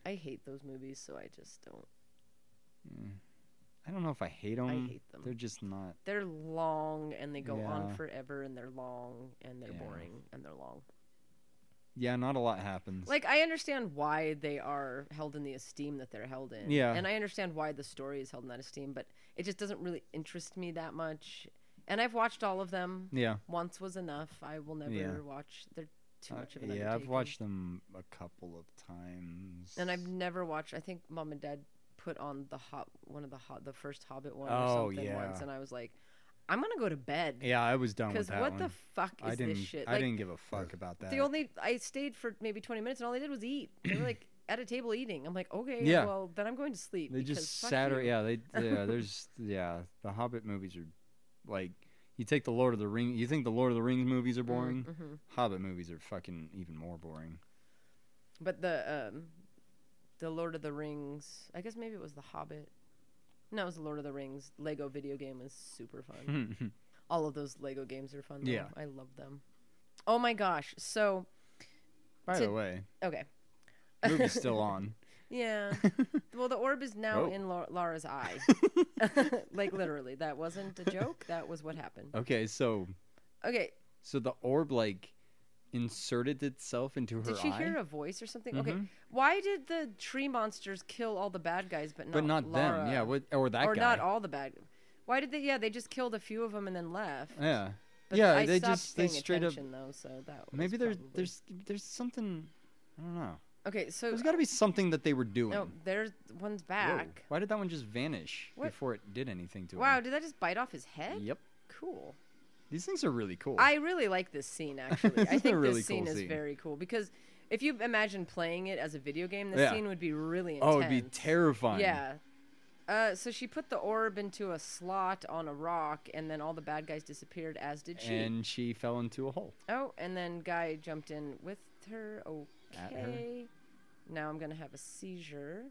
I hate those movies, so I just don't. I don't know if I hate them. hate them. They're just not. They're long and they go on Yeah. forever, and they're long and they're boring and they're long. Yeah, not a lot happens. Like I understand why they are held in the esteem that they're held in. Yeah. And I understand why the story is held in that esteem, but it just doesn't really interest me that much. And I've watched all of them. yeah, Once was enough. I will never Yeah. watch. They're too Uh, much of an yeah. I've undertaking. watched them a couple of times. And I've never watched. I think mom and dad put on the hot one of the hot the first Hobbit one Oh, or something once, yeah. and I was like, I'm gonna go to bed yeah, I was done with because that what one. the fuck I is didn't. this shit? I Like didn't give a fuck about that. the only I stayed for maybe 20 minutes, and all they did was eat. They were like at a table eating. I'm like, okay, Yeah. well then I'm going to sleep. They because just fuck sat. ar- you. (laughs) Yeah, they. Yeah, there's. Yeah, the Hobbit movies are, like, you take the Lord of the Ring. You think the Lord of the Rings movies Mm, are boring? mm-hmm. Hobbit movies are fucking even more boring. But the um, the Lord of the Rings. I guess maybe it was the Hobbit. No, it was the Lord of the Rings. Lego video game is super fun. (laughs) All of those Lego games are fun. Though. Yeah. I love them. Oh my gosh! So By To- the way, (laughs) okay, movie's still on. (laughs) Yeah. well, the orb is now Oh. in Lau- Laura's eye. (laughs) like literally, that wasn't a joke. That was what happened. Okay, so Okay, so the orb like inserted itself into her did she eye, Mm-hmm. hear a voice or something? Okay, why did the tree monsters kill all the bad guys, but not but not them. Laura? Yeah, what, or that or guy. not all the bad. Why did they? Yeah, they just killed a few of them and then left. yeah, But yeah. I they stopped just they paying straight up. attention, though. So that was Maybe there's probably- there's there's something. I don't know. okay. So There's got to be something that they were doing. no, there's one's Whoa, back. Why did that one just vanish What? before it did anything to Wow, him? did that just bite off his head? Yep. Cool. These things are really cool. I really like this scene actually. (laughs) This I is a think really this scene cool is scene. very cool because if you imagine playing it as a video game, this Yeah. scene would be really intense. oh, it'd be terrifying. Yeah. Uh, so she put the orb into a slot on a rock, and then all the bad guys disappeared, as did she. And she fell into a hole. oh, and then guy jumped in with her. At her. Okay. Now I'm gonna have a seizure.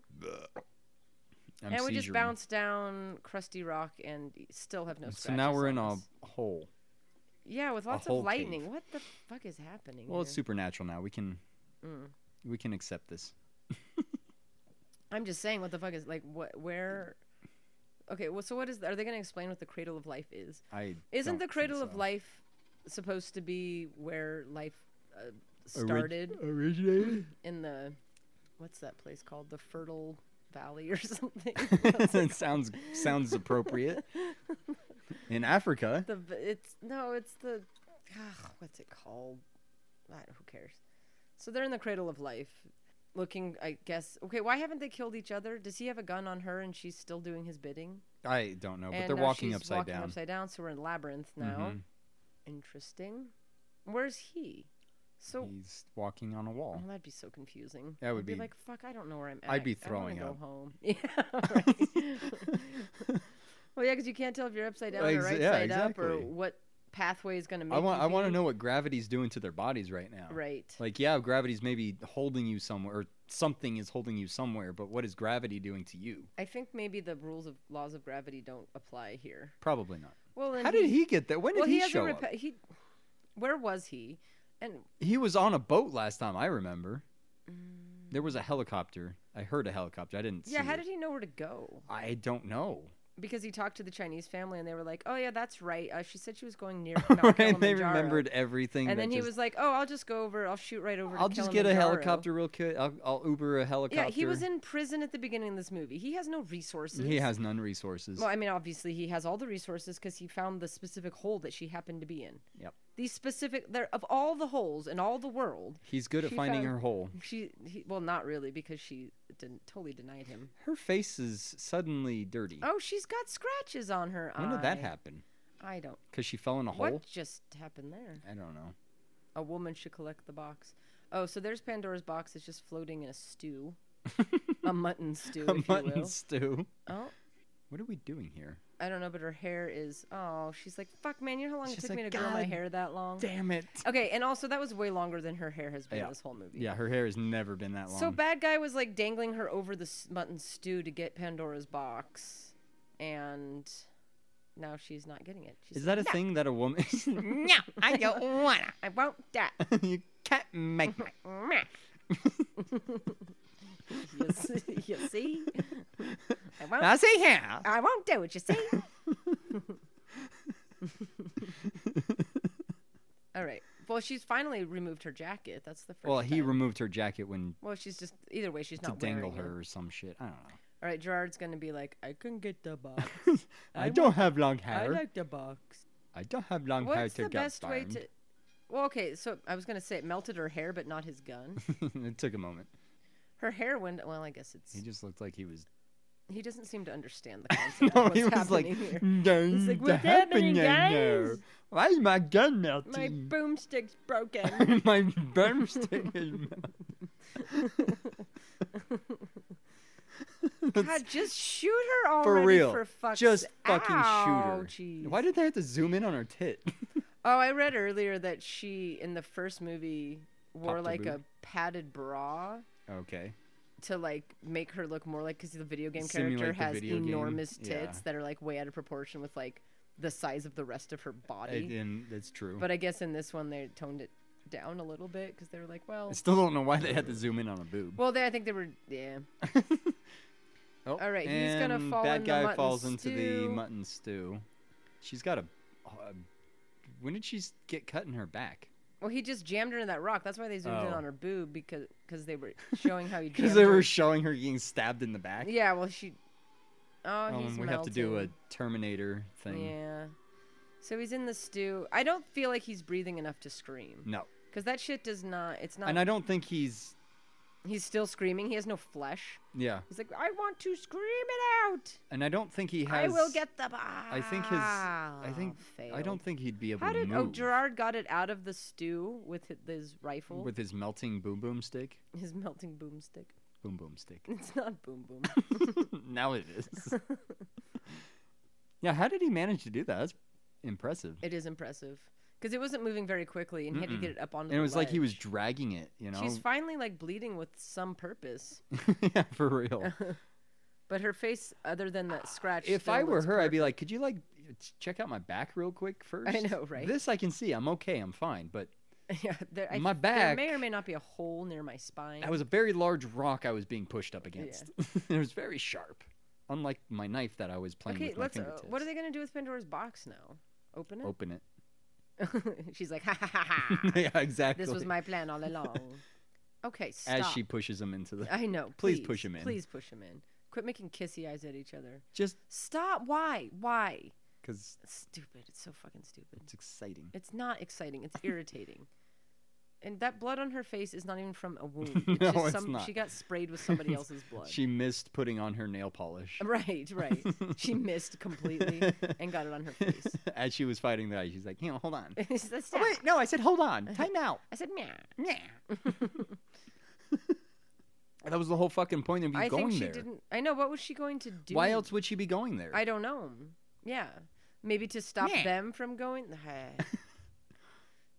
I'm and we just seizuring. bounce down crusty rock and still have no. So now scratches we're on in a us. hole. yeah with lots hole of lightning. cave. What the fuck is happening? Well, it's here? supernatural now. We can Mm. we can accept this. I'm just saying, what the fuck is like? What? Where? Okay. Well, so what is? Are they going to explain what the cradle of life is? I Isn't don't the think cradle of so. life supposed to be where life uh, started originated? in the? What's that place called? The Fertile Valley or (laughs) something? it (laughs) sounds (laughs) sounds appropriate. In Africa, the v- it's no, it's the. ah, what's it called? I, who cares? So they're in the cradle of life, looking. I guess. Okay. Why haven't they killed each other? Does he have a gun on her and she's still doing his bidding? I don't know, Oh, but And they're now walking she's upside walking down. Mm-hmm. Upside down. So we're in labyrinth now. Interesting. Where's he? So He's walking on a wall. well, (laughs) that'd be so confusing. That would I'd be- like, fuck, I don't know where I'm at. I'd be I wanna throwing go up. home. (laughs) Yeah. right. well, yeah, because you can't tell if you're upside down or Ex- right yeah, side up, or exactly. what pathway is going to make. I want you I want to be. know what gravity's doing to their bodies right now. Right. Like yeah, gravity's maybe holding you somewhere or something is holding you somewhere, but what is gravity doing to you? I think maybe the rules of laws of gravity don't apply here. Probably not. Well, then How did he get there? When did well, he, has show a up? repe- He, where was he? And He was on a boat last time I remember. Mm. There was a helicopter. I heard a helicopter. I didn't yeah, see how it. did he know where to go? I don't know. because he talked to the Chinese family and they were like, "Oh yeah, that's right. Uh, she said she was going (laughs) near Mount and they Kilimanjaro." remembered everything. And that then he just- was like, "Oh, I'll just go over. I'll shoot right over." to I'll just get a Kilimanjaro." helicopter real quick. I'll, I'll Uber a helicopter. Yeah, he was in prison at the beginning of this movie. He has no resources. He has none resources. Well, I mean, obviously he has all the resources because he found the specific hole that she happened to be in. Yep. These specific, there of all the holes in all the world, He's good at she finding found- her hole. she he, well, not really because she didn't totally denied him. Her face is suddenly dirty. Oh, she's got scratches on her when did that eye. happen? I don't. Because she fell in a hole. What just happened there? I don't know. A woman should collect the box. Oh, so there's Pandora's box. It's just floating in a stew, (laughs) a mutton stew, A (laughs) if you mutton will. stew. oh, What are we doing here? I don't know, but her hair is. Oh, she's like, fuck, man. You know how long She's it took like, me to grow my "God hair that long? Damn it. Okay, and also that was way longer than her hair has been Yeah. this whole movie. Yeah, her hair has never been that long. So bad guy was like dangling her over the s- mutton stew to get Pandora's box, and now she's not getting it. She's Is that a thing that (laughs) a woman? (laughs) No, I don't wanna. I won't die. you can't (laughs) make me. You see? You see? I won't Now see here. I won't do it, you see? (laughs) All right. Well, she's finally removed her jacket. That's the first. Well, he time. removed her jacket when well, she's just either way, she's to not dangle wearing it. her or some shit. I don't know. (laughs) All right, Gerard's gonna be like, I can get the box. I, don't have long I hair. I, like the box. don't have long hair What's to the get best way burned. to? Well, okay. So I was gonna say it melted her hair, but not his (laughs) gun. (laughs) it took a moment. Her hair went. Well, I guess it's. He just looked like he was. He doesn't seem to understand (laughs) the concept. Oh, of what's happening here. He's like, "What's happening, guys? Why is my gun melting? My boomstick's (laughs) broken. my broomstick is (laughs) melting." God, just shoot her already. For real. For fuck's just fucking Ow, shoot jeez. her. Why did they have to zoom in on her tit? Oh, I read earlier that she in the first movie wore Popped her like a boob. padded bra (laughs) okay. to like make her look more like because the video game character Simulate the has video game, enormous tits yeah. that are like way out of proportion with like the size of the rest of her body. And, and that's true. But I guess in this one they toned it down a little bit because they were like, well, I still don't know why they had to zoom in on a boob. well, they, I think they were, yeah. Oh, all right, he's gonna and fall That in the guy mutton falls into the stew. mutton stew. She's got a. Uh, when did she s- get cut in her back? Well, he just jammed her into that rock. That's why they zoomed in Oh. on her boob because cause they were (laughs) showing (laughs) how he. Because jammed they her. were showing her getting stabbed in the back. Yeah, well, she. Oh, Um, he's we have to do a melting. Terminator thing. Yeah. So he's in the stew. I don't feel like he's breathing enough to scream. No, Because that shit does not. It's not. and I don't think he's. he's still screaming. He has no flesh. Yeah, He's like, I want to scream it out. and I don't think he has. I will get the. I think his. I Ah, think. I failed. don't think he'd be able How to did move oh Gerard got it out of the stew with hi- his rifle, with his melting boom boom stick. his melting boomstick. Boom boom stick. (laughs) (laughs) It's not boom boom. now it is. (laughs) yeah, how did he manage to do that? That's impressive. it is impressive because it wasn't moving very quickly, and he had to get it up onto. and it the was like he was ledge. dragging it, you know. She's finally like bleeding with some purpose, (laughs) yeah, (laughs) for real. but her face, other than that scratch. if still I were looks her, I'd be like, "Could you like ch- check out my back real quick first? know, right? This I can see. I'm okay. I'm fine. But perfect. (laughs) yeah, there, I, my There may or back- may not be a hole near my spine. that was a very large rock I was being pushed up against. (laughs) it was very sharp, unlike my knife that I was playing okay, with my let's. Uh, fingertips. what are they gonna do with Pandora's box now? Open it. Open it. (laughs) (laughs) She's like, ha ha ha ha. yeah, exactly. This was my plan all along. Okay, stop. As she pushes him into the. I know. (laughs) Please push him in. Please push him in. Quit making kissy eyes at each other. Just Stop. Why? Why? because Stupid. It's so fucking stupid. it's exciting. It's not exciting. It's irritating. And that blood on her face is not even from a wound. It's No, just it's some not. she got sprayed with somebody else's blood. She missed putting on her nail polish. (laughs) Right, right. she missed completely and got it on her face. As she was fighting the ice, she's like, you know, (laughs) hold on. It's the Oh, wait, sound. no, I said, (laughs) hold on. Time out. I said, meow. That was the whole fucking point of you I going think she there. didn't. I know. What was she going to do? Why else would she be going there? I don't know. Yeah. Maybe to stop them from going.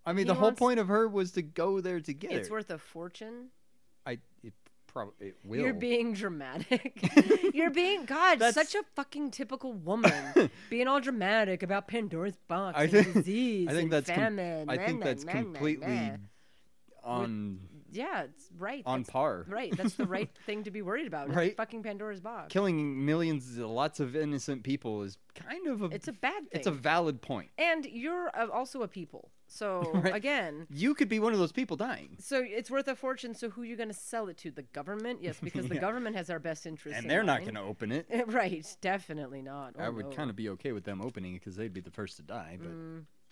I mean, he the whole wants- point of her was to go there to get it's it. worth a fortune. I it probably it will. You're being (laughs) dramatic. You're being God, That's- such a fucking typical (laughs) woman, being all dramatic about Pandora's box I and think- disease I think and that's com- famine. I na, think na, that's na, na, completely na. on yeah, it's right on that's- par. Right, that's the (laughs) right thing to be worried about. is Right? fucking Pandora's box. Killing millions, lots of innocent people is kind of a. It's a bad It's a thing. valid point. and you're uh, also a people, so (laughs) Right. again. You could be one of those people dying, So it's worth a fortune. So who you going to sell it to? The government? (laughs) Yes, because the government has our best interest. and they're not going going to (laughs) open it. Right, definitely not. Oh, I would kind of be okay with them opening it because they'd be the first to die. But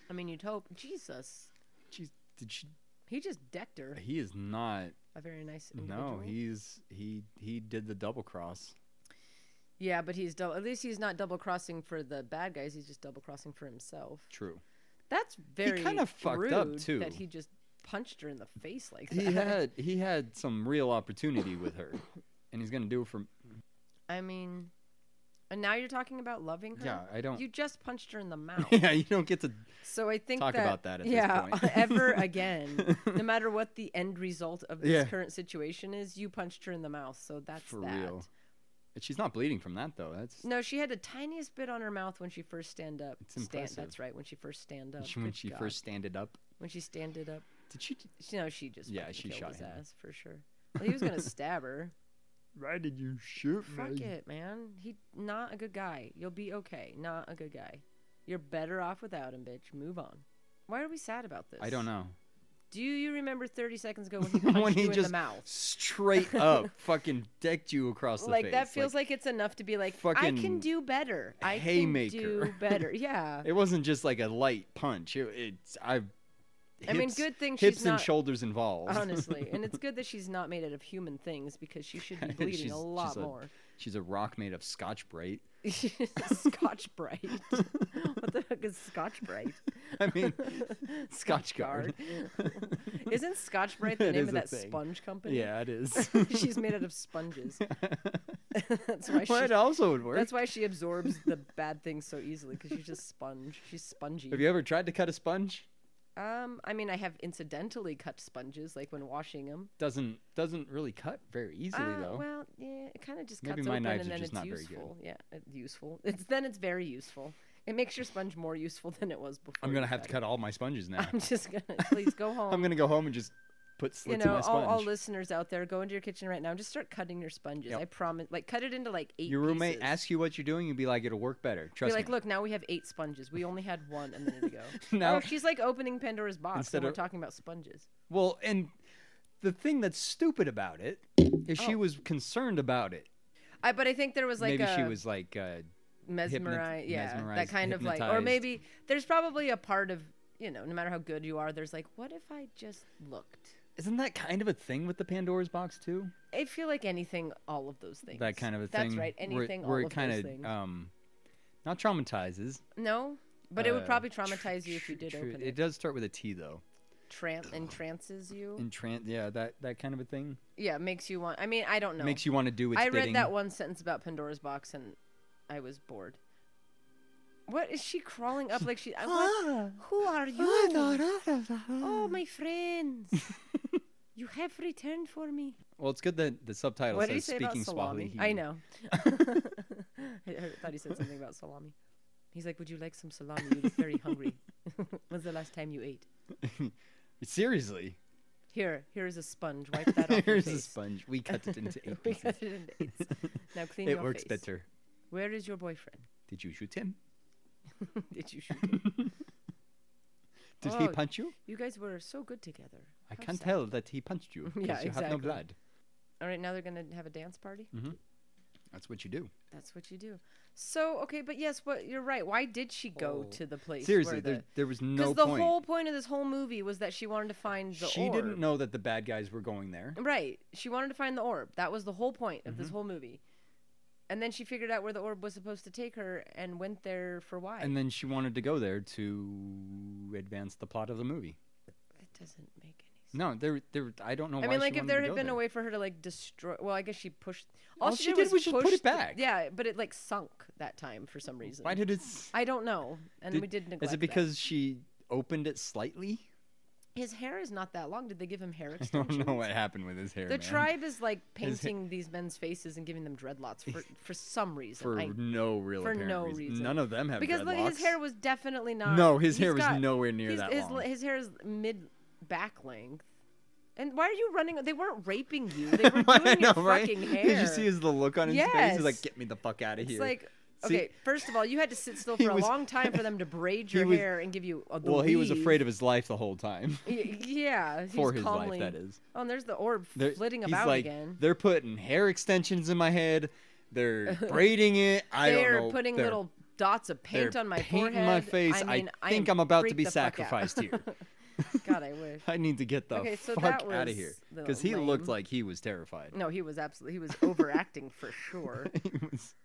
I mean, you'd hope. Jesus, geez, did she? he just decked her. He is not. A very nice. No, Individual. he's he he did the double cross. Yeah, but he's double. At least he's not double crossing for the bad guys. He's just double crossing for himself. True. That's very. kinda fucked up, rude too. That he just punched her in the face like (laughs) that. He had he had some real opportunity with her, and he's gonna do it for. (laughs) (laughs) I mean, and now you're talking about loving her. Yeah, I don't- You just punched her in the (laughs) mouth. Yeah, you don't get to. So I think Talk that, about that at this yeah, point. (laughs) (laughs) ever again, no matter what the end result of this Yeah. current situation is, you punched her in the mouth. So that's For that. real. But she's not bleeding from that though. That's No, she had the tiniest bit on her mouth when she first stand up. It's stand, impressive. that's right, when she first stand up. when Good (laughs) she God. first standed up. when she standed up. Did she? She, no, she just Yeah, fucking she killed shot his him. ass for sure. Well, he was (laughs) gonna stab her. Why did you shoot Fuck it, man. He not a good guy. You'll be okay. Not a good guy. You're better off without him, bitch. Move on. Why are we sad about this? I don't know. Do you remember 30 seconds (laughs) ago when he punched when you he in just the mouth? (laughs) straight up fucking decked you across the Like face. that feels like, it's enough to be like, I fucking can do better. I haymaker. (laughs) can do better. Yeah. It wasn't just like a light punch. It, it's I. Hips, I mean, good thing hips she's and not- shoulders involved. Honestly, and (laughs) it's good that she's not made out of human things because she should be bleeding She's- a lot she's more. She's a rock made of Scotch Brite. (laughs) Scotch Brite. what the heck is Scotch Brite? (laughs) I (laughs) mean, (laughs) Scotch Guard. (laughs) Isn't Scotch Brite the That name is of a that thing. sponge company? Yeah, it is. (laughs) (laughs) she's made out of sponges. that's why well, she. it also would (laughs) work. That's why she absorbs the bad things so easily because she's just sponge. She's spongy. Have you ever tried to cut a sponge? Um, I mean, I have incidentally cut sponges, like when washing them. Doesn't doesn't really cut very easily though. Uh, well, yeah, it kind of just Maybe cuts my open, knives and are then just it's not very good. useful. Yeah, it's useful. It's then it's very useful It makes your sponge more useful than it was before. I'm gonna you have to cut all my sponges now. it. (laughs) I'm just gonna please go home. (laughs) I'm gonna go home and just put you slits in know, my all, sponge. all listeners out there, go into your kitchen right now and just start cutting your sponges. Yep. I promise. Like, cut it into like eight. Your roommate pieces. asks you what you're doing, you'd be like, "It'll work better." Be Trust like, me. look, now we have eight sponges. We only had one a minute ago. (laughs) Now- oh, she's like opening Pandora's box. Instead and we're of- talking about sponges. Well, and the thing that's stupid about it is she was concerned about it. I, but I think there was Oh. like Maybe a she was like, uh, mesmerized, yeah, that mesmerized, kind of like, or hypnotized. maybe there's probably a part of you know, no matter how good you are, there's like, what if I just looked? "Isn't that kind of a thing with the Pandora's box too?" I feel like anything, all of those things. That kind of a That's thing. right. where it- Anything, where, all it of kind those of things. um, not traumatizes. no, but it would uh, probably tr- traumatize you if you tr- did tr- open It it. does start with a T though. (sighs) Tran- entrances you. Entrance, yeah, that that kind of a thing Yeah, makes you want. I mean, I don't know. makes you want to do its I read bidding. that one sentence about Pandora's box and I was bored. What is she crawling up like she? I, what? Who are you? Oh, my friends! you have returned for me. Well, it's good that the subtitle What did he says say about speaking salami? Swahili. I know. (laughs) I heard- thought he said something about salami. He's like, "Would you like some salami? You look very hungry. (laughs) When's the last time you ate? Seriously, Here, here is a sponge. Wipe (laughs) that off here's your a face. (laughs) sponge. We cut it into eight We pieces. cut it into eights. Now clean It your works face. better. Where is your boyfriend? (laughs) Did you shoot him? Did you shoot him? Did he Oh, punch you? You guys were so good together. I How can't sad. tell that he (laughs) punched you because Yeah, you have no exactly. blood. All right, now they're gonna have a dance party. Mm-hmm. That's what you do. That's what you do. So okay, but yes, what you're right. Why did she go to the place? Oh. Seriously, where there, the, there was no because the point. whole point of this whole movie was that she wanted to find the she orb. didn't know that the bad guys were going there. Right. She wanted to find the orb. That was the whole point of Mm-hmm. this whole movie. And then she figured out where the orb was supposed to take her and went there for why. And then she wanted to go there to advance the plot of the movie. that doesn't make any sense. No, there, there. I don't know. I why mean, she like, if wanted there to had go been there. a way for her to like destroy, well, I guess she pushed. All, All she did was just put it push the- back. yeah, but it like sunk that time for some reason. why did it? s- I don't know, and did- we did neglect. Is that. it because she opened it slightly? his hair is not that long? Did they give him (laughs) hair I don't extensions? know what happened with his hair. The man. tribe is like His hair- painting these men's faces and giving them dreadlocks (laughs) for for some reason. (laughs) for I- no real for apparent no reason. reason. None of them have because look, his dreadlocks. (laughs) hair was definitely not. No, his he's hair was got- nowhere near he's- that his, long. His hair is mid back length. And why are you running? They weren't raping you. They were doing (laughs) I know, your right? fucking hair. Did you see his the look on his face? He's like, Yes. "Get me the fuck out of It's here!" like See- okay. First of all, you had to sit still He for a was- long time for (laughs) them to braid your was- hair and give you. A, the well, he was weave. afraid of his life the (laughs) whole time. Y- Yeah, he For was his life, calmly. that is. Oh, and there's the orb They're- flitting he's about like, again. They're putting hair extensions in my head. (laughs) They're braiding it. I don't They're know. putting they're- little dots of they're paint on my painting forehead. my face. I, mean, I think am I'm about to freaked be the fuck out. (laughs) sacrificed here. God, I wish. I need to get the Okay, so fuck that out of was here the because he looked lame. like he was terrified. No, he was absolutely he was overacting for (laughs) sure. He was-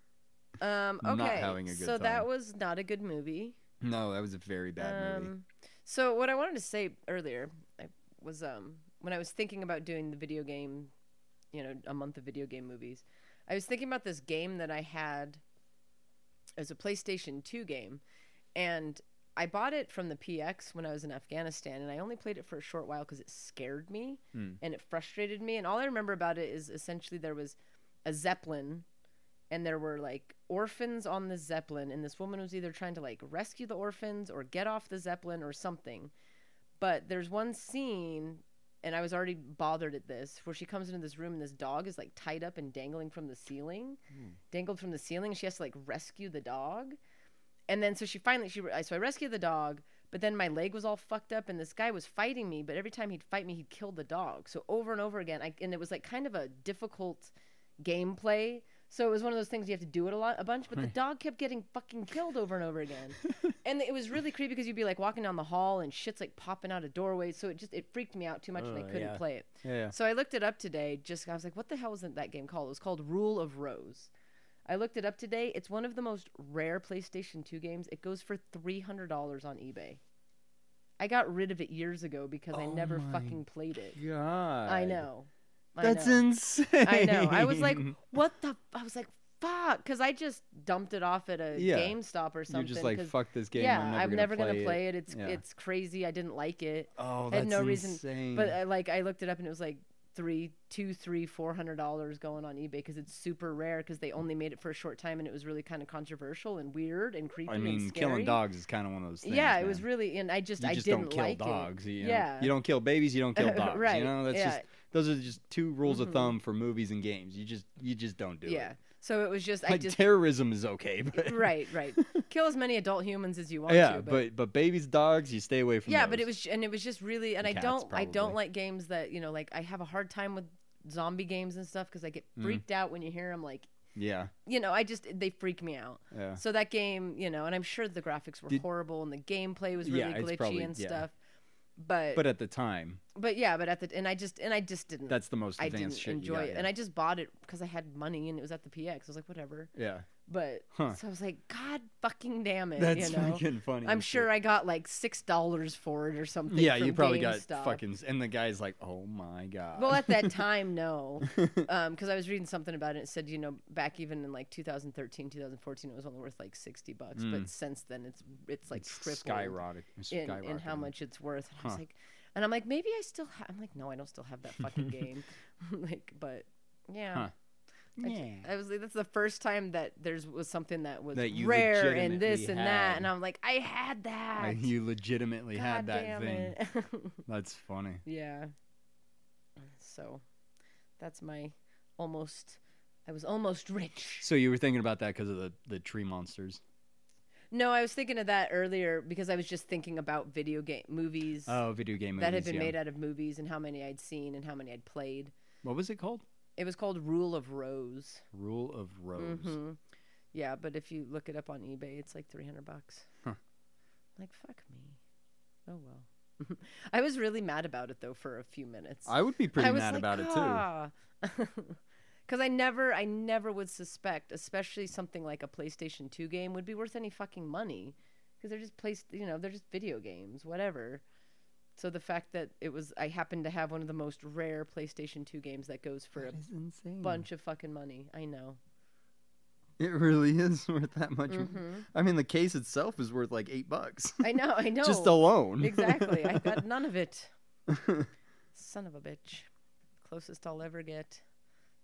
Um, okay, Not having a good so that time. was not a good movie. no, that was a very bad movie. Um, so what I wanted to say earlier I was um when I was thinking about doing the video game, you know, a month of video game movies, I was thinking about this game that I had. It was a PlayStation Two game, and I bought it from the PX when I was in Afghanistan, and I only played it for a short while because it scared me and it frustrated me. And all I remember about it is essentially there was a zeppelin and there were like orphans on the zeppelin and this woman was either trying to like rescue the orphans or get off the zeppelin or something but there's one scene and i was already bothered at this where she comes into this room and this dog is like tied up and dangling from the ceiling dangled from the ceiling and she has to like rescue the dog and then so she finally she I- so i rescued the dog but then my leg was all fucked up and this guy was fighting me but every time he'd fight me he'd kill the dog so over and over again I, and it was like kind of a difficult gameplay so it was one of those things you have to do it a lot a bunch but the dog kept getting fucking killed over and over (laughs) again and it was really creepy because you'd be like walking down the hall and shit's like popping out of doorways so it just it freaked me out too much and i Ugh, couldn't Oh, yeah. play it yeah. so I looked it up today. Just I was like, what the hell was that game called? It was called Rule of Rose. I looked it up today. It's one of the most rare PlayStation 2 games. It goes for three hundred dollars on eBay. I got rid of it years ago because I never fucking played it. Oh God. Um, I know. I That's know. insane. I know. I was (laughs) like, what the? I was like, fuck, because I just dumped it off at a Yeah. GameStop or something. You're just like, 'cause- fuck this game. yeah, I'm never I'm gonna never play gonna it. play it. It's Yeah. it's crazy. I didn't like it. Oh, I had no that's reason. uh, insane. But I, like I looked it up and it was like three, two, three, four hundred dollars going on eBay because it's super rare because they only made it for a short time and it was really kind of controversial and weird and creepy. I and mean, killing scary. dogs is kind of one of those things. yeah, it was man. really, and I just, You I just didn't don't kill like dogs. It. You know? yeah, You don't kill babies. You (laughs) don't kill dogs. Right, You know, that's yeah. Mm-hmm. just those are just two rules of thumb for movies and games. You just you just don't do yeah. it. So it was just, I Like just, terrorism is okay, (laughs) but right, right. Kill as many adult humans as you want yeah, to, but, but babies, dogs, you stay away from. yeah, but those. it was, j- and it was just really, and I And cats, don't, I don't probably. like games that you know, like I have a hard time with zombie games and stuff because I get Mm. freaked out when you hear them. Like, yeah. you know, I just they freak me out. Yeah. So that game, you know, and I'm sure the graphics were horrible and the gameplay was really Yeah, it's glitchy probably- and yeah. stuff. But, But uh, but at the time, yeah, but at the and I just and I just didn't. that's the most I advanced didn't shit enjoy you got, it, yeah. and I just bought it because I had money and it was at the PX. I was like, whatever. yeah, But Huh. so I was like, God fucking damn it! that's you know? freaking funny. I'm as sure shit. I got like six dollars for it or something. yeah, from you probably got GameStop. fucking. And the guy's like, "Oh my god." (laughs) Well, at that time, no, because I was reading something about it. It said, you know, back even in like 2013, 2014, it was only worth like 60 bucks, Mm. but since then, it's it's like tripled skyrocketing. in, in how skyrocketing. much it's worth. And I was like, and I'm like, maybe I still. Ha-. I'm like, no, I don't still have that (laughs) fucking game. (laughs) like, but yeah. Huh. I- I was like, that's the first time that there's was something that was That you rare and this legitimately and that, and had. I'm like, I had that. Like, you legitimately had God that damn thing. it. (laughs) That's funny. Yeah. So that's my almost I was almost (laughs) rich. So you were thinking about that because of the the tree monsters. No, I was thinking of that earlier because I was just thinking about video game movies Oh, video game movies that had been yeah. made out of movies and how many I'd seen and how many I'd played. What was it called? It was called Rule of Rose. Rule of Rose. Mhm. Yeah, but if you look it up on eBay, it's like 300 bucks. Huh. Like fuck me. Oh well. (laughs) I was really mad about it though for a few minutes. I would be pretty I was mad like, "Ah." about it (laughs) Because I never, I never would suspect, especially something like a PlayStation 2 game would be worth any fucking money, because they're just placed, you know, they're just video games, whatever. So the fact that it was, I happened to have one of the most rare PlayStation 2 games that goes for a too. Insane. bunch of fucking money. I know. It really is (laughs) worth that much. money. Mm-hmm. I mean, the case itself is worth like eight bucks. (laughs) I know. I know. Just alone. exactly. I got none of (laughs) it. Son of a bitch. Closest I'll ever get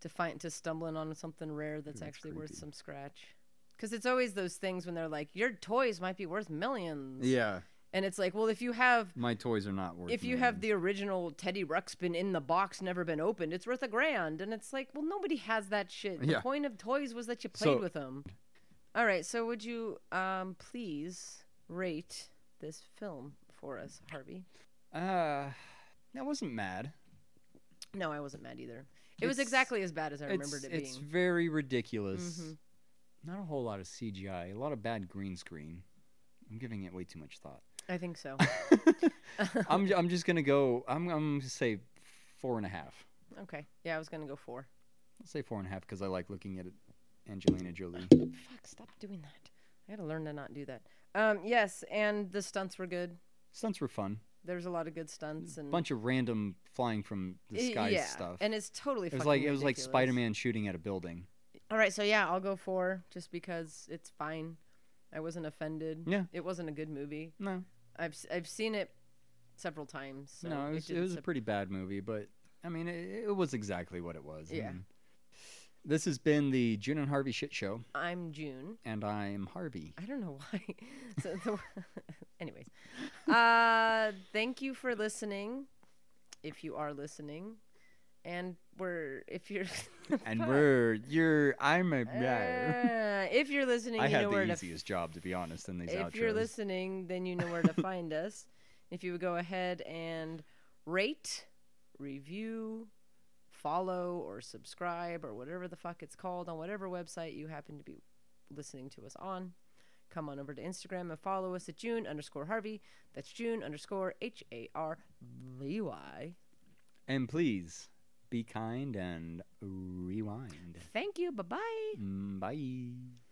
to find to stumbling on something rare that's actually worth some scratch. Because it's always those things when they're like, your toys might be worth millions. yeah, And it's like, well, if you have my toys are not worth. if you have the original Teddy Ruxpin in the box, never been opened, it's worth a grand. And it's like, well, nobody has that shit. The Yeah. point of toys was that you played So- with them. All right, so would you um, please rate this film for us, Harvey? uh, I wasn't mad. No, I wasn't mad either. It was It's- exactly as bad as I It's, remembered it it's being. Mm-hmm. very ridiculous. Not a whole lot of CGI. A lot of bad green screen. I'm giving it way too much (laughs) thought. I think so. I'm ju- I'm just gonna go. I'm I'm gonna say four and a half. okay. Yeah, I was gonna go four. I'll say four and a half because I like looking at it. Angelina Jolie. Fuck, stop doing that. I gotta learn to not do that. Um, yes, and the stunts were good. Stunts were fun. There was a lot of good stunts and Bunch of random flying from the Y- sky yeah, stuff. And it's totally it was fucking like it was like ridiculous. Spider Man shooting at a building. All right, so yeah, I'll go four just because it's fine. I wasn't offended. Yeah. It wasn't a good movie. No, I've s- I've seen it several times. So no, it was it, didn't was a sup- pretty bad movie, but I mean it, it was exactly what it was. I Yeah. mean, this has been the June and Harvey shit show, I'm June. and I'm (laughs) Harvey. I don't know why. So the, (laughs) anyways, uh, thank you for listening, if you are listening, and we're if you're (laughs) And we're you're I'm a Uh, guy. if you're listening, I you had know where the to. f- easiest job to be honest in these If outros. you're listening, then you know where (laughs) to find us. If you would go ahead and rate, review, follow, or subscribe, or whatever the fuck it's called on whatever website you happen to be listening to us on, come on over to Instagram and follow us at June underscore Harvey. That's June underscore H A R V Y. and please be kind and rewind. Thank you. Bye bye. Mm, Bye.